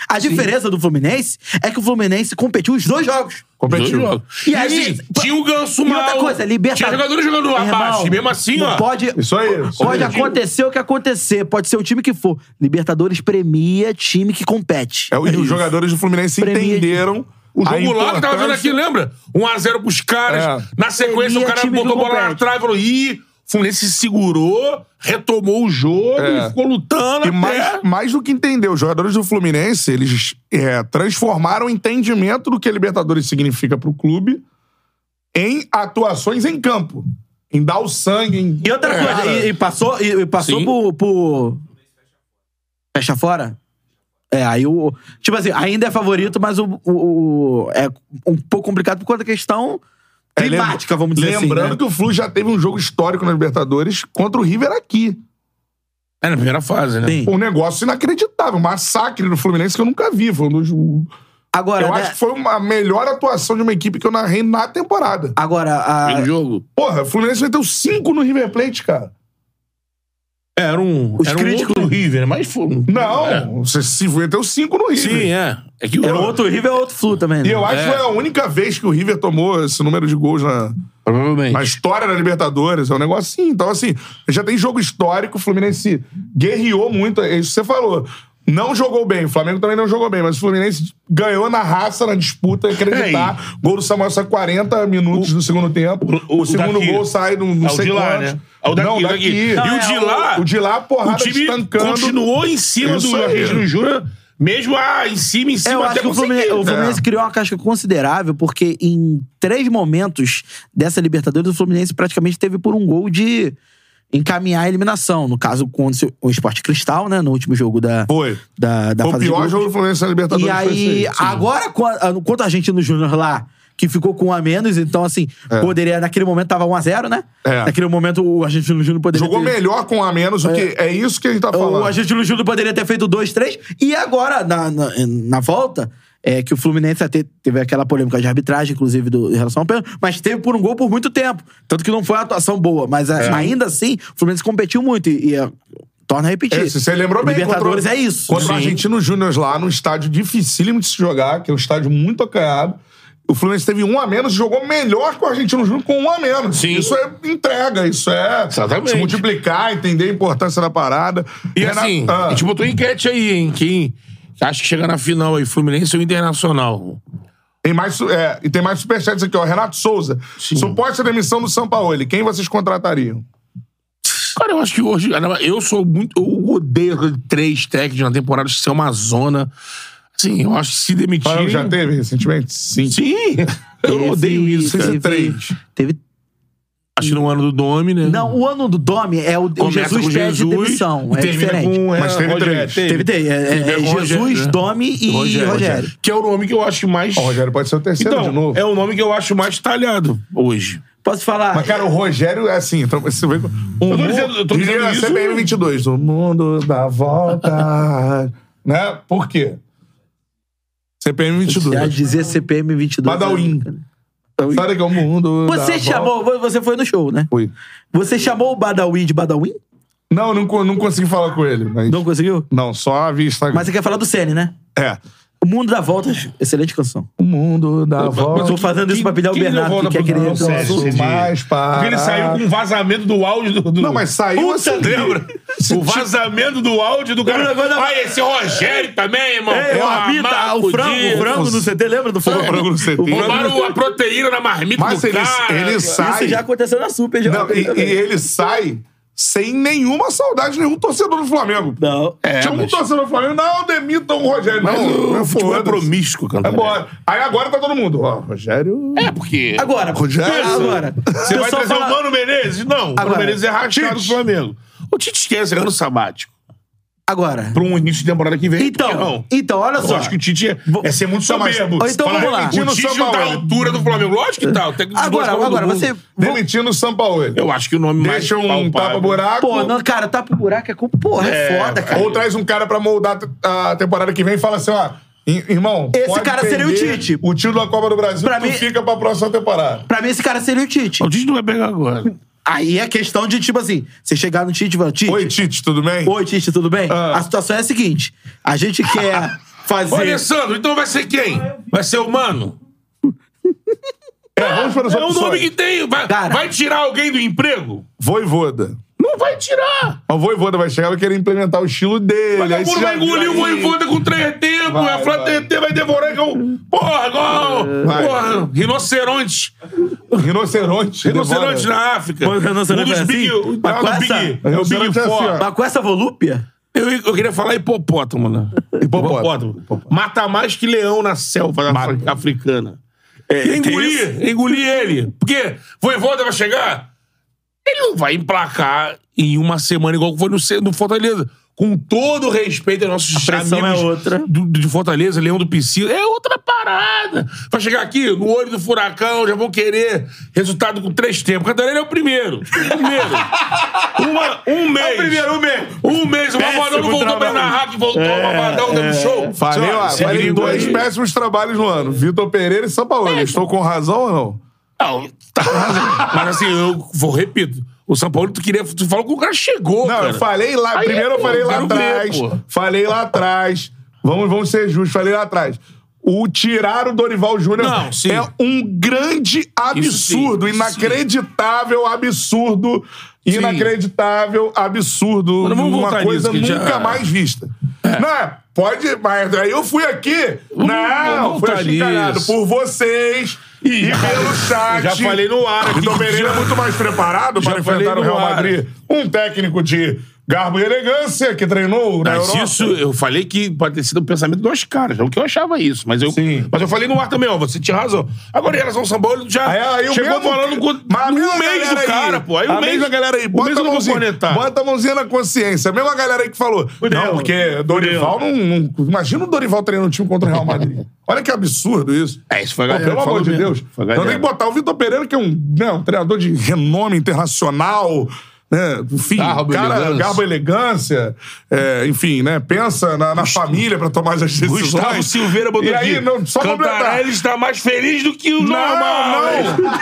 S3: A diferença do Fluminense é que o Fluminense competiu os dois jogos.
S1: Competiu.
S2: Dois jogos.
S3: E
S2: E,
S3: aí-
S2: assim, tinha o ganso
S3: E
S2: mal.
S3: outra coisa,
S2: Tinha
S3: Libertadores.
S2: jogadores jogando
S3: Irmão,
S2: abaixo. E mesmo assim,
S3: não
S2: ó. é
S3: Pode,
S1: Isso aí, isso
S3: pode
S1: aí.
S3: acontecer o que acontecer. Pode ser o time que for. Libertadores premia time que compete.
S1: É, e os jogadores do Fluminense
S3: Premier-
S1: entenderam
S2: O jogo
S1: a
S2: lá que tava vendo aqui,
S1: importância-
S2: lembra? 1x0 pros caras.
S1: É.
S2: Na sequência,
S3: Seria
S2: o cara
S3: time
S2: botou
S3: que
S2: a bola na
S3: compete.
S2: trave e falou: ih, o Fluminense se segurou, retomou o jogo,
S1: É.
S2: ficou lutando.
S1: E
S2: até-
S1: mais, mais do que entender, os jogadores do Fluminense, eles é, transformaram o entendimento do que a Libertadores significa pro clube em atuações em campo. Em dar o sangue, em...
S3: E outra coisa,
S1: Cara,
S3: e, e passou, e, e passou
S2: Sim.
S3: por, por- Fecha fora? É, aí o. Tipo assim, ainda é favorito, mas o. o- o- é um pouco complicado por conta da questão
S1: é, lembra-
S3: climática, vamos dizer
S1: Lembrando
S3: assim. né?
S1: que o Flu já teve um jogo histórico na Libertadores contra o River aqui.
S2: É, na primeira fase, né?
S3: Sim.
S1: Um negócio inacreditável, um massacre do Fluminense que eu nunca vi. Foi um dos-
S3: Agora,
S1: Eu
S3: né,
S1: acho que foi uma melhor atuação de uma equipe que eu narrei na temporada.
S3: agora a-
S1: Ah,
S2: Primeiro jogo.
S1: Porra, o Fluminense meteu cinco no River Plate, cara.
S2: É, Era um,
S3: Os
S2: era um
S3: críticos-
S2: outro River, mas foi. um- É.
S1: Não, você se meteu cinco no River.
S2: Sim, é. É que o
S3: é outro River é outro Flu também.
S1: E
S3: Né?
S1: eu acho que
S2: É.
S1: foi a única vez que o River tomou esse número de gols na,
S2: Provavelmente.
S1: na história da Libertadores. É um negócio assim. Então, assim, já tem jogo histórico. O Fluminense guerreou muito. É isso que você falou. Não jogou bem. O Flamengo também não jogou bem. Mas o Fluminense ganhou na raça, na disputa. Acreditar. Gol do Samuel sai 40 minutos do segundo tempo.
S2: É, o-
S1: O,
S2: o
S1: segundo
S2: daqui.
S1: gol sai no
S2: É
S1: não
S2: o
S1: sei
S2: de lá,
S1: quantos.
S2: né? É o daqui,
S1: não,
S2: o daqui.
S1: daqui.
S2: E o
S3: é,
S2: de
S3: o-
S2: lá.
S1: O de lá,
S2: O
S1: porrada
S2: time
S1: estancando.
S2: continuou em cima
S1: Isso
S2: do
S1: aí.
S2: Argentino Júnior, mesmo ah, em cima, em cima,
S3: Eu
S2: até
S3: acho que o
S2: conseguir.
S3: Fluminense, o
S1: né?
S3: Fluminense criou uma casca considerável, porque em três momentos dessa Libertadores, o Fluminense praticamente teve por um gol de encaminhar a eliminação. No caso, contra o Esporte Cristal, né? No último jogo da,
S1: Foi.
S3: da, da
S1: Foi o
S3: fase de
S1: pior
S3: grupos.
S1: jogo do Fluminense na Libertadores.
S3: E
S1: foi
S3: aí,
S1: esse aí. Sim.
S3: agora, com a- a- quanto a Argentino Júnior lá, que ficou com um a menos, então assim, poderia, naquele momento tava 1x0, né?
S1: É.
S3: Naquele momento o Argentino Júnior poderia
S1: Jogou
S3: ter...
S1: melhor com um a menos, o que é isso que a gente tá
S3: O
S1: falando.
S3: Argentino Júnior poderia ter feito dois, três. E agora, na, na, na volta, é que o Fluminense até teve aquela polêmica de arbitragem, inclusive, do, em relação ao pênalti, mas teve por um gol por muito tempo. Tanto que não foi uma atuação boa, mas
S1: É.
S3: a- ainda assim, o Fluminense competiu muito e, e, é, torna a repetir.
S1: Esse, É, você lembrou bem.
S3: Libertadores
S1: contra-
S3: é isso.
S1: Contra o
S3: Sim.
S1: Argentino Júnior lá, num estádio dificílimo de se jogar, que é um estádio muito acanhado. O Fluminense teve um a menos e jogou melhor que o Argentino Júnior com um a menos.
S2: Sim.
S1: Isso é entrega, isso é
S2: Exatamente.
S1: se multiplicar, entender a importância da parada.
S2: E
S1: Renato-
S2: assim,
S1: Ah.
S2: a gente botou enquete aí, hein? Quem acha que chega na final aí, Fluminense ou Internacional?
S1: Tem mais, su- é, e tem mais superchats aqui, ó. Renato Souza. Suposta demissão do São Paulo. Quem vocês contratariam?
S2: Cara, eu acho que hoje. Eu sou muito. Eu odeio aquele três técnicos na temporada, acho que isso é uma zona. Assim, eu acho que se demitir.
S1: Barão já teve recentemente? Sim.
S2: Sim! Eu
S3: Teve-
S2: odeio isso.
S1: Fez
S3: teve-
S1: três.
S3: Teve.
S2: Acho que no ano do Domi, né?
S3: Não, o ano do Domi é o, o
S2: Começa
S3: Jesus
S2: com
S3: pede
S2: Jesus
S3: demissão.
S2: e
S3: É
S2: termina
S3: diferente.
S2: com é,
S1: Mas teve três.
S3: Teve, teve. É, é,
S2: Teve
S3: é
S2: com o
S3: Jesus,
S2: Rogério, né?
S3: Domi e Rogério.
S2: Que é o nome que eu acho mais.
S1: O Rogério pode ser o terceiro
S2: Então,
S1: de novo.
S2: é o nome que eu acho mais talhado hoje.
S3: Posso falar?
S1: Mas, cara, o Rogério é assim. então, Você vê, o
S2: tô
S1: mundo-
S2: dizendo- eu tô dizendo
S1: diria
S2: isso-
S1: CBN 22. O mundo dá volta. né? Por quê? CPM
S3: Já
S1: 22.
S3: dizer CPM 22.
S1: Badawin. Sabe que é o mundo.
S3: é Você
S1: dá volta.
S3: chamou, você foi no show, né?
S1: Fui.
S3: Você chamou o Badawi de Badawi?
S1: Não, não, co- não consegui falar com ele. mas- Não,
S3: Não conseguiu?
S1: só vi Instagram.
S3: Mas você quer falar do Sene, né?
S1: É.
S3: O Mundo dá Voltas, excelente canção.
S1: O mundo dá volta.
S3: Tô fazendo isso pra pilhar o
S2: Quem
S3: Bernardo,
S2: levou
S3: que
S2: na
S3: é quer querer
S2: produção,
S3: entrar no
S2: Sérgio?
S3: assunto.
S2: Entendi.
S1: Mais
S2: Porque ele
S1: parado.
S2: saiu com um vazamento do áudio do. do-
S1: Ah. Não, mas saiu
S2: Puta,
S1: assim.
S2: lembra?
S1: Se
S2: o
S1: ti-
S2: vazamento do áudio do cara. Ah, esse Rogério também, irmão.
S3: É,
S2: Porra,
S3: o Armita,
S2: mal
S3: o frango,
S2: fudido.
S3: o frango no CT, lembra do frango?
S1: O frango no CT.
S2: Roubaram a proteína na marmita
S1: Mas
S2: do
S1: ele,
S2: cara.
S1: ele
S3: Isso
S1: sai.
S3: já aconteceu na Super, já.
S1: Não, e, e ele sai sem nenhuma saudade, nenhum torcedor do Flamengo.
S3: Não.
S1: Tinha um torcedor do Flamengo, não, demitam o Rogério.
S2: É, Mas
S1: não,
S2: o futebol é
S1: foda-se.
S2: promíscuo, cara.
S1: É bora. Aí agora tá todo mundo. Ó, Rogério.
S2: É, porque...
S3: Agora,
S1: Rogério,
S3: pensa agora.
S2: Você vai trazer o Mano Menezes? Não, o Mano
S3: Agora,
S2: Menezes é rachado do
S1: Tite.
S2: Flamengo. O Tite esquece, é ano sabático.
S3: Agora.
S2: Pra um início de temporada que vem, por que
S3: Então,
S2: não?
S3: então, olha
S2: Eu
S3: só.
S2: acho que o Tite é,
S3: Vo-
S2: é ser muito
S1: Não, mas-
S2: soberbo.
S3: Ou então
S2: Fala,
S3: vamos lá.
S2: O Tite
S1: São
S2: não tá à
S1: Paulo.
S2: altura do Flamengo. Lógico que tá. O técnico dos
S3: Agora,
S2: dois Copas do
S3: agora,
S2: Mundo.
S3: você.
S1: Demitindo o São Paulo.
S2: Eu acho que o nome
S1: Deixa
S2: mais
S1: um
S2: palpável-
S1: tapa-buraco.
S3: Pô, não, cara, tá pro buraco é culpa. Porra, é,
S2: É,
S3: foda, cara.
S1: Ou traz um cara pra moldar a temporada que vem e fala assim, ó. "I- Irmão,
S3: Esse
S1: pode
S3: cara seria o
S1: perder
S3: Tite.
S1: O tio da Copa do Brasil,
S3: Pra
S1: tu
S3: mim-
S1: fica pra próxima temporada.
S3: Pra mim, esse cara seria o Tite.
S2: O Tite não vai pegar agora.
S3: Aí é questão de, tipo assim, você chegar no Tite e falar, Tite,
S1: Oi, Tite, tudo bem?
S3: Oi, Tite, tudo bem?
S2: Ah.
S3: A situação é a seguinte: a gente quer
S2: Ô,
S3: fazer.
S2: Alessandro, então vai ser quem? Vai ser o Mano?
S1: É, vamos para as
S2: É um nome
S1: opções.
S2: que tem. Vai,
S3: Cara.
S2: vai tirar alguém do emprego?
S1: Voivoda.
S2: Não vai tirar.
S1: Mas O Voivoda vai chegar e vai querer implementar o estilo dele. aí
S2: Vagabundo
S1: você já
S2: vai engolir o
S1: viu aí.
S2: Voivoda com três tempos.
S1: Vai,
S2: A Flá
S1: vai.
S2: TT vai devorar igual. Porra, igual.
S1: Vai.
S2: Porra, rinoceronte.
S1: Rinoceronte.
S2: Rinoceronte
S1: Devora.
S2: na África.
S3: Mas o rinoceronte
S2: um dos
S3: é
S2: Big.
S3: assim?
S2: o-
S3: Mas
S2: é o
S3: com
S2: Big-
S3: essa-
S2: é o
S1: rinoceronte
S2: Big
S1: né? é assim,
S2: Four.
S1: ó.
S3: Mas com essa volúpia,
S2: Eu, eu queria falar hipopótamo, né?
S1: Hipopótamo.
S2: Mata mais que leão na selva da
S1: Mata.
S2: África- africana. engolir, engolir ele. Porque Voivoda vai chegar, ele não vai emplacar em uma semana igual que foi no, Ce- no Fortaleza. Com todo o respeito aos nossos
S3: pressão
S2: amigos
S3: é outra.
S2: do- de Fortaleza, Leão do Piscina, é outra parada. Vai chegar aqui, no olho do furacão, já vão querer resultado com três tempos. Cantarelli é o primeiro. O primeiro. Uma- um mês.
S1: É o primeiro, um mês.
S2: Um mês, o Ramadão não voltou bem
S1: trabalho.
S2: na rádio, voltou, o Ramadão dando show.
S1: É, Falei, ó,
S2: Sabe,
S1: falei
S2: seguindo
S1: dois
S2: aí.
S1: péssimos trabalhos no ano. Vitor Pereira e São Paulo. Estou com razão ou não?
S2: Não, tá razão. Mas assim, eu vou, repito. O São Paulo, tu queria. Tu falou que o cara chegou.
S1: Não,
S2: cara.
S1: eu falei lá.
S2: Aí,
S1: primeiro eu
S2: pô,
S1: falei lá
S2: quero ver,
S1: atrás.
S2: pô.
S1: Falei lá atrás. Vamos, vamos ser justos, falei lá atrás. O tirar o Dorival Júnior
S2: Não, sim.
S1: é um grande absurdo,
S2: sim, isso
S1: inacreditável, absurdo, inacreditável, absurdo,
S2: Mas não vamos
S1: uma
S2: voltar
S1: coisa
S2: nisso, que já- É.
S1: nunca mais vista. Não, pode, mas aí eu fui aqui, não,
S2: vamos
S1: fui
S2: voltar
S1: achincalhado
S2: nisso.
S1: por vocês e, pelo chat.
S2: já falei no ar aqui
S1: Vitor
S2: que
S1: Pereira
S2: já-
S1: é muito mais preparado para
S2: Já
S1: enfrentar o
S2: falei no
S1: Real
S2: ar.
S1: Madrid um técnico de garbo e elegância que treinou na
S2: Mas
S1: Europa.
S2: isso, eu falei que pode ter sido o pensamento dos caras, é o que eu achava isso. Mas eu,
S1: Sim.
S2: mas eu falei no ar também, ó, você tinha razão. Agora em relação ao São Paulo, já
S1: Aí, aí, o
S2: chegou
S1: mesmo-
S2: falando com
S1: Mas a mesma
S2: um mês do
S1: galera aí,
S2: cara, pô. Aí
S1: a
S2: um mês,
S1: mesma galera aí,
S2: o
S1: bota,
S2: mês eu
S1: a
S2: não vou
S1: mãozinha,
S2: conectar.
S1: bota a mãozinha na consciência. A mesma galera aí que falou. não, porque Dorival não, não- Imagina o Dorival treinando o time contra o Real Madrid. Olha que absurdo isso.
S2: É, isso foi a
S1: Pô,
S2: galera.
S1: pelo amor
S2: falou
S1: de
S2: mesmo.
S1: Deus.
S2: Foi
S1: Então
S2: a
S1: tem
S2: galera.
S1: que botar o Vitor Pereira, que é um, né, um treinador de renome internacional, né? Enfim,
S2: Garbo e
S1: cara,
S2: elegância.
S1: garbo e elegância. é, enfim, né? Pensa na, na família pra tomar as decisões.
S2: Gustavo Silveira botou
S1: E aí,
S2: aqui.
S1: não, só completar.
S2: Cantarelli está mais feliz do que o
S1: Não,
S2: normal. né?
S1: não.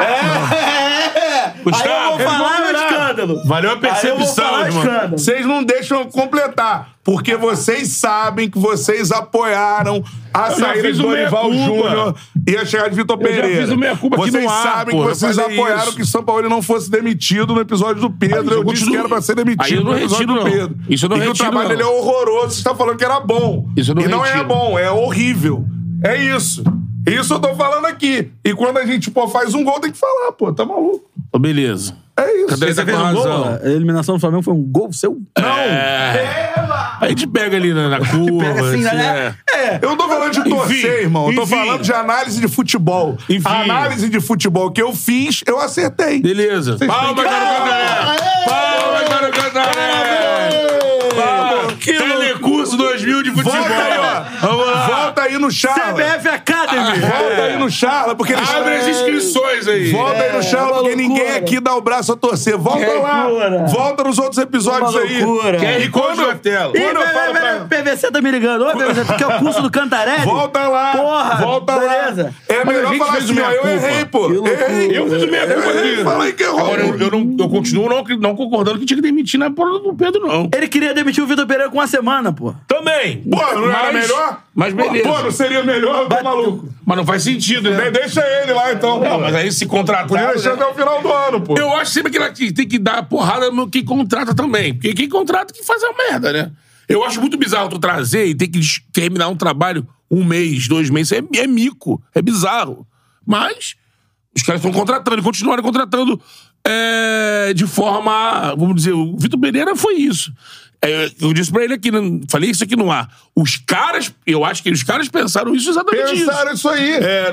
S2: É, Gustavo,
S3: Aí eu vou
S2: eles vão
S3: falar
S2: virar.
S3: o escândalo.
S2: Valeu a
S3: Aí eu vou
S2: percepção,
S3: falar o
S2: irmão.
S3: escândalo.
S1: Vocês não deixam eu completar, porque vocês sabem que vocês apoiaram a
S2: já
S1: saída
S2: fiz
S1: do
S2: o
S1: Dorival
S2: meia-culpa.
S1: Júnior ia chegar de Vitor
S2: Eu já
S1: Pereira.
S2: fiz o meia-culpa aqui
S1: vocês
S2: no ar,
S1: sabem
S2: porra,
S1: que vocês
S2: eu falei
S1: apoiaram
S2: isso.
S1: que o São Paulo não fosse demitido no episódio do
S2: Aí
S1: Pedro.
S2: eu
S1: eu disse
S2: continuo.
S1: que era pra ser demitido
S2: Aí eu não
S1: no episódio do
S2: retiro, não.
S1: Pedro.
S2: Isso eu não
S1: e que o
S2: retiro,
S1: trabalho
S2: não.
S1: dele é horroroso. Você tá falando que era bom.
S2: Isso eu não
S1: e não é
S2: retiro.
S1: bom, é horrível. É isso. Isso eu tô falando aqui. E quando a gente, pô, faz um gol, tem que falar, pô. Tá maluco.
S2: Ô, beleza.
S1: É isso.
S2: Cadê essa
S1: Você fez
S2: tá com
S1: um gol?
S2: razão?
S3: A eliminação do Flamengo foi um gol seu?
S2: Não! É... A gente pega ali na, na curva.
S3: Pega assim,
S2: assim,
S3: né?
S2: é.
S1: Eu não tô falando de torcer,
S2: Enfim,
S1: irmão. Eu tô
S2: enfim.
S1: falando de análise de futebol.
S2: Enfim.
S1: A análise de futebol que eu fiz, eu acertei.
S2: Beleza. Palma,
S1: têm que-
S2: Garocandaré! Palma, Garocandaré! Palma! Telecurso 2000 de futebol.
S1: Volta aí, ó.
S2: Vamos lá.
S1: Volta aí no Charla.
S3: CBF
S2: Ah, é.
S3: Academy!
S1: Volta aí no Charla, porque eles... É.
S2: Abre as inscrições aí.
S1: Volta
S3: É,
S1: aí no Charla, porque ninguém aqui dá o braço a torcer. Volta
S3: Que
S1: lá.
S3: loucura.
S1: Volta nos outros episódios
S3: Uma
S1: aí.
S3: loucura.
S1: E quando eu...
S2: tela.
S1: Quando eu falo pra...
S3: O PVC tá me ligando. Ô, PVC, que é o curso do Cantarelli?
S1: Volta lá.
S3: Porra,
S1: Volta
S3: beleza.
S1: lá. É
S2: Mas a
S1: melhor
S2: gente
S1: falar
S2: fez o
S1: assim, ó. Eu
S2: meia-culpa.
S1: errei, pô.
S3: Que loucura.
S1: Errei.
S2: Eu fiz o meia culpa
S1: Errei.
S2: aqui.
S1: Fala aí que errou.
S2: Agora, eu, eu não, eu continuo não, não concordando que tinha que demitir na porra do Pedro, não.
S3: Ele queria demitir o Vitor Pereira com uma semana, pô.
S2: Também.
S1: Pô, não era
S2: Mas-
S1: melhor?
S2: Mas beleza.
S1: Pô, não seria melhor? Tá maluco.
S2: Mas não faz sentido,
S1: De-
S2: né?
S1: Deixa ele lá, então.
S2: Não, mas aí se contratar...
S1: Podia deixar até o final do ano, pô.
S2: Eu acho sempre que ela que tem que dar porrada no que contrata também. Porque quem contrata que faz a merda, né? Eu acho muito bizarro tu trazer e ter que des- terminar um trabalho um mês, dois meses. É, é mico. É bizarro. Mas os caras estão contratando e continuaram contratando é, de forma. Vamos dizer, o Vitor Pereira foi isso. É, eu disse pra ele aqui, né? falei isso aqui no ar. Os caras, eu acho que os caras pensaram isso exatamente isso.
S1: Pensaram isso aí.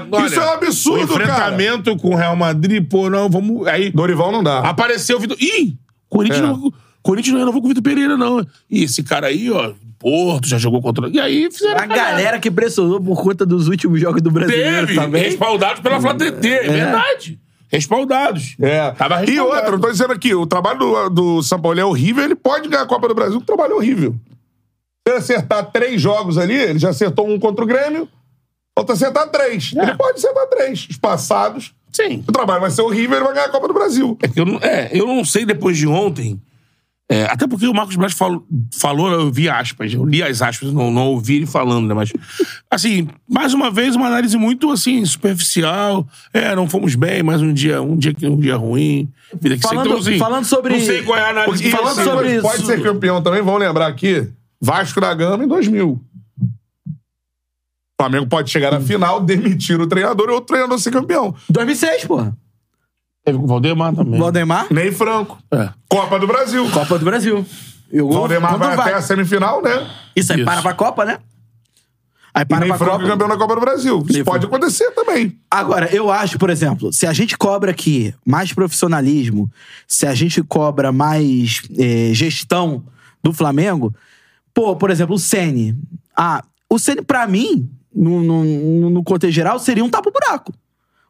S2: olha,
S1: isso é um
S2: o
S1: absurdo, cara.
S2: enfrentamento com o Real Madrid, pô, não, vamos. Aí
S1: Dorival não dá.
S2: Apareceu o Vitor. Ih! Corinthians,
S1: É.
S2: não, Corinthians não renovou com o Vitor Pereira, não. E esse cara aí, ó, Porto, já jogou contra. E aí fizeram.
S3: A galera que pressionou por conta dos últimos jogos do brasileiro
S2: Teve,
S3: também.
S2: respaldados pela Flá TT, é. verdade. Respaldados.
S1: É.
S2: Tava
S1: e
S2: respaldado.
S1: outra, eu tô dizendo aqui, o trabalho do, do São Paulo é horrível, ele pode ganhar a Copa do Brasil, um trabalho horrível. Se ele acertar três jogos ali, ele já acertou um contra o Grêmio, falta acertar três.
S2: É.
S1: Ele pode acertar três. Os passados,
S2: Sim.
S1: o trabalho vai ser horrível, ele vai ganhar a Copa do Brasil.
S2: Eu não, é, eu não sei depois de ontem. é, até porque o Marcos Braz falou, falou, eu vi aspas, eu li as aspas, não, não ouvi ele falando, né? Mas, assim, mais uma vez, uma análise muito, assim, superficial. É, não fomos bem, mas um dia, um dia, que- um dia ruim. Vida que
S3: Falando-
S2: segue. assim,
S3: falando sobre-
S2: Não sei qual é a análise. assim,
S1: E
S2: que
S1: falando
S2: você-
S3: sobre
S1: sobre
S3: isso.
S1: pode ser campeão também, vamos lembrar aqui, Vasco da Gama em 2000. O Flamengo pode chegar na final, demitir o treinador e outro treinador ser campeão.
S3: 2006, porra.
S2: Teve com o Valdemar também.
S3: Valdemar,
S1: Ney Franco.
S2: É.
S1: Copa do Brasil.
S3: Copa do Brasil.
S1: O Valdemar vai até a semifinal, né?
S3: Isso aí
S2: Isso.
S3: para pra Copa, né? Aí
S1: E
S3: para
S1: nem
S3: pra
S1: Franco
S3: Copa.
S1: é campeão da Copa do Brasil. Isso
S3: Nem
S1: pode acontecer também.
S3: Agora, eu acho, por exemplo, se a gente cobra aqui mais profissionalismo, se a gente cobra mais eh, gestão do Flamengo, pô, por exemplo, o Sene. Ah, o Sene, pra mim, no, no, no- no contexto geral, seria um tapa-buraco.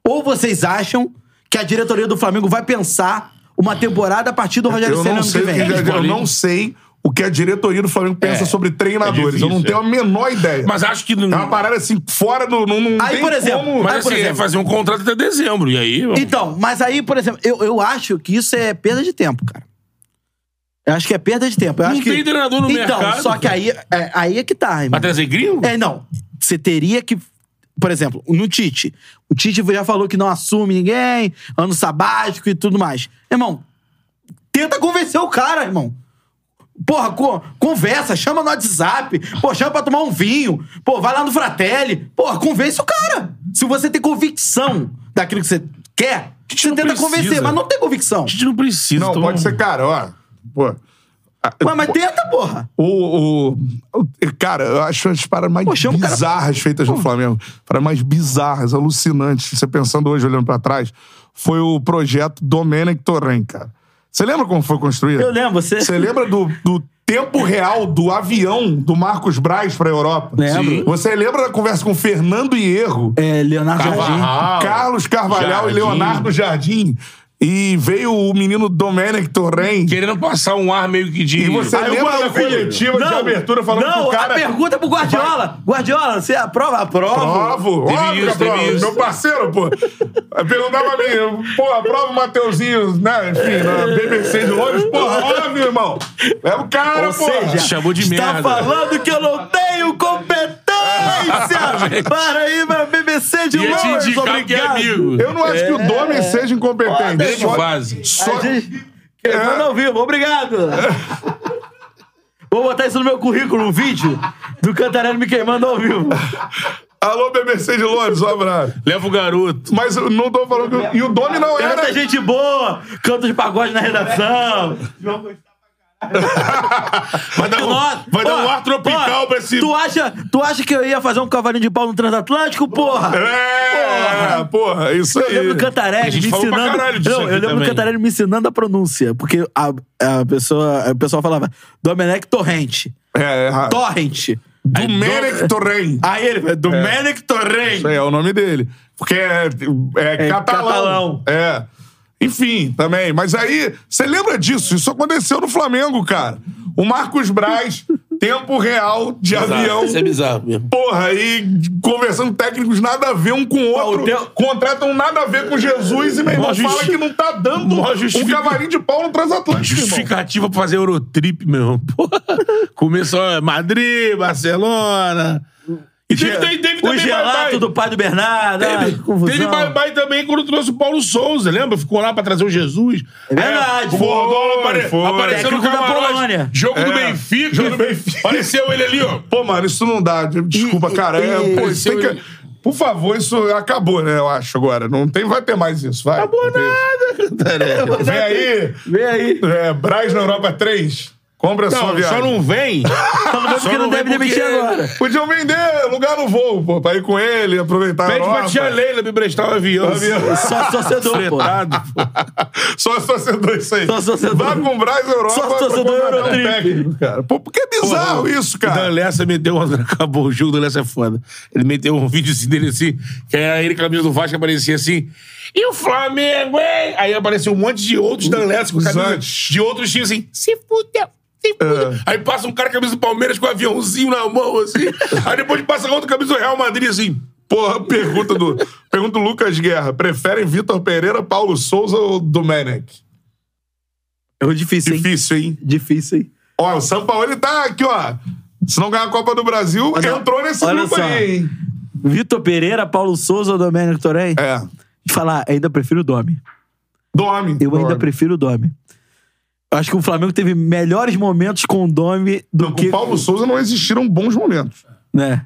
S3: Ou vocês acham que a diretoria do Flamengo vai pensar uma temporada a partir do Rogério
S1: Eu
S3: Ceni
S1: não,
S3: ano que
S1: sei o que,
S3: vem?
S1: a- eu não sei o que a diretoria do Flamengo pensa
S2: É,
S1: sobre treinadores.
S2: é difícil,
S1: eu não tenho a menor ideia.
S2: Mas acho que.
S1: é uma parada assim, fora do. Não, não
S3: hum. Aí,
S1: tem
S3: por exemplo,
S1: como-
S2: Mas
S3: Aí,
S2: assim,
S3: por exemplo-
S2: é fazer um contrato até dezembro. E aí. vamos-
S3: Então, mas aí, por exemplo, eu, eu acho que isso é perda de tempo, cara. Eu acho que é perda de tempo. Eu
S2: Não
S3: acho que...
S2: tem treinador no
S3: então,
S2: mercado,
S3: só que
S2: cara.
S3: aí é, aí é que tá, irmão.
S2: Vai trazer gringo?
S3: É, não. Você teria que. Por exemplo, no Tite. O Tite já falou que não assume ninguém, ano sabático e tudo mais. Irmão, tenta convencer o cara, irmão. Porra, co- conversa, chama no WhatsApp, pô, chama pra tomar um vinho, pô, vai lá no Fratelli, porra, convence o cara. Se você tem convicção daquilo que você quer,
S2: gente
S3: você
S2: não
S3: tenta
S2: precisa.
S3: convencer, mas não tem convicção.
S2: A gente não precisa.
S1: Não,
S2: tomar
S1: pode
S2: um-
S3: Então-
S1: ser, cara, ó. Pô.
S3: Ué, mas tenta, porra.
S1: O, o- o- cara, eu acho as paradas mais
S3: Pô, chama o é um cara-
S1: bizarras feitas no Flamengo. Paradas mais bizarras, alucinantes. Você pensando hoje, olhando pra trás, foi o projeto Domenic Torren, cara. Você lembra como foi construído?
S3: Eu lembro, você.
S1: Você lembra do, do tempo real do avião do Marcos Braz pra Europa?
S3: Lembro.
S1: Sim. Você lembra da conversa com Fernando Hierro?
S3: É, Leonardo Jardim.
S2: Carvajal.
S1: Carlos Carvalhal e
S2: Jardim.
S1: Leonardo Jardim. E veio o menino Domenic Torren.
S2: Querendo passar um ar meio que de.
S1: E você
S2: Aí eu
S1: lembra da
S2: guardo-
S1: coletiva de abertura falando
S3: não,
S1: que o cara...
S3: a pergunta é pro Guardiola. Guardiola, você aprova? Aprova.
S1: Provo,
S2: Teve
S1: óbvio
S2: isso,
S1: que eu
S2: teve
S1: provo.
S2: isso.
S1: Meu parceiro, pô. Eu Perguntava pra mim, pô, aprova o Mateuzinho, né? Enfim, na BBC de Londres, porra, óbvio, irmão. Leva o cara,
S3: Ou
S1: pô.
S3: seja,
S2: chamou de
S3: está
S2: merda.
S3: falando que eu não tenho competência para ir pra BBC ABC de
S2: Ia te
S3: Lourdes,
S2: indicar que é
S3: obrigado.
S2: amigo.
S1: Eu não acho que o
S3: É.
S1: Domi seja incompetente.
S2: Desde
S1: Só-
S2: base.
S1: só- É.
S3: A gente- Quebrando ao vivo, obrigado. Vou botar isso no meu currículo, um vídeo do Cantarelli me queimando ao vivo.
S1: Alô, BBC de Londres, um abraço.
S2: Leva o garoto.
S1: Mas eu não tô falando que. E o Domi não
S3: Tem muita
S1: era.
S3: gente boa, canto de pagode na redação.
S2: Vai dar um, vai dar um ar tropical pra esse.
S3: Tu acha, tu acha que eu ia fazer um cavalinho de pau no Transatlântico, porra?
S1: É, porra, isso
S3: Eu lembro
S1: aí.
S3: do
S2: É. A
S3: Cantarelli
S2: gente
S3: me
S2: falou pra
S3: ensinando.
S2: caralho disso
S3: Não, eu
S2: aqui
S3: lembro do
S2: também.
S3: Cantarelli me ensinando a pronúncia. Porque a, a pessoa, o pessoal falava Domenech Torrente.
S1: É,
S2: Ah.
S1: errado.
S3: Torrent.
S1: Domenic Torren.
S3: Aí ele falou, Domenech Torrente.
S1: Isso aí é o nome dele. Porque é, é
S3: É
S1: catalão.
S3: catalão.
S1: É. Enfim, também. Mas aí, você lembra disso? Isso aconteceu no Flamengo, cara. O Marcos Braz, tempo real de avião.
S2: Isso é bizarro mesmo.
S1: Porra, e conversando técnicos nada a ver um com o outro.
S3: o teu-
S1: Contratam nada a ver com Jesus e meu irmão
S2: Mó justi-
S1: fala que não tá dando
S2: Mó
S1: um
S2: justifica-
S1: cavalinho de pau no Transatlântico, irmão.
S2: Justificativa pra fazer Eurotrip, meu irmão. Porra. Começou ó, Madrid, Barcelona. E teve, teve, teve
S3: O
S2: também bye-bye.
S3: gelato do Padre Bernardo. ai, que confusão.
S2: Teve bye-bye também quando trouxe o Paulo Souza, lembra? Ficou lá pra trazer o Jesus.
S3: É verdade.
S2: o Gordon
S1: Foi,
S2: apare-
S1: foi.
S2: apareceu no
S3: Técnico da
S2: camarote.
S3: Polônia.
S2: Jogo do
S1: É.
S2: Benfica.
S1: Jogo do Benfica.
S2: Apareceu ele ali, ó.
S1: Pô, mano, isso não dá. Desculpa,
S3: E-
S1: cara. É,
S3: e-
S1: pô, isso tem que- Por favor, isso acabou, né? Eu acho agora. Não tem, vai ter mais isso. Vai.
S2: Acabou
S1: Não tem-
S2: nada, Cantarelli.
S1: Vem aí.
S3: Vem aí.
S1: É, Braz na Europa 3. Compra sua
S2: Não,
S1: viagem.
S2: só não vem.
S3: Só não vem porque
S2: não
S3: não deve
S2: vem porque-
S3: demitir agora.
S1: Podiam vender lugar no voo, pô, pra ir com ele, aproveitar
S2: Pede
S1: a Europa.
S2: pra tia Leila me emprestar um avião.
S1: Avião.
S3: Só torcedor, pô.
S2: Fretado, pô.
S1: Só torcedor isso aí.
S3: Só torcedor.
S1: Vá com o Braz Europa.
S3: Só
S1: pra
S3: torcedor
S1: contratar um
S3: Eurotrip.
S1: técnico, cara. Pô, porque é bizarro isso,
S2: O Dan
S1: cara.
S2: Lessa meteu. Acabou o jogo, o Dan Lessa é foda. Ele meteu um vídeo assim dele assim, que era ele com a camisa do Vasco aparecia assim. E o Flamengo, hein? Aí apareceu um monte de outros Dan Lessa com camisa
S1: antes.
S2: de outros times assim. Se fudeu. se
S1: É.
S2: fudeu. Aí passa um cara com a camisa do Palmeiras com um aviãozinho na mão, assim. Aí depois passa outro com a camisa do Real Madrid, assim.
S1: Porra, pergunta do, pergunta do Lucas Guerra. Preferem Vitor Pereira, Paulo Souza ou Domenech?
S3: É difícil, hein?
S1: Difícil, hein?
S3: Difícil, hein?
S1: Ó, o Sampaoli tá aqui, ó. Se não ganhar a Copa do Brasil,
S3: Olha-
S1: entrou nesse
S3: olha
S1: grupo
S3: só.
S1: aí, hein?
S3: Vitor Pereira, Paulo Souza ou Domênico Torém?
S1: É.
S3: De falar, ainda prefiro o Domi.
S1: Dome.
S3: Eu
S1: Dome.
S3: ainda prefiro o Domi. Eu Acho que o Flamengo teve melhores momentos com o Domi do
S1: Com
S3: que.
S1: o Paulo Souza não existiram bons momentos.
S3: Né?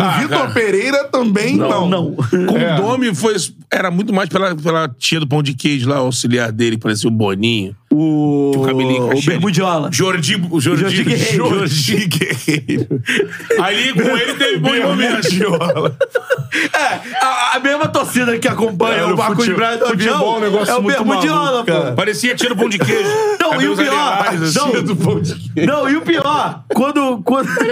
S2: Ah,
S1: o Vitor Pereira também não.
S3: não.
S2: Com
S1: É.
S2: o Domi foi, era muito mais pela, pela tia do pão de queijo lá, o auxiliar dele, que parecia o Boninho.
S3: O.
S2: o cabelinho
S3: O
S2: cacheado.
S3: Bermudiola.
S2: Jordi, o Jordi,
S3: Jordi Guerreiro.
S2: Jordi Guerreiro. Ali com ele teve bons momentos.
S1: Bermudiola.
S3: A, a mesma torcida que acompanha
S1: É,
S3: o
S1: o
S3: Marcos
S1: fute-
S3: Braz do
S1: futebol
S3: avião
S1: é um negócio
S3: é o
S1: muito
S3: Bermudiola,
S1: maluco,
S3: pô.
S1: cara.
S2: Parecia tiro pão de queijo.
S3: Não,
S2: Cadê
S3: e o
S2: os
S3: pior?
S2: alienados, assim?
S3: Não,
S1: do pão de queijo.
S3: Não, e o pior, quando. Quando.
S2: Com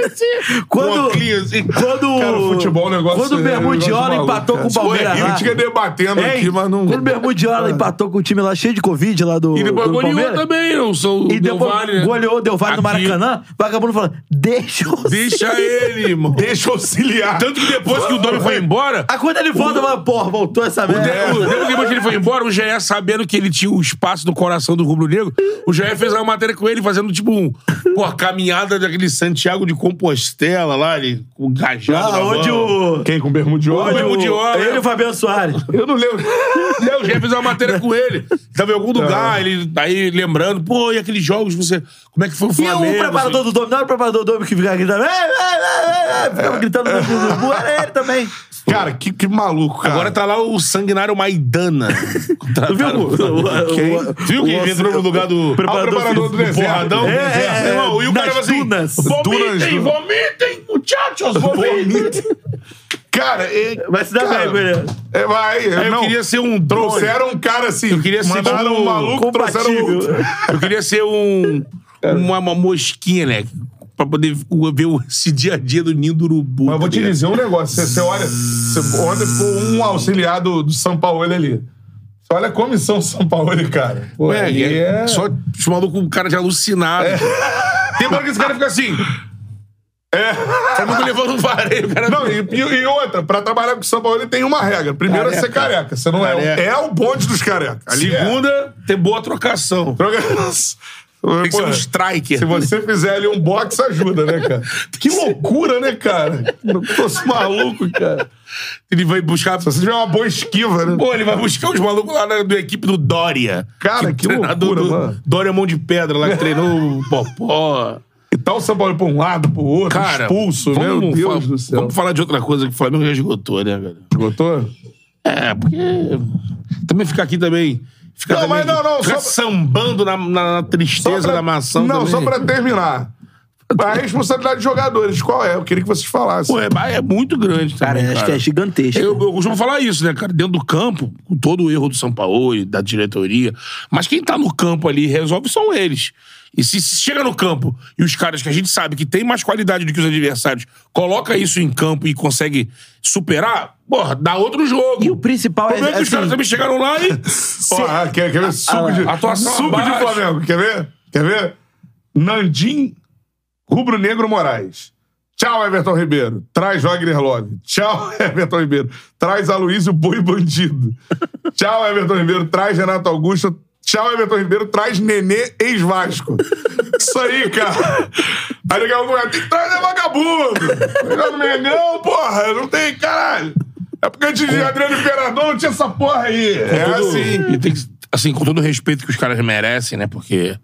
S3: quando.
S2: óculos, assim.
S3: Quando.
S1: Cara, o futebol é um negócio-
S3: Quando o
S1: é um
S3: Bermudiola
S1: negócio
S3: empatou
S1: maluco,
S3: com
S1: cara.
S3: o
S1: Tipo, é
S3: Palmeiras.
S1: E
S3: lá, É,
S1: eu tinha debatendo
S3: Ei,
S1: aqui, mas não.
S3: Quando o Bermudiola empatou com o time lá cheio de Covid lá do.
S2: E depois
S3: do
S2: goleou
S3: Palmeiras,
S2: também, não sou o
S3: E
S2: Del
S3: depois
S2: Valle, né?
S3: goleou, deu vale no
S2: Aqui.
S3: Maracanã. Vagabundo falando, deixa eu.
S2: Deixa ele, irmão.
S1: Deixa eu auxiliar.
S2: Tanto que depois que o Domi foi embora,
S3: Aí quando ele volta, fala, porra, voltou essa
S2: É, o-
S3: merda.
S2: lembra que depois que ele foi embora, o GE, sabendo que ele tinha o espaço no coração do Rubro Negro, o GE fez uma matéria com ele, fazendo tipo um, pô, caminhada daquele Santiago de Compostela lá, ele, com o gajado.
S3: Ah,
S2: na
S3: onde
S2: mão.
S3: o.
S1: Quem com
S2: é
S1: Bermudiola?
S3: Onde o
S2: Bermudiola,
S3: ele e o Fabiano Soares.
S1: Eu não lembro.
S2: E aí É, o GE fez uma matéria com ele. Tava em algum
S3: É.
S2: lugar, ele aí lembrando, pô, e aqueles jogos, você. Como é que foi o
S3: E
S2: Flamengo?
S3: o um preparador
S2: assim?
S3: do Domi, não era o preparador do Domi que ficava gritando. "Ei, ei, ei,
S2: É.
S3: ei", Ficava gritando no meio do grupo, era ele também.
S1: Cara, que, que maluco, cara.
S2: Agora tá lá o sanguinário Maidana.
S3: Tu viu? o- o- o-
S1: Quem?
S3: o-
S2: Tu Viu quem
S3: o-
S2: entrou no lugar do.
S1: Ah, o preparador do, deserto.
S2: Porradão?
S3: É, é, é.
S2: Irmão, e o cara
S3: Nas
S2: fala assim,
S3: dunas.
S2: Vomitem,
S1: Dunas.
S2: vomitem, muchachos, vomitem.
S1: Cara, é,
S3: Vai se dar
S1: cara,
S3: bem, William.
S1: é, vai.
S2: Aí eu
S1: não,
S2: queria ser um drone.
S1: Trouxeram um cara assim.
S2: Eu queria ser
S1: mandaram
S2: tipo
S1: um maluco, trouxeram
S3: compatível.
S1: outro.
S2: Eu queria ser um. Uma, uma mosquinha, né? Pra poder ver o- esse dia a dia do ninho do urubu.
S1: Mas eu vou
S2: tá
S1: te
S2: ligado?
S1: dizer um negócio. Você, você olha, você olha por um auxiliar do, do São Paulo ali. Você olha a comissão São Paulo, cara. Pô,
S2: Ué,
S1: ali
S2: é,
S1: é-
S2: Só os malucos, um cara de alucinado. Tem hora que esse cara fica assim. É. Tá muito levando um vareio, o cara.
S1: Não, e, e- e outra, pra trabalhar com o São Paulo, ele tem uma regra. Primeiro é ser careca. Você não é. o-
S2: Careca.
S1: É o bonde dos carecas.
S2: Segunda, ter boa trocação.
S1: Se é. Tem
S2: que ser um striker.
S1: Se você fizer ali um box, ajuda, né, cara? Que loucura, né, cara? Não fosse maluco, cara.
S2: Ele vai buscar.
S1: Se você tiver uma boa esquiva, né?
S2: Pô, ele vai buscar os malucos lá da, da equipe do Dória.
S1: Cara, que
S2: treinador
S1: loucura,
S2: do-
S1: mano.
S2: Dória é Mão de Pedra, lá que treinou o Popó. né?
S1: E tal o São Paulo pra um lado, pro outro,
S2: Cara,
S1: expulso, meu
S2: vamos
S1: Deus
S2: fa-
S1: do céu.
S2: Vamos falar de outra coisa que o Flamengo já esgotou, né, cara?
S1: Botou?
S2: É, porque. Também ficar aqui também. Ficar
S1: Não,
S2: também-
S1: mas não, não,
S2: ficar
S1: só-
S2: sambando na, na- na
S1: Só
S2: tristeza
S1: pra-
S2: da maçã.
S1: Não,
S2: também.
S1: só pra terminar. A responsabilidade dos jogadores, qual é? Eu queria que vocês falassem.
S2: Pô, é, é muito grande,
S3: Cara,
S2: também,
S3: acho que é gigantesco.
S2: Eu, eu costumo falar isso, né, cara? Dentro do campo, com todo o erro do Sampaoli, da diretoria. Mas quem tá no campo ali e resolve são eles. E se se chega no campo e os caras que a gente sabe que tem mais qualidade do que os adversários coloca isso em campo e consegue superar, porra, dá outro jogo.
S3: E o principal
S2: O
S3: é,
S2: problema é que os
S3: assim,
S2: caras também chegaram lá e.
S1: Ó, ah, quer, quer ver? Suco,
S3: ah,
S1: de,
S2: atuação
S1: suco de
S2: abaixo.
S1: Flamengo, quer ver? Quer ver? Nandim Rubro Negro Moraes. Tchau, Everton Ribeiro. Traz Wagner Love. Tchau, Everton Ribeiro. Traz Aloysio Boi Bandido. Tchau, Everton Ribeiro. Traz Renato Augusto. Tchau, Everton Ribeiro. Traz Nenê ex-Vasco. Isso aí, cara. Aí daqui a pouco vai, tem que trazer vagabundo. Tá no Mengão, porra. Não tem, caralho. É porque antes de Adriano Imperador não tinha essa porra aí. É
S2: todo-
S1: assim.
S2: E tem que- assim, com todo o respeito que os caras merecem, né? Porque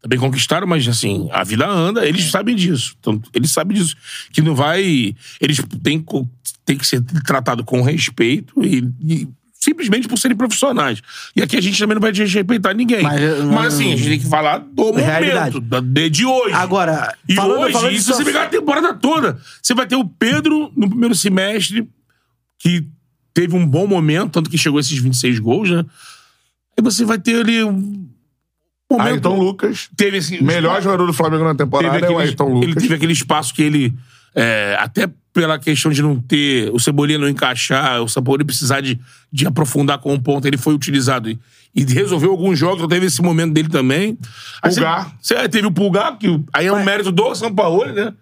S2: também conquistaram, mas assim, a vida anda, eles sabem disso. Então, eles sabem disso. Que não vai. Eles têm, co- têm que ser tratados com respeito e. e Simplesmente por serem profissionais. E aqui a gente também não vai desrespeitar ninguém. Mas,
S3: Mas, eh,
S2: assim, a gente tem que falar do momento,
S3: Realidade.
S2: da- de, de hoje.
S3: Agora,
S2: E
S3: falando,
S2: hoje,
S3: falando de
S2: isso você
S3: situação-
S2: pegar a temporada toda. Você vai ter o Pedro no primeiro semestre, que teve um bom momento, tanto que chegou a esses 26 gols, né? Aí você vai ter ali um
S3: Ah,
S2: momento.
S3: então
S1: Ayrton Lucas.
S2: teve esse
S1: Melhor jogador do Flamengo na temporada é o Ayrton Lucas.
S2: Ele teve aquele espaço que ele. é, até pela questão de não ter o Cebolinha não encaixar, o Cebolinha precisar de, de aprofundar com um ponto, ele foi utilizado e, e resolveu alguns jogos, então teve esse momento dele também. Aí
S1: Pulgar.
S2: Você, você teve o Pulgar, que aí é um mérito do São Paulo, né?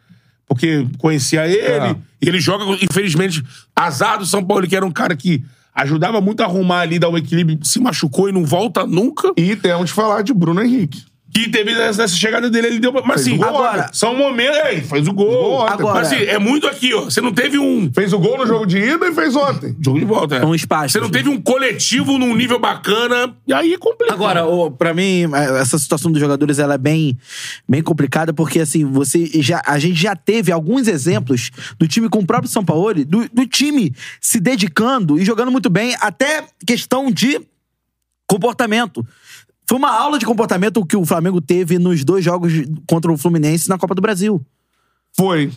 S2: Porque conhecia ele,
S1: É.
S2: e ele joga, infelizmente, azar do São Paulo, que era um cara que ajudava muito a arrumar ali, dar um equilíbrio, se machucou e não volta nunca.
S1: E temos que falar de Bruno Henrique.
S2: Que teve essa essa chegada dele, ele deu. Mas assim,
S1: o gol
S3: Agora-
S2: olha, são momentos. É, fez o
S1: Gol
S2: gol.
S1: ontem.
S2: Agora,
S3: Agora-
S2: mas, assim, é muito aqui, ó. Você não teve um.
S1: Fez o gol no jogo de ida e fez ontem.
S2: Jogo de volta, é.
S3: Um espaço.
S2: Você não teve um coletivo num nível bacana. E aí complica.
S3: Agora, o- pra mim, essa situação dos jogadores ela é bem, bem complicada, porque assim, você já, a gente já teve alguns exemplos do time com o próprio São Paulo, do, do time se dedicando e jogando muito bem, até questão de comportamento. Foi uma aula de comportamento que o Flamengo teve nos dois jogos contra o Fluminense na Copa do Brasil.
S1: Foi.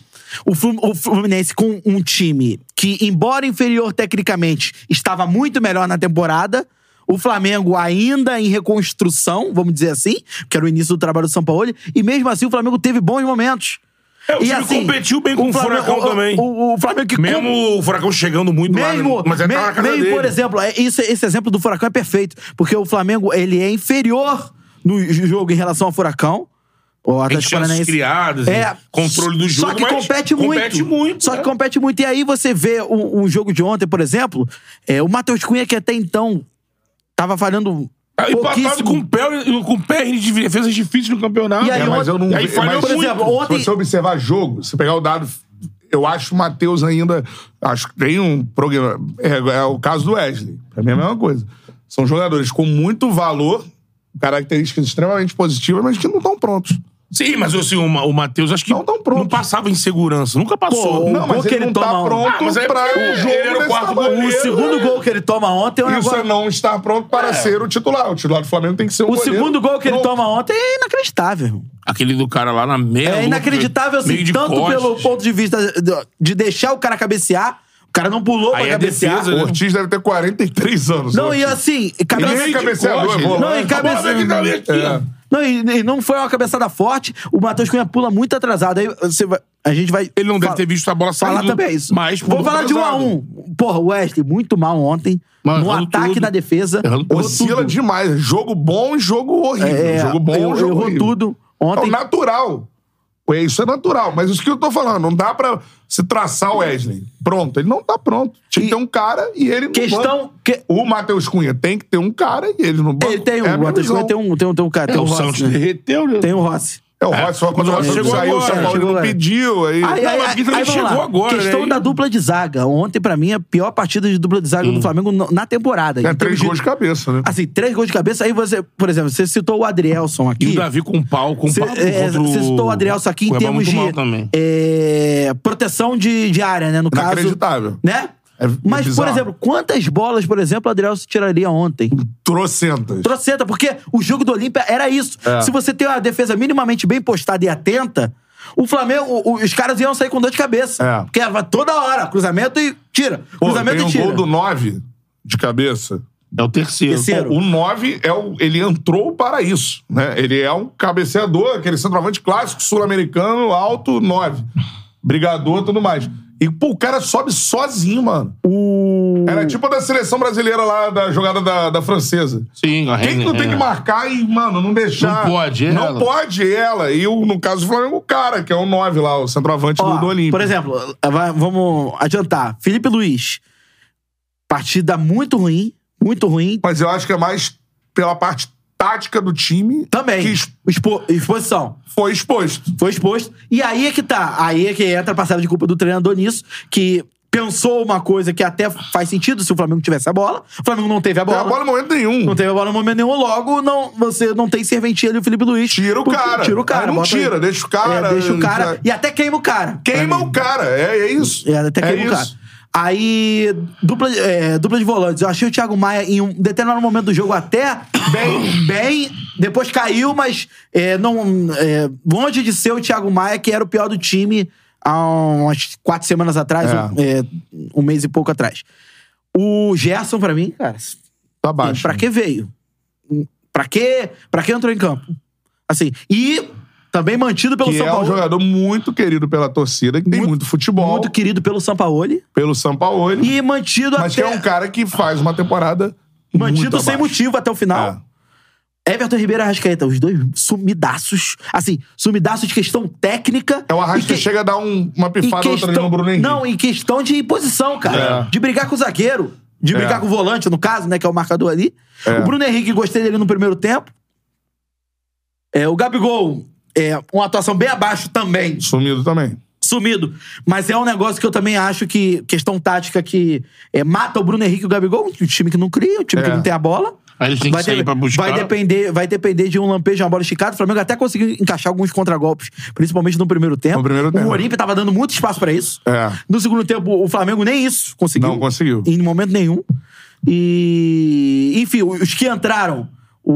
S3: O Flu- o Fluminense com um time que, embora inferior tecnicamente, estava muito melhor na temporada. O Flamengo ainda em reconstrução, vamos dizer assim, que era o início do trabalho do São Paulo. E mesmo assim, o Flamengo teve bons momentos.
S2: É, o
S3: e assim,
S2: time competiu bem com o Furacão
S3: o-
S2: também.
S3: O, o Flamengo que
S2: Mesmo o Furacão chegando muito lá.
S3: mesmo,
S2: Mas é
S3: me-
S2: na casa
S3: mesmo,
S2: dele.
S3: por exemplo, é- isso- esse exemplo do Furacão é perfeito, porque o Flamengo ele é inferior no jogo em relação ao Furacão. O
S2: Tem
S3: Atlético
S2: chances
S3: Paranaense
S2: criadas, né?
S3: é,
S2: controle do jogo.
S3: Só que
S2: mas
S3: compete muito.
S2: Compete muito.
S3: Só
S2: né?
S3: que compete muito. E aí você vê o, o jogo de ontem, por exemplo, é, o Matheus Cunha, que até então tava falhando.
S2: Tá Empatado
S3: pouquíssimo.
S2: com o pé, com perna de defesa é difícil no campeonato.
S3: E aí
S1: É, mas
S3: ontem-
S1: eu não
S2: e aí
S1: vi-
S2: falhou
S1: mas-
S3: Por
S2: muito.
S3: exemplo,
S1: Se
S3: ontem.
S1: você observar jogo, se pegar o dado, eu acho o Matheus ainda. Acho que tem um programa. É, é o caso do Wesley. Pra mim é a mesma coisa. São jogadores com muito valor, características extremamente positivas, mas que não estão prontos.
S2: Sim, mas assim, o, Ma- o Matheus acho que
S1: Não tão pronto.
S2: não passava em segurança. Nunca passou.
S3: Pô,
S1: Não, mas
S3: gol que
S1: ele,
S3: ele
S1: não tá
S3: toma,
S1: pronto
S2: ah, mas é
S1: pra
S2: porque
S1: um
S2: ele
S1: jogo
S2: era o
S1: desse
S2: quarto
S1: tamanho.
S2: goleiro.
S3: O segundo gol que ele toma ontem é um
S1: Isso
S3: negócio.
S1: é não estar pronto para ser o titular. O titular do Flamengo tem que ser um
S3: É. O segundo gol que ele
S1: toma
S3: toma ontem é inacreditável, irmão.
S2: Aquele do cara lá na merda.
S3: É inacreditável, assim,
S2: meio de
S3: tanto
S2: costas.
S3: pelo ponto de vista de- de deixar o cara cabecear. O cara não pulou
S2: Aí é
S3: pra cabecear.
S2: defesa,
S1: O
S2: né?
S1: Ortiz deve ter 43 anos.
S3: Não,
S1: Ortiz.
S3: e assim,
S1: Ele
S3: cabecear.
S1: nem é cabeceador,
S2: Não,
S1: é
S2: e
S1: volante.
S3: cabe-
S1: A bola né? vem aqui,
S3: né?
S1: dali aqui.
S2: É.
S3: Não, e, e não foi uma cabeçada forte. O Matheus Cunha pula muito atrasado. Aí você vai- a gente vai.
S2: Ele não deve
S3: fala-
S2: ter visto a bola sair.
S3: Falar também é isso.
S2: Mas,
S3: Vou falar de um a um. Porra, o Wesley, muito mal ontem.
S2: Mas
S3: no
S2: errando
S3: ataque
S2: tudo.
S3: na defesa.
S2: Errando
S3: errou
S1: Oscila
S3: tudo.
S1: demais. Jogo bom, jogo horrível.
S3: É,
S1: jogo bom,
S3: errou-
S1: jogo
S3: errou
S1: horrível.
S3: tudo.
S1: É o
S3: Ontem.
S1: natural. Isso é natural, mas isso que eu tô falando, não dá pra se traçar o Wesley. Pronto, ele não tá pronto. Tinha que ter um cara e ele no
S3: Questão.
S1: banco.
S3: Que...
S1: O Matheus Cunha tem que ter um cara e ele no banco.
S3: Ele tem um.
S1: É a
S3: o
S1: minha
S3: Matheus
S1: visão.
S3: Cunha tem um, tem um, tem um cara. Tem um
S2: É O
S3: Rossi.
S2: Santos
S3: né?
S2: derreteu, né?
S3: Tem um Rossi.
S1: É, o Rossi, só quando o Rossi
S2: chegou
S1: saiu, o
S2: agora,
S1: São Paulo
S3: chegou
S1: não
S3: agora.
S1: pediu. Aí...
S3: Aí, aí,
S2: mas
S3: aí,
S2: Vitor,
S3: aí
S2: ele
S3: vamos
S2: chegou
S3: lá.
S2: agora,
S3: Questão
S2: né?
S3: da dupla de zaga. Ontem, pra mim, a pior partida de dupla de zaga
S2: Hum.
S3: do Flamengo na na
S1: É
S3: temporada. Em
S1: três
S3: termos
S1: gols de cabeça, né?
S3: Assim, três gols de cabeça. Aí você, por exemplo, você citou o Adrielson aqui.
S2: E o Davi com um pau,
S1: Um
S2: com
S3: Você
S2: pau.
S3: é,
S2: contra o-
S3: você citou o Adrielson aqui em
S2: Cuiabá
S3: termos
S2: muito mal
S3: de
S2: também.
S3: é, proteção de, de área, né? No caso.
S1: Inacreditável.
S3: Né?
S1: É
S3: Mas, por
S1: bizarro.
S3: exemplo, quantas bolas, por exemplo, o Adrielson tiraria ontem?
S1: Trocentas.
S3: Trocenta, porque o jogo do Olímpia era isso.
S1: É.
S3: Se você tem uma defesa minimamente bem postada e atenta, o Flamengo, o- o- os caras iam sair com dor de cabeça.
S1: É.
S3: Porque era toda hora, cruzamento e tira.
S1: Pô,
S3: cruzamento
S1: tem
S3: e
S1: um
S3: tira.
S1: gol do 9 de cabeça.
S2: É o terceiro.
S3: Terceiro.
S1: O 9 é o, ele entrou para isso, né? Ele é um cabeceador, aquele centroavante clássico sul-americano, alto 9. Brigador e tudo mais. E pô, o cara sobe sozinho, mano. Era tipo a da seleção brasileira lá, da jogada da, da francesa.
S2: Sim, a
S1: Quem que não tem que marcar e, mano, não deixar.
S2: é. Não pode, é
S1: Não
S2: ela.
S1: pode ela. E o, no caso do Flamengo, o cara, que é o 9 lá, o centroavante
S3: Ó,
S1: do, do Olímpico.
S3: Por exemplo, vai- vamos adiantar. Felipe Luiz. Partida muito ruim, muito ruim.
S1: Mas eu acho que é mais pela parte tática do time
S3: Também.
S1: que es-
S3: Expo- exposição.
S1: foi exposto.
S3: Foi exposto. E aí é que tá. Aí é que entra a parcela de culpa do treinador nisso, que pensou uma coisa que até faz sentido se o Flamengo tivesse a bola. O Flamengo não teve a
S1: Não
S3: bola.
S1: é bola em momento
S3: Não
S1: nenhum.
S3: teve a bola no momento nenhum, logo não, você não tem serventia ali, o Felipe Luiz.
S1: Tira o
S3: Porque-
S1: cara.
S3: Tira o cara.
S1: Aí não
S3: bota
S1: tira, deixa o cara,
S3: É, deixa o cara.
S1: já-
S3: E até queima o cara.
S1: Queima o cara, é, é isso.
S3: É, até queima o cara.
S1: isso.
S3: Aí, dupla, de- é, dupla de volantes. Eu achei o Thiago Maia em um determinado momento do jogo até bem, bem. Depois caiu, mas é, não, é, longe de ser o Thiago Maia, que era o pior do time há umas quatro semanas atrás,
S1: É.
S3: um, é, um mês e pouco atrás. O Gerson, pra mim, cara, assim,
S1: Tá baixo.
S3: pra que veio? Pra que, pra que entrou em campo? Assim, e também mantido pelo
S1: Que
S3: São
S1: é um
S3: Paulo.
S1: jogador muito querido pela torcida, que tem
S3: Muito-
S1: muito, futebol,
S3: muito querido pelo Sampaoli
S1: pelo Sampaoli,
S3: e mantido
S1: mas que
S3: até
S1: é um cara que faz uma temporada
S3: mantido
S1: muito
S3: sem
S1: abaixo.
S3: motivo até o final.
S1: É.
S3: Everton Ribeiro e Arrascaeta, os dois sumidaços. Assim, sumidaços de questão técnica.
S1: É o Arrasca
S3: e que-
S1: chega a dar um- uma
S3: e
S1: pifada outra ali
S3: questão-
S1: no Bruno Henrique.
S3: Não, em questão de posição, cara.
S1: É.
S3: De brigar com o zagueiro. De
S1: É.
S3: brigar com o volante, no caso, né? Que é o marcador ali.
S1: É.
S3: O Bruno Henrique, gostei dele no primeiro tempo. É, o Gabigol, é, uma atuação bem abaixo também
S1: Sumido também.
S3: sumido. Mas é um negócio que eu também acho que questão tática que é, mata o Bruno Henrique e o Gabigol, um time que não cria, um time
S1: É.
S3: que não tem a bola.
S2: Aí eles têm que
S3: Vai,
S2: sair
S3: de-
S2: pra buscar.
S3: vai depender, vai depender de um lampejo, uma bola esticada. O Flamengo até conseguiu encaixar alguns contragolpes, principalmente no primeiro tempo.
S1: No primeiro tempo.
S3: O Olímpia tava dando muito espaço pra isso.
S1: É.
S3: No segundo tempo, o Flamengo nem isso conseguiu.
S1: Não conseguiu.
S3: Em momento nenhum. E. Enfim, os que entraram. O,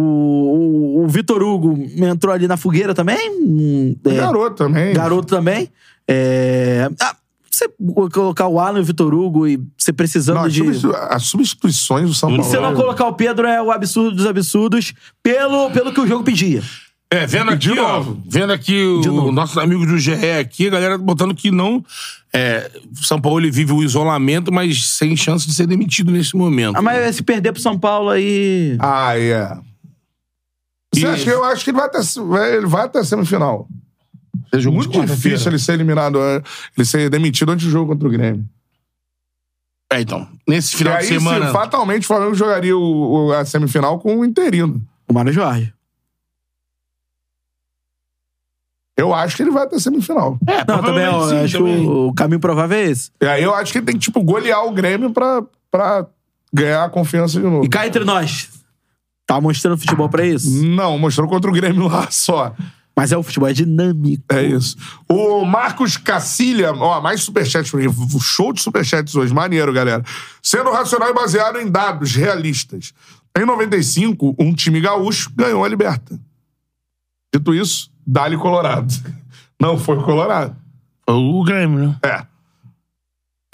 S3: o, o Vitor Hugo entrou ali na fogueira também. hum, é,
S1: Garoto também.
S3: Garoto também. É... Ah, você colocar o Alan e o Vitor Hugo e você precisando
S1: Não, as,
S3: de.
S1: substitu- as substituições do São Paulo.
S3: Você não colocar o Pedro é o absurdo dos absurdos pelo, pelo que o jogo pedia.
S2: É, vendo aqui,
S1: De
S2: ó,
S1: novo.
S2: vendo aqui
S3: De novo.
S2: o nosso amigo do GE aqui, a galera botando que não. É, São Paulo ele vive o isolamento, mas sem chance de ser demitido nesse momento.
S3: Ah, mas se perder pro São Paulo aí.
S1: Ah, é. Você
S2: E-
S1: acha que, eu acho que ele vai até, vai- ele vai até a semifinal.
S2: É jogo de
S1: Muito
S2: quarta-feira.
S1: difícil ele ser eliminado, é, ele ser demitido antes do jogo contra o Grêmio.
S2: É, então. Nesse final
S1: e aí,
S2: de semana.
S1: se, fatalmente, o Flamengo jogaria o- o- a semifinal com o Interino.
S3: O Mário Jorge.
S1: Eu acho que ele vai até a semifinal.
S2: É,
S3: Não, também,
S2: provavelmente
S3: eu
S2: sim,
S3: acho
S2: também.
S3: que o, o caminho provável é esse.
S1: E aí eu acho que ele tem que, tipo, golear o Grêmio pra, pra ganhar a confiança de novo.
S3: E cá entre nós. Tá mostrando futebol pra isso?
S1: Não, mostrou contra o Grêmio lá só.
S3: Hum. Mas é o futebol é dinâmico.
S1: É isso. O Marcos Cacilha, ó, mais superchats pra mim. Show de superchats hoje, maneiro, galera. Sendo racional e baseado em dados realistas. Em 95, um time gaúcho ganhou a Liberta. Dito isso, dá-lhe Colorado. Não foi Colorado.
S2: Foi O Grêmio, né?
S1: É.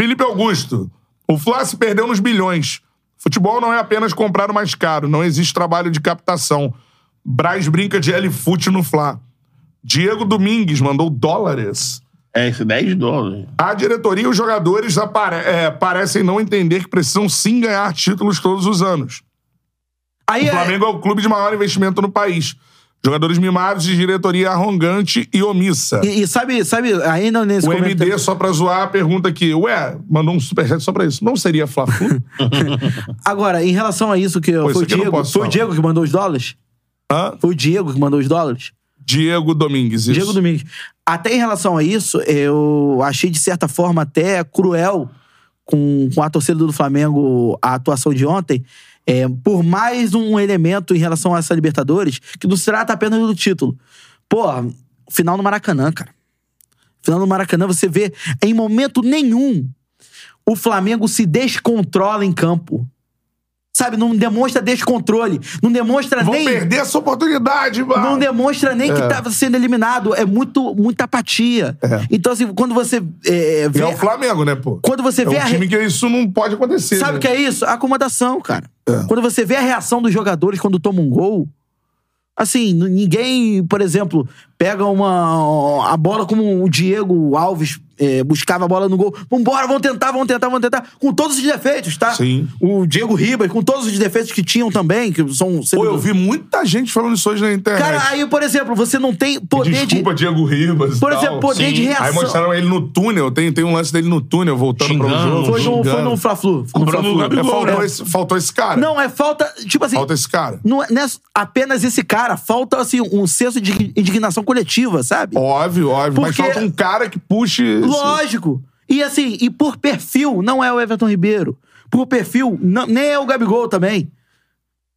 S1: Felipe Augusto. O Fla se perdeu nos bilhões. Futebol não é apenas comprar o mais caro. Não existe trabalho de captação. Braz brinca de L-Foot no Fla. Diego Domingues mandou dólares.
S2: É, esse 10 dólares.
S1: A diretoria e os jogadores apare- é, parecem não entender que precisam sim ganhar títulos todos os anos.
S3: Aí
S1: O
S3: é.
S1: Flamengo é o clube de maior investimento no país. Jogadores mimados de diretoria arrogante e omissa.
S3: E, e sabe, sabe, ainda nesse
S1: o
S3: comentário-
S1: MD, só pra zoar, pergunta aqui. Ué, mandou um superchat só pra isso. Não seria Fla-Flu?
S3: Agora, em relação a isso que eu-
S1: Pô, isso
S3: foi o
S1: aqui eu não
S3: Diego,
S1: posso
S3: foi o
S1: falar.
S3: Diego que mandou os dólares?
S1: Hã?
S3: Foi o Diego que mandou os dólares?
S1: Diego Domingues. Isso.
S3: Diego Domingues. Até em relação a isso, eu achei de certa forma até cruel com, com a torcida do Flamengo a atuação de ontem. é, por mais um elemento em relação a essa Libertadores, que não se trata apenas do título. Pô, final no Maracanã, cara. Final no Maracanã, você vê em momento nenhum o Flamengo se descontrola em campo. Sabe, não demonstra descontrole. Não demonstra
S1: Vão
S3: nem.
S1: perder essa oportunidade, mano.
S3: Não demonstra nem que
S1: É.
S3: estava sendo eliminado. É muito, muita apatia. Então, assim, quando você é,
S1: E
S3: vê.
S1: é o Flamengo, né, pô?
S3: Quando você
S1: É
S3: vê a.
S1: um
S3: re-
S1: time que isso não pode acontecer.
S3: Sabe o
S1: né?
S3: que é isso? Acomodação, cara.
S1: É.
S3: Quando você vê a reação dos jogadores quando toma um gol. Assim, n- ninguém, por exemplo, pega uma. a bola como o Diego Alves é, buscava a bola no gol. Vambora, vamos tentar, vamos tentar, vamos tentar. Com todos os defeitos, tá?
S1: Sim.
S3: O Diego Ribas, com todos os defeitos que tinham também, que são.
S1: Pô, eu vi muita gente falando isso hoje na internet.
S3: Cara, aí, por exemplo, você não tem poder de.
S1: Desculpa, Diego Ribas. e
S3: Por
S1: tal.
S3: exemplo, poder
S2: sim.
S3: de
S2: Aí
S3: reação.
S1: Aí mostraram ele no túnel. Tem, tem um lance dele no túnel, voltando para o
S2: Xingando,
S1: jogo.
S3: Foi no, foi
S1: xingando.
S3: no Fla-Flu. Foi no
S2: Cobrando
S3: Fla-Flu. né?
S2: o
S1: É,
S2: Gabigol.
S1: faltou,
S2: É.
S1: Esse, faltou esse cara.
S3: Não, é falta. Tipo assim.
S1: Falta esse cara.
S3: Não é, não é apenas esse cara. Falta, assim, um senso de indignação coletiva, sabe?
S1: Óbvio, óbvio. Mas
S3: Porque-
S1: falta um cara que puxe. esse-
S3: Lógico. E assim, e por perfil, não é o Everton Ribeiro. Por perfil, não- nem é o Gabigol também.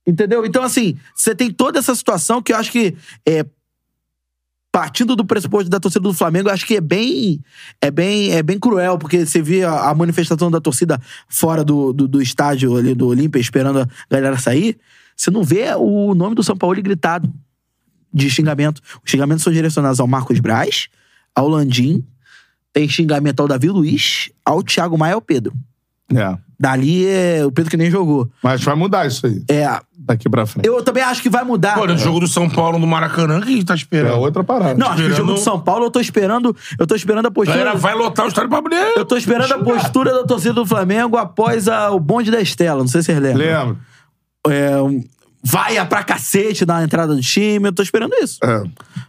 S3: Entendeu? Então, assim, você tem toda essa situação que eu acho que é. Partindo do pressuposto da torcida do Flamengo, eu acho que é bem, é bem, é bem cruel, porque você vê a, a manifestação da torcida fora do, do, do estádio ali do Olímpia, esperando a galera sair. Você não vê o nome do São Paulo gritado de xingamento. Os xingamentos são direcionados ao Marcos Braz, ao Landim, tem xingamento ao Davi Luiz, ao Thiago Maia e ao Pedro.
S1: É.
S3: Dali é o Pedro que nem jogou.
S1: Mas vai mudar isso aí.
S3: É,
S1: Daqui pra frente.
S3: eu também acho que vai mudar.
S2: Olha, o é um jogo do São Paulo no Maracanã, quem tá
S1: É
S2: esperando?
S1: outra parada.
S3: não, acho que o jogo
S2: esperando-
S3: do São Paulo eu tô esperando, eu tô esperando a
S2: A
S3: postura.
S2: galera vai lotar o estádio pra abrir.
S3: Eu tô esperando a postura da torcida do Flamengo após a- o bonde da Estela, não sei se vocês lembram.
S1: Lembro.
S3: É, um- vai pra cacete na entrada do time, eu tô esperando isso.
S1: É.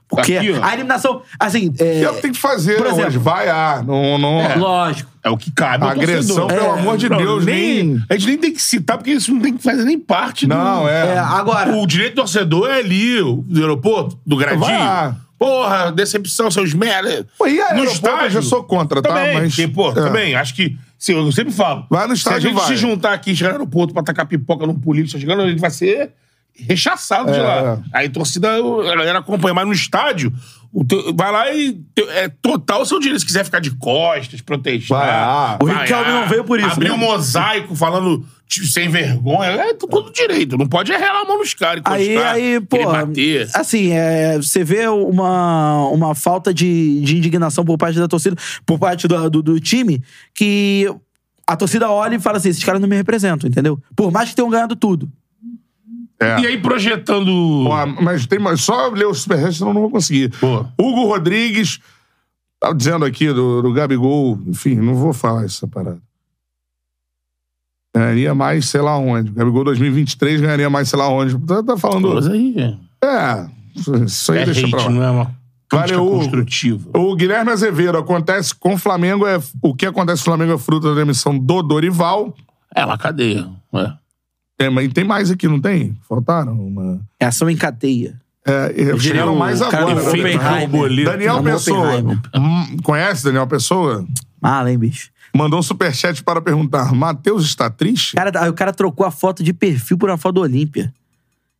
S3: Porque
S2: Aqui, ó.
S3: a eliminação, assim, é,
S1: E é o que tem que fazer,
S3: Por
S1: né,
S3: exemplo-
S1: hoje. Vai, ah, não. não...
S3: lógico.
S2: É o que cabe. ao
S1: Agressão,
S2: torcedor.
S1: pelo amor de
S2: Não,
S1: Deus, nem-
S2: A gente nem tem que citar, porque isso não tem que fazer nem parte do-
S1: Não, é.
S3: É, agora,
S2: O direito do torcedor é ali, o- do aeroporto, do gradinho.
S1: Vai lá.
S2: Porra, decepção, seus merda.
S1: Pô, e aí,
S2: no
S1: aeroporto,
S2: estádio.
S1: eu sou contra, tá?
S2: Também,
S1: Mas-
S2: porque, pô,
S1: é.
S2: também, acho que... se eu sempre falo.
S1: Vai no
S2: Se
S1: estádio,
S2: a gente
S1: vai.
S2: se juntar aqui, e chegar no aeroporto pra tacar pipoca num político, chegando, a gente vai ser rechaçado de
S1: É,
S2: lá. Aí torcida, eu- a galera acompanha. Mas no estádio, o teu- vai lá e... teu- é total o seu direito. Se quiser ficar de costas, protestar...
S1: Vai ah, lá.
S3: O
S2: vaiar,
S3: Riquelme não veio por isso,
S2: Abrir
S3: né?
S2: um mosaico falando tipo, sem vergonha. É todo direito. Não pode errar a mão nos caras. encostar,
S3: Aí, aí, pô.
S2: querer bater.
S3: Assim, é, você vê uma, uma falta de, de indignação por parte da torcida, por parte do, do, do time, que a torcida olha e fala assim: esses caras não me representam, entendeu? Por mais que tenham ganhado tudo.
S1: É.
S2: E aí, projetando.
S1: Pô, mas tem mais. Só ler o superchat, senão eu não vou conseguir.
S2: Boa.
S1: Hugo Rodrigues. Tá dizendo aqui do, do Gabigol. Enfim, não vou falar essa parada. Ganharia mais, sei lá onde. Gabigol 2023 ganharia mais, sei lá onde. Tá, tá falando.
S2: Mas aí.
S1: É. Isso aí
S2: É
S1: deixa
S2: hate,
S1: pra lá.
S2: não é uma crítica
S1: Valeu.
S2: construtiva.
S1: O Guilherme Azevedo, acontece com o Flamengo é o que acontece com o Flamengo é fruto da demissão do Dorival.
S2: É lá, cadeia. É.
S1: É, mas tem mais aqui, não tem? Faltaram uma.
S3: É ação em cadeia.
S1: É, e chegaram
S3: o
S1: mais
S3: cara
S1: agora.
S3: do
S1: né?
S3: Oppenheimer.
S1: Borboleta. Daniel
S3: Chama
S1: Pessoa.
S3: Oppenheimer.
S1: Hum, Conhece Daniel Pessoa?
S3: Mala, hein, bicho?
S1: Mandou um superchat para perguntar: Matheus está triste?
S3: Cara, aí o cara trocou a foto de perfil por uma foto do Olímpia.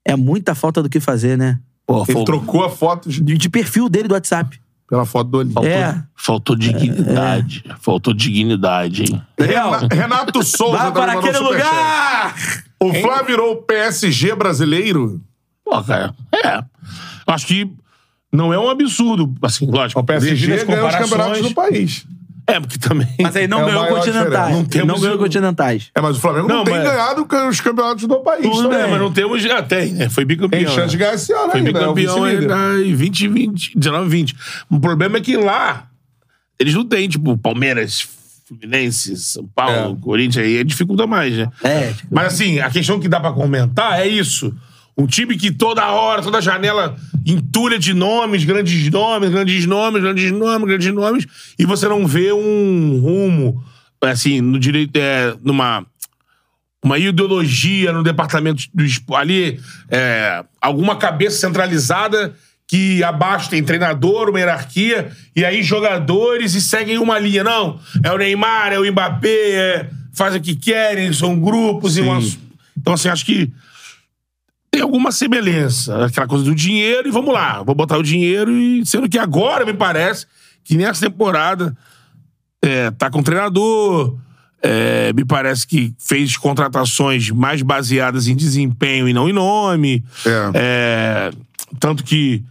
S3: É muita falta do que fazer, né?
S2: Pô,
S1: Ele
S2: fal-
S1: trocou a foto de-
S3: De, de perfil dele do WhatsApp.
S1: pela foto do Olímpio.
S2: faltou,
S3: É.
S2: faltou dignidade. Faltou dignidade, hein?
S3: Daniel,
S1: Rena- Renato Souza
S3: vai
S1: também
S3: para
S1: mandou
S3: aquele
S1: um superchat.
S3: lugar!
S1: O Flá virou o PSG brasileiro?
S2: Pô, cara, é. Acho que não é um absurdo. Assim, lógico.
S1: O PSG
S2: devido às
S1: ganhou os campeonatos
S2: comparações-
S1: do país.
S2: É, porque também.
S3: Mas aí não
S1: É o
S3: ganhou
S1: maior
S3: continentais.
S1: diferença.
S2: Não temos
S3: não ganhou
S2: o-
S3: continentais.
S1: É, mas o Flamengo não,
S2: Não,
S1: tem
S2: mas-
S1: ganhado os campeonatos do país.
S2: Tudo
S1: também.
S2: bem, mas não temos. Ah, tem, né? Foi bicampeão.
S1: Tem chance de
S2: né?
S1: ganhar esse ano
S2: Foi
S1: ainda. é o
S2: bicampeão
S1: vice-líder.
S2: ainda em 20, 20, 19, 20. O problema é que lá eles não têm, tipo, Palmeiras, Fluminense, São Paulo,
S1: É.
S2: Corinthians, aí dificulta mais, né?
S3: É.
S2: Mas assim, a questão que dá pra comentar é isso. Um time que toda hora, toda janela entulha de nomes, grandes nomes, grandes nomes, grandes nomes, grandes nomes, e você não vê um rumo, assim, no direito, é, numa uma ideologia no departamento do espo- ali, é, alguma cabeça centralizada que abaixo tem treinador, uma hierarquia, e aí jogadores e seguem uma linha. Não, é o Neymar, é o Mbappé, é, faz o que querem, são grupos e uma... Então, assim, acho que tem alguma semelhança. né? Aquela coisa do dinheiro e vamos lá, vou botar o dinheiro e... Sendo que agora, me parece, que nessa temporada é, tá com treinador. é, me parece que fez contratações mais baseadas em desempenho e não em nome.
S1: É.
S2: É, tanto que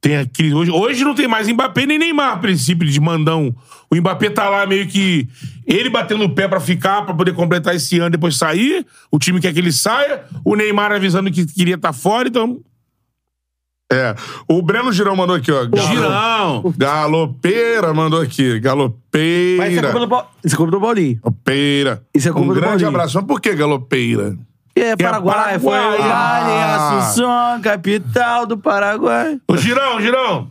S2: tem aquele. Hoje, hoje não tem mais Mbappé nem Neymar, a princípio, de mandão. O Mbappé tá lá meio que. Ele batendo o pé pra ficar, pra poder completar esse ano e depois sair. O time quer que ele saia. O Neymar avisando que queria estar fora, então.
S1: É. O Breno Girão mandou aqui, ó. Galo-
S2: Girão!
S1: Galopeira mandou aqui.
S3: Mas isso é culpa
S1: Galopeira.
S3: do, Pau- isso é culpa do Paulinho.
S1: Galopeira.
S3: Isso é culpa
S1: um
S3: do
S1: grande
S3: Paulinho.
S1: abraço. Mas por que galopeira?
S3: É,
S2: Paraguai.
S3: Paraguai, foi
S1: Ah.
S3: Itália, Assunção, capital do Paraguai.
S2: Ô, Girão, Girão!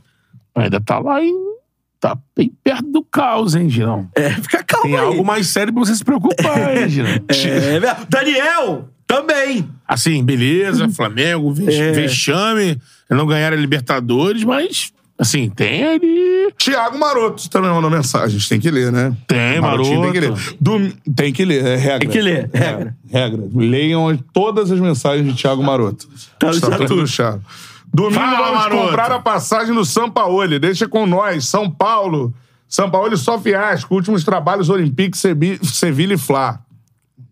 S2: Ainda tá lá em. Tá bem perto do caos, hein, Girão?
S3: É, fica calmo
S2: Tem
S3: aí.
S2: algo mais sério pra você se preocupar, hein, Girão?
S3: É, verdade. Daniel, também.
S2: Assim, beleza, Flamengo, vex-
S3: É.
S2: vexame, não ganharam a Libertadores, mas, assim, tem ali.
S1: Tiago Maroto também mandou mensagem. A gente tem que ler, né?
S2: Tem,
S1: Marotinho Tem que ler.
S2: Maroto.
S1: Dom- Tem que ler, é regra.
S3: Tem que ler,
S1: É,
S3: regra.
S1: regra. Leiam todas as mensagens de Tiago Maroto.
S3: Tá no
S1: Está
S3: estatuto.
S1: tudo no chá. Domingo
S2: Fala,
S1: vamos
S2: Maroto.
S1: comprar a passagem do Sampaoli. Deixa com nós, São Paulo. São Paulo só fiasco. Últimos trabalhos Olympique, Sebi- Sevilha e Flá.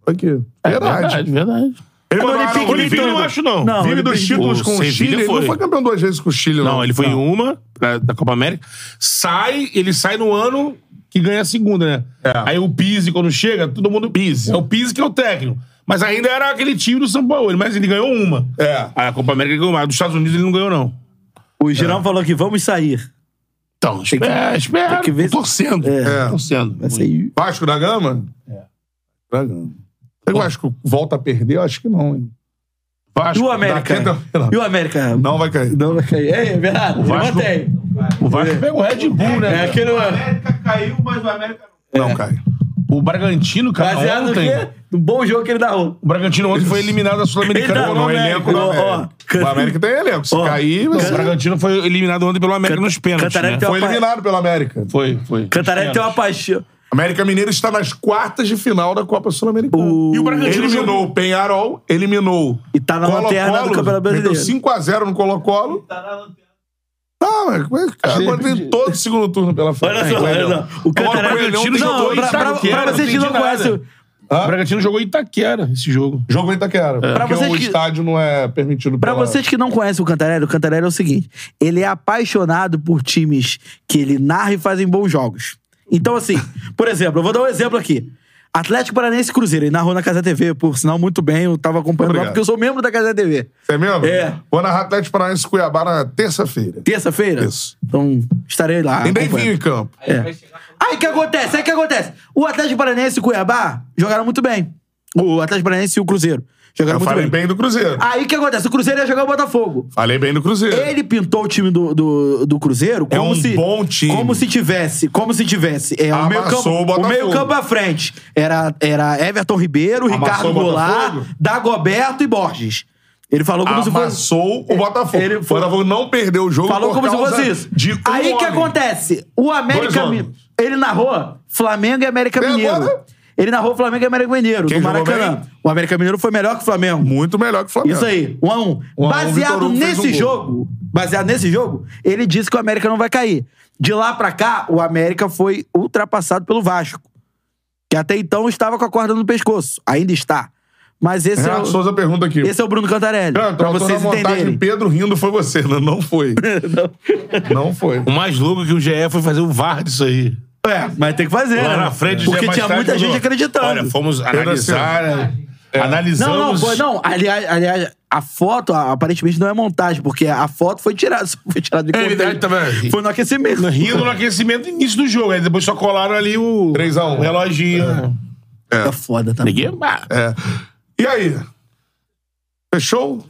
S1: Aqui. Verdade.
S2: É Verdade, verdade.
S1: Ele mandou
S3: Olympique
S1: Olympique,
S2: Olympique eu não acho, não.
S3: Não,
S1: Vive dos
S3: Olympique-
S1: títulos
S2: O
S1: com o
S2: Sevilha
S1: Chile. Ele não
S2: foi.
S1: foi campeão duas vezes com o Chile, não.
S2: Não, ele foi um- em uma da, da Copa América. Sai, ele sai no ano que ganha a segunda, né?
S1: É.
S2: Aí o Pise, quando chega, todo mundo. Pise. É o Pise que é o técnico. Mas ainda era aquele time do São Paulo, mas ele ganhou uma.
S1: É.
S2: Aí a Copa América ele ganhou uma. A Dos Estados Unidos ele não ganhou, não.
S3: O
S2: É.
S3: Girão falou que vamos sair.
S2: Então, espera, espera.
S3: que ver-
S2: Tô Torcendo.
S3: É.
S2: Tô Torcendo.
S3: Essa aí.
S1: Vasco da Gama? É. Da Gama. Eu acho que volta a perder, eu acho que não, hein?
S2: Vasco,
S3: E o
S1: Da
S3: América?
S1: quinta-feira.
S3: E o América?
S1: Não vai cair.
S3: Não vai cair. É, é verdade.
S2: Vasco-
S3: Levantei.
S2: O Vasco pega o Red Bull, né?
S3: É
S2: cara?
S3: aquele.
S4: O América caiu, mas o América não.
S1: Não cai.
S2: O Bragantino, cara,
S3: Baseado no
S2: ontem.
S3: é quê? No bom jogo que ele dá. O
S2: O Bragantino ontem foi eliminado da
S3: Ele tá
S2: Sul-Americana.
S1: Pô,
S3: no
S1: não
S2: Não,
S1: é
S2: ele-
S1: elenco,
S3: Ó,
S1: não.
S3: ó,
S1: é. O América tem elenco. Se
S3: Ó,
S1: cair,
S2: O
S1: você
S2: Bragantino foi eliminado ontem pelo América nos pênaltis.
S3: Cantarelli
S2: Né?
S3: tem
S1: foi eliminado pelo América.
S2: Foi, foi.
S3: Cantarelli tem uma
S2: Pênaltis.
S3: paixão.
S1: América Mineiro está nas quartas de final da Copa Sul-Americana.
S2: E o Bragantino jogou.
S1: Eliminou o Penharol, eliminou.
S3: E tá na lanterna do Campeonato Brasileiro.
S1: Meteu 5x0 no Colo-Colo.
S4: Tá na lanterna.
S1: Ah, mas, mas cara, agora tem todo o segundo turno pela frente.
S3: Olha só,
S1: Ué,
S3: olha
S1: não. um
S3: só. O
S1: Agora o
S3: Cantarelli. é
S1: Coelhão
S2: Bragantino
S1: jogou
S3: Não,
S1: em
S3: pra, pra,
S1: Itaquera,
S2: não
S3: pra vocês que
S2: entendi
S3: não
S2: nada.
S3: conhecem. o-
S2: O Bragantino jogou em Itaquera esse jogo.
S1: Jogou em Itaquera.
S3: Pra
S1: Porque
S3: vocês
S1: o
S3: que-
S1: estádio não é permitido
S3: Pra
S1: pela-
S3: vocês que não conhecem o Cantarelli, o Cantarelli é o seguinte: ele é apaixonado por times que ele narra e fazem bons jogos. Então, assim, por exemplo, eu vou dar um exemplo aqui. Atlético Paranaense e Cruzeiro, ele narrou na Casa TV, por sinal, muito bem, eu tava acompanhando
S1: Obrigado.
S3: lá, porque eu sou membro da Casa TV.
S1: É mesmo?
S3: É. Tá
S1: Vou narrar Atlético Paranaense e Cuiabá na terça-feira.
S3: Terça-feira?
S1: Isso.
S3: Então, estarei lá.
S1: Tem bem
S3: acompanhando.
S1: vinho em campo.
S4: Aí
S3: É.
S4: vai chegar falando,
S3: Aí o que acontece? Aí o que acontece? O Atlético Paranaense e o Cuiabá jogaram muito bem. O Atlético Paranaense e o Cruzeiro jogaram
S1: Eu
S3: muito
S1: falei
S3: bem.
S1: bem do Cruzeiro.
S3: Aí o que acontece? O Cruzeiro ia jogar o Botafogo.
S1: Falei bem do Cruzeiro.
S3: Ele pintou o time do, do, do Cruzeiro como
S1: um
S3: se.
S1: bom time.
S3: Como se tivesse. Como se tivesse. É, o meio campo,
S1: Amassou o Botafogo.
S3: o meio campo à frente. Era, era Everton Ribeiro,
S1: Amassou o
S3: Ricardo
S1: Botafogo?
S3: Goulart, Dagoberto e Borges. Ele falou como se fosse.
S1: Amassou o Botafogo.
S3: Ele
S1: o
S3: foi-
S1: Botafogo não perdeu o jogo
S3: Falou
S1: por
S3: como se
S1: causa
S3: fosse isso.
S1: de um
S3: Aí o que
S1: homem.
S3: acontece? O América.
S1: Dois
S3: Mi-
S1: homens.
S3: Ele narrou Flamengo e América
S1: E
S3: Mineiro.
S1: agora?
S3: Ele narrou Flamengo e América Mineiro,
S1: Quem
S3: do
S1: jogou
S3: Maracanã.
S1: bem?
S3: O América Mineiro foi melhor que o Flamengo.
S1: Muito melhor que o Flamengo.
S3: Isso aí, um a um.
S1: Um a um,
S3: baseado
S1: Vitor Hugo fez
S3: nesse
S1: um gol.
S3: jogo, baseado nesse jogo, ele disse que o América não vai cair. De lá pra cá, o América foi ultrapassado pelo Vasco, que até então estava com a corda no pescoço. Ainda está. Mas esse é
S1: Renato
S3: o,
S1: Souza pergunta aqui.
S3: esse é o Bruno Cantarelli,
S1: Canto,
S3: pra
S1: então eu tô
S3: vocês
S1: na montagem,
S3: entenderem.
S1: Pedro rindo foi você. Não, não foi. não. foi.
S2: O mais louco é que o GE foi fazer o VAR disso aí.
S3: É, mas tem que fazer,
S2: Lá
S3: né?
S2: na frente, o
S3: Porque
S2: GE mais
S3: tinha
S2: tarde
S3: muita gente
S2: mandou,
S3: acreditando.
S2: Olha, fomos analisar. é,
S3: Não, não,
S2: Analisamos.
S3: foi- não. Aliás, aliás, a foto a- aparentemente não é montagem, porque a foto foi tirada, foi tirada de
S2: É, ele
S3: contexto.
S2: tava-
S3: Foi no aquecimento.
S2: Rindo no aquecimento início do jogo. Aí depois só colaram ali o,
S1: 3 a 1.
S2: o reloginho.
S3: É.
S2: né?
S3: Tá foda, tá?
S2: Ninguém. ah,
S1: É. E aí? Fechou?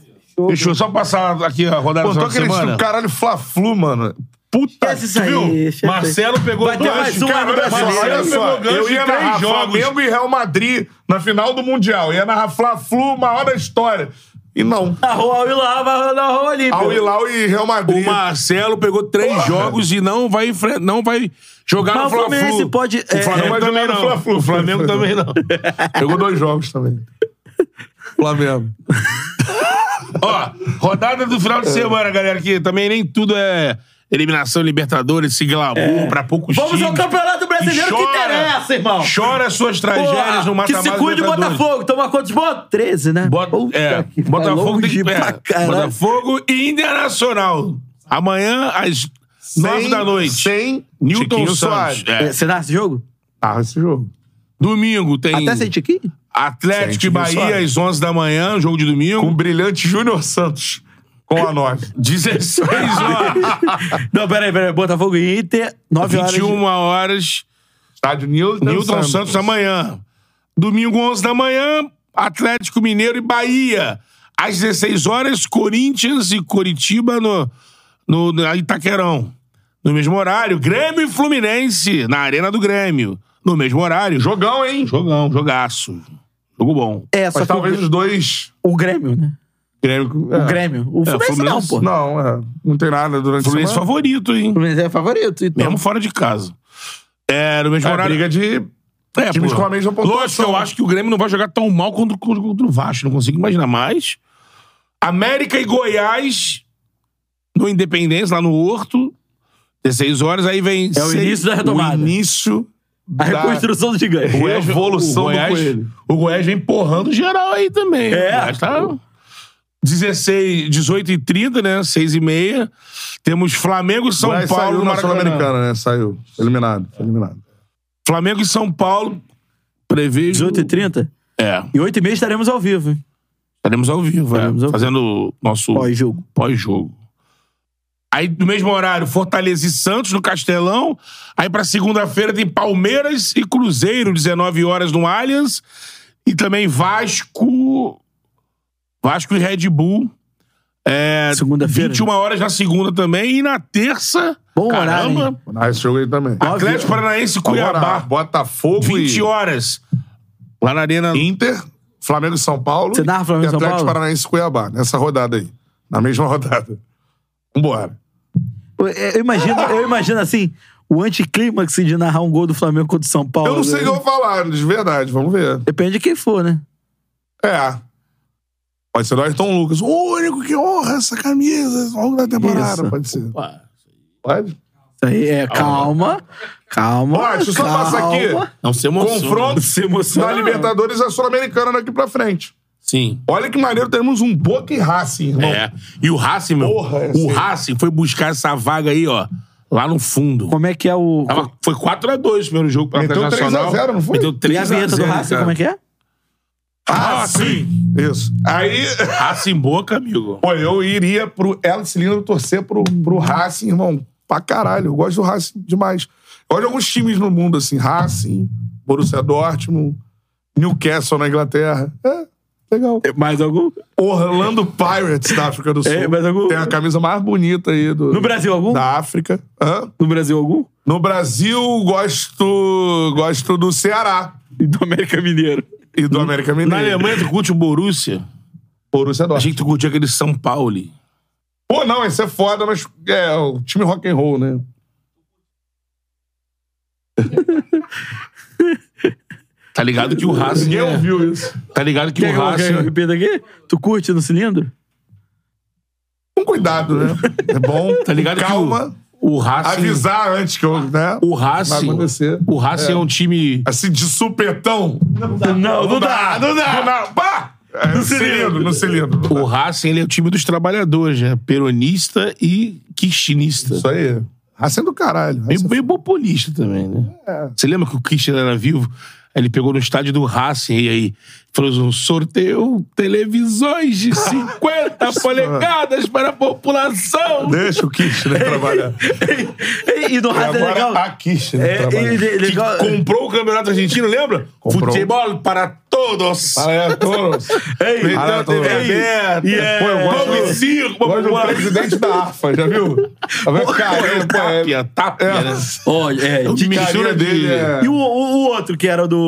S2: Fechou. Só passar aqui a rodada
S1: Pô, tô
S2: da semana.
S1: acreditando, caralho, Fla-Flu, mano. Puta
S3: Esquece isso
S2: Tu
S3: aí,
S2: viu?
S3: chefe.
S2: Marcelo pegou
S3: Vai ter
S2: gancho.
S3: mais um ano
S2: Caralho,
S3: brasileiro.
S1: Olha
S2: Marcelo
S1: só,
S2: pegou gancho
S1: eu ia
S2: em
S1: narrar
S2: três jogos.
S1: Flamengo e Real Madrid na final do Mundial. Ia narrar Fla-Flu, maior da história. E não.
S3: Arrou ao Ilau, vai rodar o Olímpio.
S1: Al Hilal e Real
S2: O
S1: Madrid.
S2: Marcelo pegou três
S1: Porra.
S2: jogos e não vai, enfre- não vai jogar
S3: Mas
S2: no
S3: o Fluminense
S2: Fla-Flu.
S3: pode.
S2: O
S3: é,
S2: Flamengo
S1: é, mas
S2: também
S1: não é no
S2: não.
S1: Fla-Flu.
S2: O Flamengo também não.
S1: Pegou dois jogos também.
S3: é.
S2: Flamengo. Ó, rodada do
S1: É.
S2: final de semana, galera, que também nem tudo é eliminação Libertadores, esse glamour pra poucos
S3: É. Vamos
S2: times.
S3: ao Campeonato Brasileiro que
S2: Chora.
S3: interessa, irmão.
S2: Chora suas tragédias
S3: Porra,
S2: no mata-mata
S3: que se cuide o
S2: Libertadores.
S3: Botafogo. Toma quantos votos? 13, né?
S2: Bota,
S3: Puta
S2: é,
S3: que-
S2: Botafogo
S3: tá
S2: tem que
S3: longe pra
S2: é,
S3: caralho.
S2: Botafogo e Internacional. Amanhã, às nove
S1: Sem-
S2: da noite.
S1: Sem
S2: Newton
S1: Chiquinho
S2: Soares.
S1: Soares.
S2: É.
S3: É, Você nasce jogo?
S1: Ah, esse jogo.
S2: Domingo tem
S3: Até sente aqui?
S2: Atlético
S1: Sem
S2: e Bahia
S1: Chiquinho
S2: às 11 da manhã, jogo de domingo.
S1: Com o brilhante Júnior Santos. Com a nós.
S2: 16 horas,
S3: Não, peraí, peraí. Botafogo e Inter, 9 horas.
S2: 21 horas,
S1: Estádio Nilton,
S2: Newton Santos. amanhã. Domingo 11 da manhã, Atlético Mineiro e Bahia. Às 16 horas, Corinthians e Coritiba no, no, na Itaquerão. No mesmo horário, Grêmio e Fluminense na Arena do Grêmio. No mesmo horário, jo-
S1: Jogão, hein?
S2: jogão, jogaço. Jogo bom.
S3: É, só
S1: Mas
S3: que
S1: talvez
S3: o,
S1: os dois.
S3: o Grêmio, né?
S1: Grêmio. é,
S3: O Grêmio. O Fluminense,
S2: É. Fluminense-
S3: não, pô.
S1: Não, é. Não tem nada durante a
S2: Fluminense
S1: semana.
S2: favorito, hein?
S3: O Fluminense é favorito. Então.
S2: Mesmo fora de casa. É, no mesmo
S1: É
S2: horário.
S1: briga de.
S2: É,
S1: Times
S2: pô.
S1: com a mesma pontuação.
S2: Lógico, eu acho que o Grêmio não vai jogar tão mal contra, contra, contra o Vasco. Não consigo imaginar mais. América e Goiás no Independência, lá no Horto. 16 horas, aí vem...
S3: É o
S2: seis-
S3: início da
S2: O
S3: retomada.
S2: início
S3: A
S2: da...
S3: reconstrução do gigante.
S1: Ué. Revolução
S2: o
S1: do
S2: Goiás,
S1: Coelho.
S2: O Goiás vem empurrando geral aí também.
S3: É.
S2: O Goiás tá... 16, 18 e 30, né? 6 e meia. Temos Flamengo e São
S1: Goiás
S2: Paulo
S1: saiu
S2: no
S1: na
S2: Maracanã.
S1: Sul-Americana, né? Saiu. Foi Eliminado. Foi eliminado.
S2: Flamengo e São Paulo. Prevejo...
S3: 18h30.
S2: É.
S3: E 8h30 estaremos ao vivo. hein?
S2: Estaremos ao vivo,
S3: Estaremos
S2: é,
S3: ao vivo.
S2: fazendo nosso
S3: Pós-jogo.
S2: pós-jogo. Aí, no mesmo horário, Fortaleza e Santos no Castelão. Aí, pra segunda-feira, tem Palmeiras e Cruzeiro, 19 horas no Allianz. E também Vasco. Vasco e Red Bull. É,
S3: Segunda-feira.
S2: 21 horas na segunda também. E na terça.
S3: Bom
S2: caramba,
S3: horário, hein?
S1: Ah, esse jogo aí também.
S2: Atlético Paranaense e
S1: Agora,
S2: Cuiabá.
S1: Botafogo
S2: 20 horas. Lá na Arena.
S1: e Inter, Flamengo e São Paulo.
S3: Você narra Flamengo e São
S1: Atlético
S3: Paulo?
S1: Paranaense e Cuiabá, nessa rodada aí. Na mesma rodada. Vambora.
S3: Pô, é, Eu imagino, eu imagino assim, o anticlímax de narrar um gol do Flamengo contra o São Paulo. né?
S1: Eu não sei o que eu vou falar, de verdade. Vamos ver.
S3: Depende de quem for, né?
S1: É. Pode ser do Ayrton Lucas. O único que honra essa camisa ao longo da temporada.
S3: Isso.
S1: Pode ser. Pode?
S3: Isso aí é calma, calma.
S1: Ó, deixa eu só
S3: calma.
S1: passar aqui.
S2: Não se emociona.
S1: Confronto da Libertadores e a Sul-Americana daqui pra frente.
S2: Sim.
S1: Olha que maneiro, temos um Boca e Racing, irmão.
S2: É. E o Racing, meu,
S1: Porra, é
S2: o
S1: sério.
S2: Racing foi buscar essa vaga aí, ó, lá no fundo.
S3: Como é que é o.
S2: Tava- foi 4x2 o primeiro jogo pra
S1: Meteu
S2: Atlético
S1: 3 a 0,
S2: Nacional.
S1: não foi?
S2: Meteu
S3: E a
S2: 3
S3: vinheta do
S2: 0,
S3: Racing,
S2: cara.
S3: como é que é? Ah,
S2: Racing!
S1: Ah, Isso. Aí,
S2: Racing boca, amigo.
S1: pô, eu iria pro El Cilindro torcer pro, pro Racing, irmão. Pra caralho. Eu gosto do Racing demais. Eu gosto de alguns times no mundo, assim. Racing, Borussia Dortmund, Newcastle na Inglaterra. É, legal.
S3: Mais algum?
S1: Orlando Pirates da África do Sul.
S3: É, mas algum-
S1: Tem a camisa mais bonita aí do,
S3: No Brasil algum?
S1: da África. Hã?
S3: No Brasil algum?
S1: No Brasil, gosto, gosto do Ceará
S3: E do América Mineiro.
S1: e do América Mineiro.
S2: Na Alemanha, tu curte o Borussia?
S1: Borussia Dortmund.
S2: Achei que tu curtia aquele São Paulo.
S1: Pô, não, esse é foda, mas é o time rock and roll, né?
S2: Tá ligado que o Racing.
S1: Ninguém
S2: é-
S1: ouviu isso.
S2: Tá ligado que
S3: Quer
S2: o
S3: que eu- quer que eu
S2: Racing.
S3: repita aqui? Tu curte no cilindro?
S1: Com cuidado, né? É bom,
S2: Tá ligado
S1: com calma,
S2: que o, o Racing.
S1: avisar antes que eu, né?
S2: O
S1: Vai
S2: Racing.
S1: acontecer.
S2: O Racing é um time.
S1: Assim, de supetão. Não
S3: Não, não, dá.
S1: não dá. Não dá. Pá! É, no cilindro, no cilindro. não dá.
S2: O Racing ele é o time dos trabalhadores, né? Peronista e kirchinista.
S1: Isso aí. Racing é do caralho.
S2: Meio,
S1: Racing-
S2: meio populista também, né? Você lembra que o Christian era vivo? Ele pegou no estádio do Racing e aí falou um sorteio televisões de 50 polegadas para a população.
S1: Deixa o Kirchner trabalhar.
S3: E, e do Racing é
S1: Agora
S3: legal.
S1: a né, Kirchner
S3: É,
S1: trabalhar.
S3: e, le-
S2: Que
S3: legal.
S2: comprou o Campeonato Argentino, lembra?
S1: Comprou.
S2: Futebol para todos.
S1: Fala aí, todos.
S2: Ei,
S1: Fala aí, todos.
S2: aberta.
S1: Yeah. Pô, eu gosto
S2: Pão e
S1: do-
S2: circo,
S1: Hoje o
S2: papai.
S1: presidente da AFA, já viu? Vai ficar, é, pô, é,
S2: Tapia, tapia.
S1: É.
S2: né?
S3: Olha, é,
S2: Eu
S3: de-
S2: me-
S1: carinha
S2: mistura
S1: dele
S2: de-
S1: é...
S3: E o, o- o outro que era do.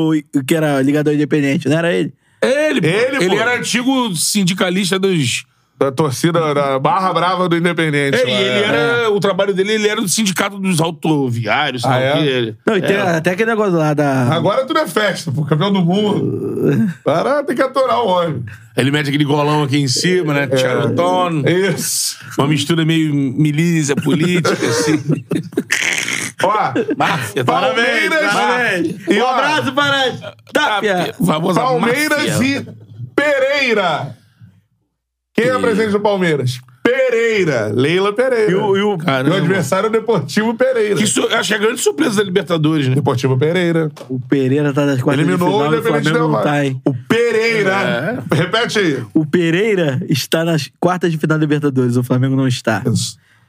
S3: que era ligador independente, não era ele?
S5: Ele, pô.
S1: Ele,
S5: ele
S1: pô.
S5: era antigo sindicalista dos.
S1: Da torcida da Barra Brava do Independente.
S2: É, e
S1: lá,
S2: ele
S1: é.
S2: era. O trabalho dele, ele era do sindicato dos autoviários,
S1: Ah,
S2: sabe
S1: é?
S2: o quê? Ele-
S3: Não, e tem até aquele negócio lá da.
S1: Agora tudo é festa, pô. Campeão do mundo. Para, tem que aturar o homem.
S2: Ele mete aquele golão aqui em cima, né? Charotone.
S1: Isso.
S5: Uma mistura meio milícia, política, assim.
S1: Ó,
S2: Máfia,
S1: Palmeiras,
S3: Parede.
S1: E,
S3: Um
S1: ó,
S3: abraço para. Tapia!
S5: Famosa
S1: Palmeiras
S5: máfia.
S1: e Pereira. Quem é presidente do Palmeiras? Pereira. Leila Pereira.
S2: E o- e o-
S1: E o adversário é o Deportivo Pereira.
S2: Isso, eu acho que é a grande surpresa da Libertadores, né?
S1: Deportivo Pereira.
S3: O Pereira tá nas quartas de
S1: Eliminou
S3: final
S1: o
S3: e o
S1: Independente
S3: Flamengo
S1: Del
S3: não tá,
S1: Valle.
S3: hein?
S1: O Pereira. Repete aí.
S3: O Pereira está nas quartas de final da Libertadores, o Flamengo não está.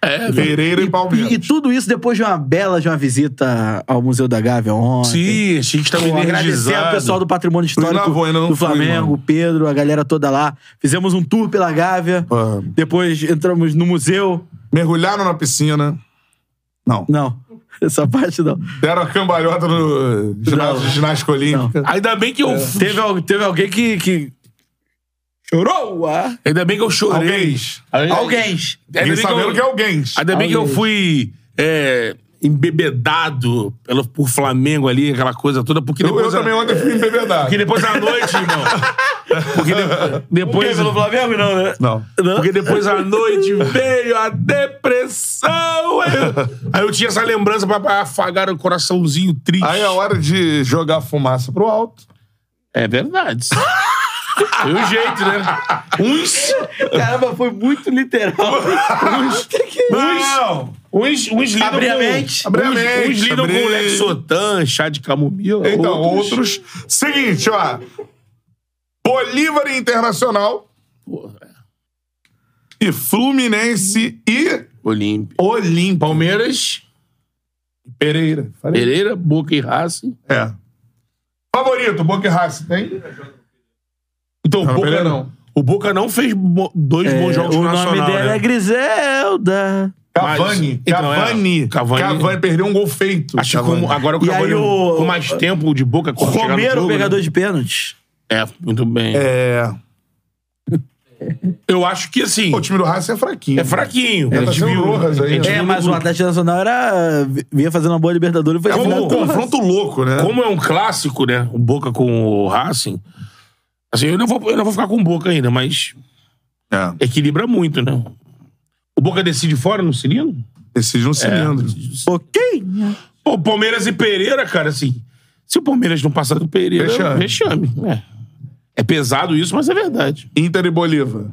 S1: É, Pereira e Palmeiras.
S3: E, e tudo isso depois de uma bela de uma visita ao Museu da Gávea ontem.
S2: Sim, a gente tá
S3: Pô,
S2: meio
S3: agradecer ao pessoal
S2: energizado.
S3: do Patrimônio Histórico
S1: Fui lá, vou, ainda não
S3: do
S1: fui,
S3: Flamengo,
S1: mano.
S3: o Pedro, a galera toda lá. Fizemos um tour pela Gávea.
S1: Ah.
S3: Depois entramos no museu.
S1: Mergulharam na piscina. Não.
S3: Não, essa parte não.
S1: Deram a cambalhota no ginásio de ginástica olímpica.
S2: Ainda bem que eu.
S3: Teve, al- teve alguém que, que. Chorou? Ah.
S2: Ainda bem que eu chorei.
S1: Alguém.
S2: Ainda-
S3: Alguém.
S2: Ainda
S1: Alguém
S2: bem que
S1: sabendo
S2: eu,
S1: que é alguém.
S2: ainda bem que eu fui é, embebedado pelo, por Flamengo ali, aquela coisa toda, porque
S1: Eu,
S2: depois.
S1: eu
S2: a-
S1: também ontem fui
S2: Porque
S1: embebedado.
S2: depois à noite, irmão. Porque de- depois.
S3: Flamengo, não, né?
S1: Não.
S2: Porque depois à noite veio a depressão. é. Aí eu, aí eu tinha essa lembrança pra, pra afagar o coraçãozinho triste.
S1: Aí é hora de jogar fumaça pro alto.
S2: É verdade. Foi o jeito, né? Uns,
S3: Caramba, foi muito literal.
S1: Não!
S2: uns, uns lidam
S3: Abre
S2: com...
S3: a mente.
S1: Abre a
S2: uns,
S1: mente,
S2: uns lidam
S1: abre-
S2: com Lexotan, chá de camomila.
S1: Então, outros. Seguinte, ó. Bolívar e Internacional e Fluminense e
S2: Olímpio.
S1: Olim.
S2: Palmeiras,
S1: Pereira. Falei.
S2: Pereira, Boca e Racing.
S1: É. Favorito, Boca e Racing, tem?
S2: Então,
S1: Não,
S2: o Boca
S1: Pereira
S2: não.
S1: não.
S2: O Boca não fez bo- dois bons
S3: É,
S2: jogos
S3: o
S2: no
S3: nome
S2: nacional.
S3: dela
S2: né?
S3: é Griselda.
S1: Cavani.
S2: Então,
S1: Cavani.
S2: é.
S1: Cavani.
S2: Cavani.
S1: perdeu um gol feito.
S2: Acho que
S1: Cavani.
S2: como, agora o
S3: E
S2: Cavani
S3: aí o-
S2: com mais tempo de Boca... quando chegar no
S3: Romero,
S2: jogo, né?
S3: pegador de pênaltis.
S2: É, muito bem.
S1: É.
S2: Eu acho que, assim,
S1: Pô, o time do Racing é fraquinho.
S2: é fraquinho.
S1: É,
S2: A
S1: tá
S2: gente
S1: sendo
S2: viu-
S1: Rojas aí.
S2: a gente
S1: É,
S3: É,
S2: viu no
S3: mas o
S2: grupo.
S3: Atlético Nacional era, vinha fazendo uma boa Libertadores. Foi
S1: Foi
S3: eliminado
S1: um
S3: pelo
S1: confronto louco, né?
S2: Como é um clássico, né? O Boca com o Racing. Assim, eu não vou, eu não vou ficar com o Boca ainda, mas
S1: É.
S2: equilibra muito, né? O Boca decide fora no Cirino? É.
S1: Decide um cilindro.
S3: Pouquinho.
S2: Pô, Palmeiras e Pereira, cara, assim. Se o Palmeiras não passar do Pereira,
S1: Vexame.
S2: vexame. É. é pesado isso, mas é verdade.
S1: Inter e Bolívar.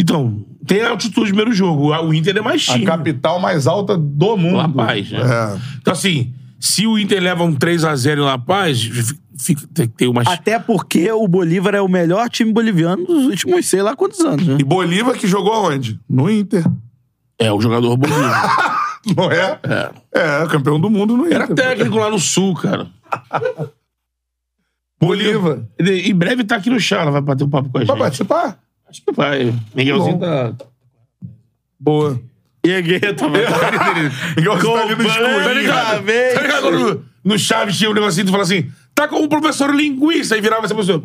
S2: Então, tem a altitude no primeiro jogo. O Inter é mais
S1: A
S2: time.
S1: capital mais alta do mundo.
S2: La Paz, né?
S1: É.
S2: Então, assim, se o Inter leva um 3x0 em La Paz, fi- fica- tem que ter umas.
S3: Até porque o Bolívar é o melhor time boliviano dos últimos sei lá quantos anos, né?
S1: E Bolívar que jogou onde? No Inter.
S2: É, o jogador bonito.
S1: Não é?
S2: é.
S1: É, campeão do mundo no Inter.
S2: Era técnico lá no Sul, cara.
S1: Bolívar.
S2: Ele, em breve tá aqui no chá, ela vai bater um papo com a gente.
S1: Vai participar?
S2: Acho que vai. Miguelzinho
S1: Bom.
S2: tá.
S1: Boa.
S3: Peguei também.
S1: Igual você tá ali Tá no
S2: Tá ligado?
S1: escuro.
S2: Tá ligado quando no, no Chaves tinha um negocinho, tu fala assim, tá com o professor linguiça, e virava essa pessoa.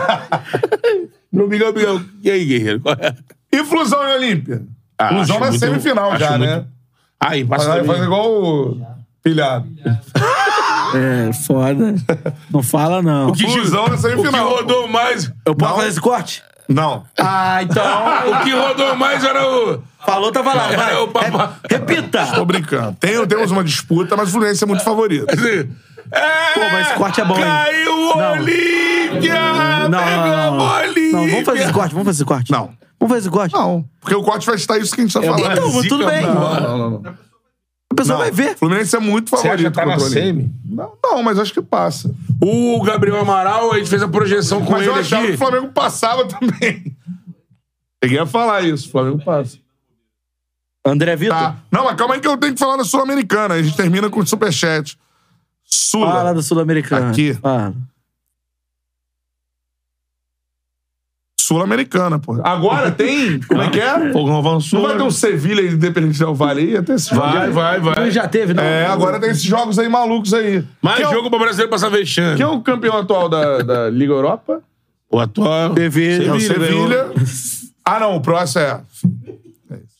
S2: É. Meu Miguel, Miguel. E aí, guerreiro? Qual é?
S1: E Flusão e Olímpia?
S2: Ah,
S1: Flusão
S2: acho
S1: na
S2: muito-
S1: semifinal
S2: acho
S1: já,
S2: muito-
S1: né?
S2: Aí,
S1: Mas
S2: passa
S1: ela faz
S2: também.
S1: igual o pilhado.
S3: É, foda. Não fala, não.
S2: que
S1: Flusão um na
S2: O que
S1: semifinal.
S2: rodou mais.
S3: Eu posso
S1: Não.
S3: fazer esse corte?
S1: Não.
S3: Ah, então.
S2: O que rodou mais era o.
S3: Falou, tava lá. Vai.
S2: Era o
S1: É
S2: papai.
S3: Re- Repita.
S1: Tô brincando. Tem, temos uma disputa, mas o Fluminense é muito favorito.
S2: É,
S3: Pô, mas esse corte é bom, hein?
S2: Caiu o
S3: Não.
S2: Olímpia!
S3: Não,
S2: pegamos
S3: não,
S2: o
S3: não, não.
S2: Olímpia!
S3: Não, vamos fazer esse corte, vamos fazer esse corte.
S1: Não.
S3: Vamos fazer esse corte.
S1: Não. Porque o corte vai estar isso que a gente tá falando.
S3: Então, mas tudo bem.
S1: Não, não, não, não.
S3: A pessoa vai
S1: O
S3: ver.
S1: Fluminense é muito
S2: Você
S1: favorito
S2: já tá na
S1: contra o Olímpia.
S2: semi?
S1: Não, não, mas acho que passa.
S2: O Gabriel Amaral, a gente fez a projeção com
S1: Mas eu
S2: ele
S1: achava que
S2: aqui.
S1: o Flamengo passava também. Cheguei a falar isso, o Flamengo passa.
S3: André Vitor.
S1: Tá. Não, mas calma aí que eu tenho que falar da Sul-Americana. A gente termina com o Superchat. Sula.
S3: Fala do Sul-Americano.
S1: Aqui.
S3: Fala.
S1: Sul-Americana, pô. Agora tem. Como é que é?
S2: Fogão avançou.
S1: Não vai ter um Sevilha e Independente Del Vale aí? Até esse jogo.
S2: Vai, vai, vai.
S3: Já teve, não?
S1: É, agora tem esses jogos aí malucos aí.
S2: Mais
S1: Quem é o-
S2: jogo pra brasileiro passar vexame.
S1: Quem é o campeão atual da, da Liga Europa?
S2: O atual.
S3: Teve.
S1: É o
S2: Sevilha ganhou.
S1: Sevilha. Ah, não, o próximo é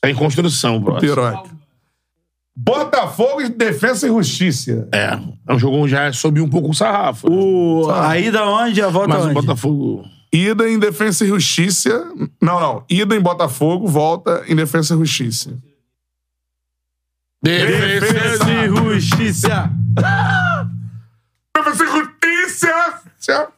S2: Tá em construção, o próximo.
S1: Piroca. Botafogo e Defesa e Justiça.
S2: É. É um jogo onde já subiu um pouco o sarrafo. né?
S3: O...
S1: Tá.
S3: A ida onde, a volta
S1: um
S2: Mas o
S3: onde?
S2: Botafogo.
S1: Ida em Defesa e Justiça. Não, não. Ida em Botafogo, volta em Defesa e Justiça.
S2: Defesa de
S3: Justiça.
S1: Defesa e Justiça!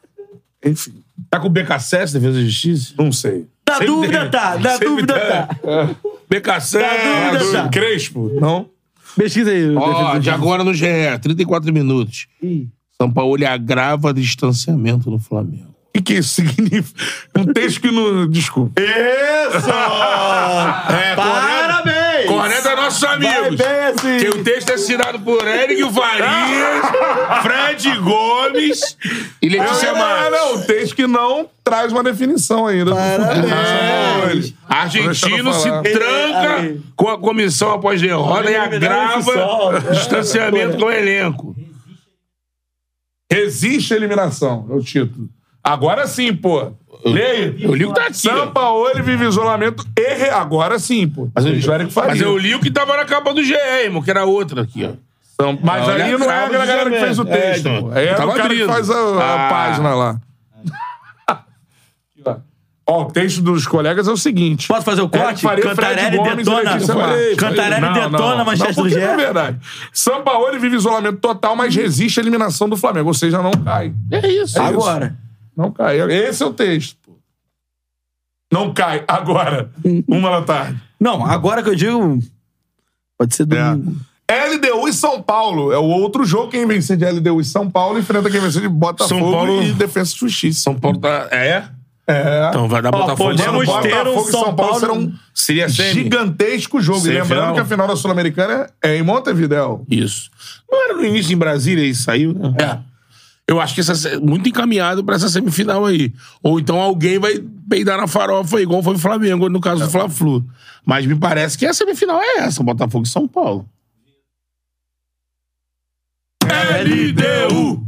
S1: Enfim,
S2: Tá com o BKSS, Defesa de Justiça?
S1: não sei.
S3: Na dúvida
S2: tem.
S3: tá, na
S2: Sempre
S3: dúvida
S2: tem.
S3: tá.
S2: BKSS.
S3: Tá dúvida, tá.
S1: Crespo, não?
S3: Pesquisa aí.
S2: Ó,
S3: defesa
S2: de agora no GE, 34 minutos.
S3: Ih.
S2: São Paulo agrava distanciamento no Flamengo.
S1: O que, que isso significa? Um texto que não. Desculpa.
S3: Isso!
S2: É,
S3: Parabéns!
S2: Corneta é nossos
S3: Vai
S2: amigos.
S3: bem assim.
S2: Que o texto é assinado por Eric Farias, Fred Gomes e Letícia
S1: não,
S2: Matos.
S1: não, um texto que não traz uma definição ainda. do futuro do São Paulo.
S3: Parabéns!
S2: Argentino se
S1: Deixa eu falar.
S2: tranca
S3: Ei, ei.
S2: com a comissão após derrota e agrava distanciamento com o elenco.
S1: Resiste à eliminação, é o título. Agora sim, pô. Leio.
S2: Eu li o que tá aqui. ó.
S1: Sampaoli vive isolamento e re- agora sim, pô.
S2: Mas eu-
S1: Eles tiveram que fazer.
S2: Mas eu li o que tava na capa do GE, irmão, que era outra aqui, ó.
S1: São- Mas
S2: Olha
S1: aí
S2: a
S1: não é a
S2: cravo do
S1: galera que fez o
S2: Jamel.
S1: texto.
S2: É,
S1: pô. É,
S2: então.
S1: o
S2: Tava
S1: cara que
S2: abrindo.
S1: faz a, a
S2: Ah.
S1: página lá. Aqui, ó. Ó, o texto dos colegas é o seguinte.
S3: Posso fazer o
S1: Eric
S3: corte?
S1: É, Faria, Fred
S3: Cantarelli
S1: Gomes e
S3: detona.
S1: Letícia Matos.
S3: Cantarelli
S1: Não, não,
S3: detona a
S1: não,
S3: manchete do
S1: porque não É
S3: GE.
S1: verdade. Sampaoli vive isolamento total, mas resiste à eliminação do Flamengo. Ou seja, não cai.
S2: É isso.
S3: Agora.
S1: Não cai. Esse é o texto. pô. Não cai. Agora. Uma da tarde.
S3: Não, agora que eu digo. Pode ser
S1: É.
S3: domingo.
S1: LDU e São Paulo. É o outro jogo. Quem vencer de LDU e São Paulo enfrenta quem vencer de Botafogo
S2: São Paulo-
S1: e Defesa e Justiça.
S2: São Paulo tá. É?
S1: É.
S2: Então vai dar Botafogo.
S3: podemos
S2: São Paulo.
S3: ter um
S1: Botafogo e São Paulo
S3: São Paulo.
S1: será um
S2: Seria semi.
S1: gigantesco jogo. E
S2: Semifinal.
S1: lembrando que a final da Sul-Americana é em Montevideo.
S2: Isso. Não era no início em Brasília e saiu, né? É. Eu acho que essa, se- muito encaminhado pra essa semifinal aí. Ou então alguém vai peidar na farofa, aí, igual foi o Flamengo, no caso do Fla-Flu. Mas me parece que a semifinal é essa, Botafogo e São Paulo. LDU!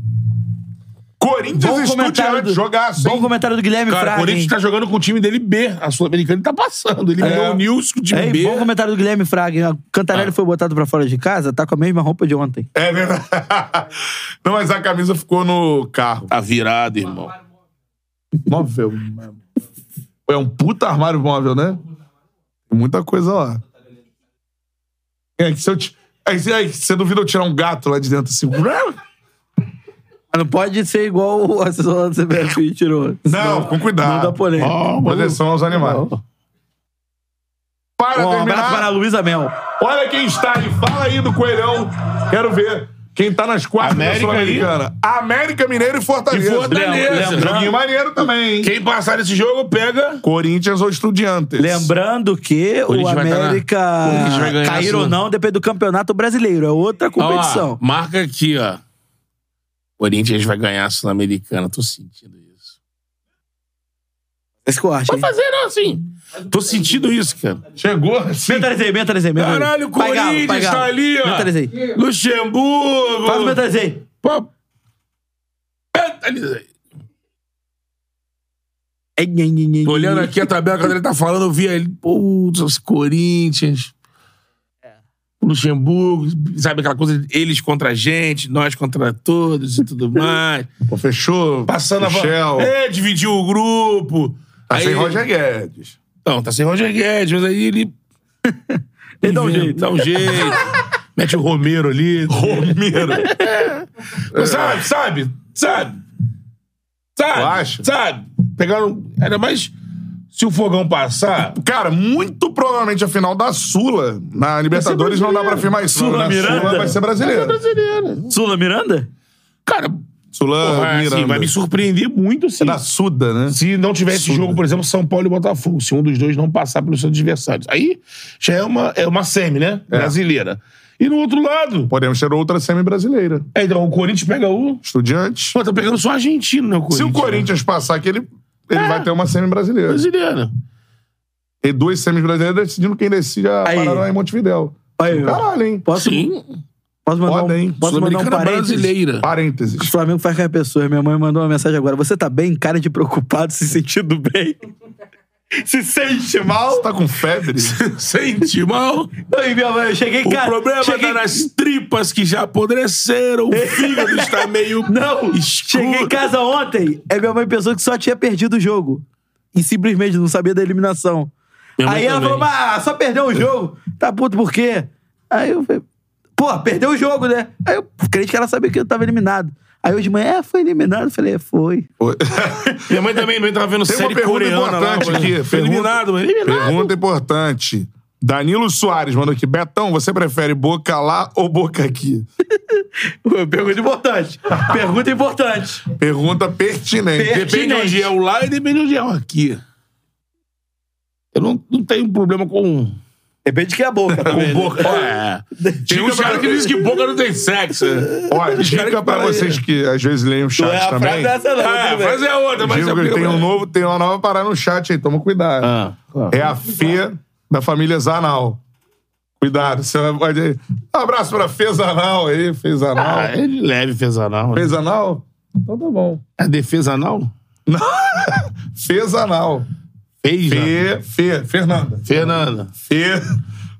S1: Corinthians
S3: Bom
S1: e
S3: comentário
S1: Estudiantes.
S3: do-
S1: Jogaço,
S3: Bom
S1: hein?
S3: comentário do Guilherme
S2: Cara, o
S3: Fraga.
S2: Corinthians
S3: hein?
S2: tá jogando com o time dele B. A Sul-Americana tá passando. Ele
S1: É.
S2: ganhou o Nilson com o time
S3: Ei,
S2: B.
S3: Tipo, bom comentário do Guilherme Fraga. hein? O Cantarelli foi botado pra fora de casa, tá com a mesma roupa de ontem.
S1: É verdade. Não, mas a camisa ficou no carro.
S2: Tá virado, irmão.
S1: Móvel. mano. É um puta armário móvel, né? Tem muita coisa lá. É que se eu. Te... Aí, você- aí, você duvida eu tirar um gato lá de dentro assim?
S3: Mas Não pode ser igual o assessor da CBF que tirou.
S1: Não, com
S3: Não dá
S1: cuidado.
S3: polêmica.
S2: Ó,
S1: Proteção aos animais. Para
S3: Um abraço para a
S1: terminar,
S3: Luísa Mel.
S1: olha quem está aí. Fala aí do Coelhão. Quero ver quem tá nas quartas da
S2: América aí.
S1: Sul-Americana. América Mineiro e Fortaleza.
S2: E Fortaleza.
S1: Lembra- Joguinho maneiro também, hein?
S2: Quem passar nesse jogo, pega.
S1: Corinthians ou Estudiantes.
S3: Lembrando que o
S2: Corinthians vai tá na-
S3: América
S2: Corinthians vai ganhar
S3: cair
S2: a
S3: ou
S2: sua.
S3: não depende do campeonato brasileiro. É outra competição.
S2: Ó, marca aqui, ó. O Corinthians vai ganhar a Sul-Americana. Tô sentindo isso.
S3: Esse corte.
S2: Vai fazer, não, assim. Tô sentindo isso, cara.
S1: Chegou assim.
S3: Mentalizei, mentalizei, mentalizei.
S2: Caralho, o
S3: Pai Galo,
S2: Corinthians
S3: Pai Galo.
S2: tá ali, ó.
S3: Mentalizei.
S2: Luxemburgo.
S3: Faz o mentalizei.
S2: Pa- Mentalizei.
S3: Ei, ei, ei, ei,
S2: Tô olhando
S3: ei.
S2: aqui a tabela quando ele tá falando, eu vi ele, putz, os Corinthians. o Luxemburgo, sabe aquela coisa, de eles contra a gente, nós contra todos e tudo mais.
S1: Pô, fechou.
S2: Passando
S1: Michel.
S2: a É, dividiu o grupo.
S1: Tá sem Roger Guedes.
S2: Não, tá sem Roger Guedes, mas aí ele.
S3: Ele dá um
S2: inventa,
S3: jeito.
S2: Dá um jeito. Mete o Romero ali.
S1: Romero.
S2: Não, Sabe, sabe, sabe. Sabe.
S1: Eu acho.
S2: Sabe. Pegaram. Ainda mais se o fogão passar.
S1: Cara, muito provavelmente a final da Sula. Na Libertadores não dá pra afirmar isso.
S3: Sula
S1: Na Sula
S3: Miranda?
S1: vai ser
S2: é
S1: brasileira.
S3: Sula Miranda?
S2: Cara,
S1: Sula
S2: vai, assim,
S1: Miranda.
S2: vai me surpreender muito se,
S1: É da Suda, né?
S2: se não tiver esse jogo, por exemplo, São Paulo e Botafogo. Se um dos dois não passar pelos seus adversários. Aí já é uma, é uma semi, né? Brasileira. E no outro lado.
S1: Podemos ter outra semi-brasileira.
S2: É, então, o Corinthians pega o.
S1: Estudiantes.
S2: Pô, tá pegando só argentino, né? O Corinthians.
S1: Se o Corinthians passar, que ele ele vai ter uma semi brasileira.
S6: Brasileira.
S1: E duas semis brasileiras decidindo quem decide a
S3: Aí.
S1: Paraná e Montevidéu.
S3: Aí, ó.
S1: Caralho, hein?
S2: assim,
S3: Posso,
S2: Sim.
S3: posso mandar
S1: Foda,
S3: um,
S1: hein?
S3: posso mandar um
S2: Sul-Americana é
S3: parênteses?
S2: "Hum, tá brasileira.
S1: Parênteses.
S3: O Flamengo faz com as pessoas. Minha mãe mandou uma mensagem agora. Você tá bem? Cara de preocupado, se sentindo bem? se sente mal?
S1: Você tá com febre?
S2: Sente mal.
S3: Aí minha mãe, eu cheguei,
S2: O
S3: cara...
S2: problema
S3: cheguei...
S2: tá nas tripas que já apodreceram. O fígado está meio.
S3: Não,
S2: escuro.
S3: cheguei em casa ontem. Aí É, minha mãe pensou que só tinha perdido o jogo. E simplesmente não sabia da eliminação.
S2: Minha mãe
S3: Aí ela
S2: também.
S3: falou, mas só perdeu o jogo. Tá puto por quê? Aí eu falei, pô, perdeu o jogo, né? Aí eu crente que ela sabia que eu tava eliminado. Aí hoje de manhã, é, foi eliminado. Eu falei, é, foi.
S6: Minha mãe também, minha mãe tava vendo
S1: Tem
S6: série
S1: uma pergunta
S6: coreana lá.
S1: importante aqui.
S2: Foi eliminado, mas eliminado.
S1: Pergunta importante. Danilo Soares mandou aqui. Betão, você prefere boca lá ou boca aqui?
S3: Pergunta importante. Pergunta importante.
S1: Pergunta pertinente.
S3: Per-
S2: Depende de
S3: Pertinente.
S2: onde é o lá e depende de onde é o aqui.
S6: Eu não, não tenho problema com...
S3: Depende de que é a boca.
S6: Com boca. É. Tem
S2: um
S6: uns caras que dizem que boca não tem sexo.
S1: Ó, dica pra vocês que às vezes leem o chat
S3: Não é a frase
S1: também.
S3: dessa, não.
S2: É,
S6: Ah,
S3: tudo bem.
S2: mas é outra, mas
S1: Digo
S2: é
S1: que tem um novo, tem uma nova parada no chat aí, toma cuidado.
S6: Ah,
S1: É a Fê da família Zanal. Cuidado, você pode. Abraço pra Fê Zanal aí, Fê Zanal.
S3: é.
S6: ah, ele leve fez anal. né?
S1: Fez anal? Então tá bom.
S6: É defesa anal?
S1: Fez anal.
S6: Fez, né?
S1: Fê, Fê, Fernanda.
S6: Fernanda.
S1: Fê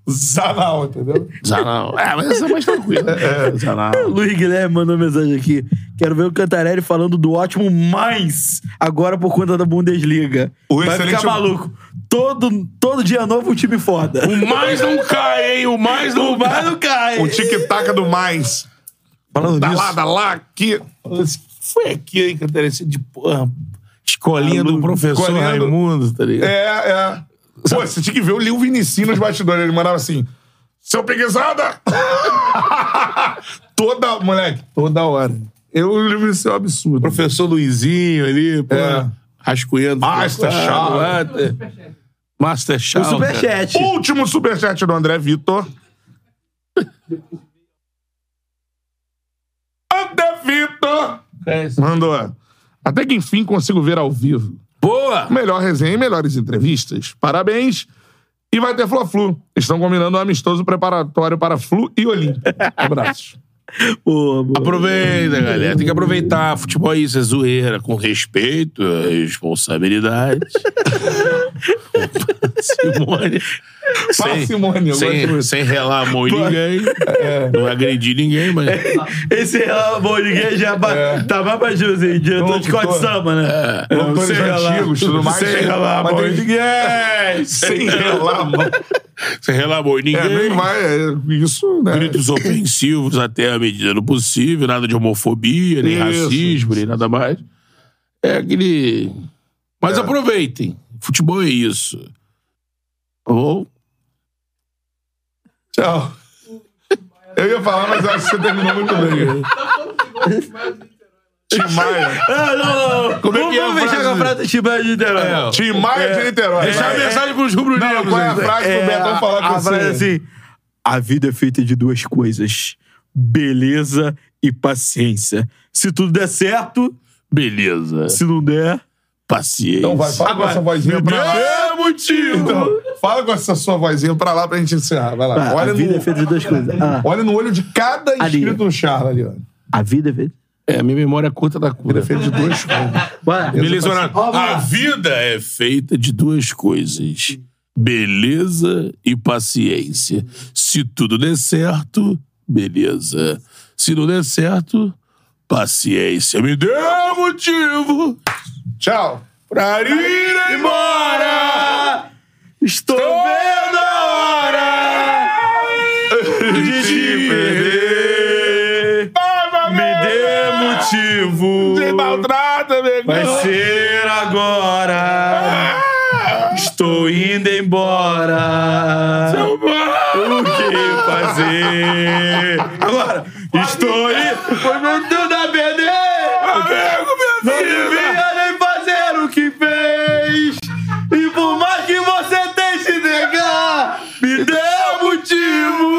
S1: Zanal, entendeu?
S6: Zanal. É, mas essa é mais tranquila. É, Zanal.
S3: O Luiz Guilherme mandou mensagem aqui. Quero ver o Cantarelli falando do ótimo mais agora por conta da Bundesliga.
S1: O
S3: Vai
S1: excelente-
S3: ficar maluco. Todo, todo dia novo um time foda.
S2: O mais não cai, hein? O mais não
S3: Vai
S2: cai.
S3: no cai.
S1: O tic-tac do mais.
S3: Falando
S1: Dá
S3: nisso,
S1: lá, dá lá, aqui.
S2: Foi aqui, hein, Catarina? Esse De porra. Escolinha
S6: Aluno.
S2: do professor
S1: Escolinha do-
S2: Raimundo, tá
S1: É,
S2: ligado?
S1: é. Pô, você tinha que ver o Lil Vinicinho nos bastidores. Ele mandava assim: Seu preguiçada! toda, moleque, toda hora. Eu, o Lil Vinicinho é um absurdo.
S6: Professor Luizinho ali, pô.
S1: É.
S6: Rascunhando. Ah,
S1: Master Shaw.
S2: Master
S3: o
S2: Shaw. cara.
S3: superchat.
S1: Último superchat do André Vitor. André Vitor! Mandou. Até que enfim consigo ver ao vivo.
S2: Boa!
S1: Melhor resenha e melhores entrevistas. Parabéns. E vai ter Fla-Flu. Estão combinando um amistoso preparatório para Flu e Olímpia. Abraços.
S3: Pô, amor.
S2: Aproveita, galera. Tem que aproveitar. Futebol é isso, é zoeira. Com respeito, é responsabilidade. Simone.
S1: Parcimônia, eu gosto
S2: Sem,
S1: muito. é.
S2: sem relar a mão em ninguém. Não agredir ninguém, mas.
S3: Esse é bom ninguém já ba- tá mais pra José, diretor de
S1: É. Tô,
S3: código
S1: tô.
S3: samba, né? É.
S1: Doutores antigos, tudo mais.
S2: Sem relar a
S1: Mas
S2: mão
S1: tem-
S2: em ninguém.
S1: Sem relar a mão.
S2: Sem relar a mão em
S1: É,
S2: ninguém.
S1: nem vai. é, isso, né?
S2: Gritos ofensivos até a medida do possível, nada de homofobia, nem
S1: Isso.
S2: racismo, nem nada mais. É aquele.
S1: É.
S2: Mas aproveitem. Futebol é isso. Ou.
S1: Tchau. Eu ia falar, mas eu acho que você terminou muito bem. Tim Maia.
S3: Ah, não, não.
S1: Como é que é a
S3: Vamos fechar
S1: frase? É,
S3: com a frase do Timão de Niterói.
S1: Tim Maia de Niterói.
S2: Deixar a
S1: Vai.
S2: mensagem pros rubro
S1: Não,
S2: negros.
S1: qual é a frase que o Betão falar com
S3: a
S1: você?
S3: frase assim, a vida é feita de duas coisas, beleza e paciência. Se tudo der certo,
S2: Beleza.
S3: se não der...
S2: Paciência.
S1: Então vai, fala com essa vozinha pra lá.
S2: É motivo.
S1: Então, fala com essa sua vozinha pra lá pra gente encerrar. Vai lá.
S3: Ah, a
S1: Olha
S3: vida é
S1: no,
S3: feita de duas coisas. Ah,
S1: olha no olho de cada
S3: Ali.
S1: inscrito no Charla ali, ó.
S3: a vida é feita...
S2: É, minha memória é curta da
S1: Ele é
S2: cura.
S1: feito de dois coisas.
S3: Vai.
S2: Beleza, Renato?
S1: um
S3: Ó, vamos lá.
S2: A vida é feita de duas coisas: beleza e paciência. Se tudo der certo, beleza. Se não der certo, paciência. Me dê um motivo
S1: Tchau.
S2: pra ir embora.
S3: Estou
S2: Tô vendo a hora de te perder. Me dê motivo.
S1: Me maltrata, negão.
S2: Vai ser agora. Estou indo embora. O que fazer? Agora. Estou indo.
S3: Foi meu Deus da BD!
S2: Amigo, minha filha.
S3: Devia nem fazer o que fez! E por mais que você tente negar, me dê um motivo!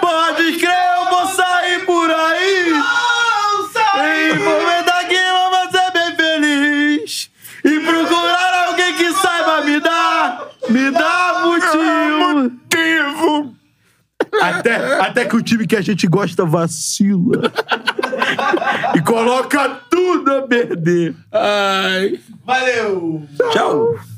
S3: Pode crer, eu vou sair por aí! Em momento aqui, vou ser bem feliz! um até, até que o time que a gente gosta vacila. e coloca tudo a perder.
S5: Ai.
S4: Valeu!
S3: Tchau.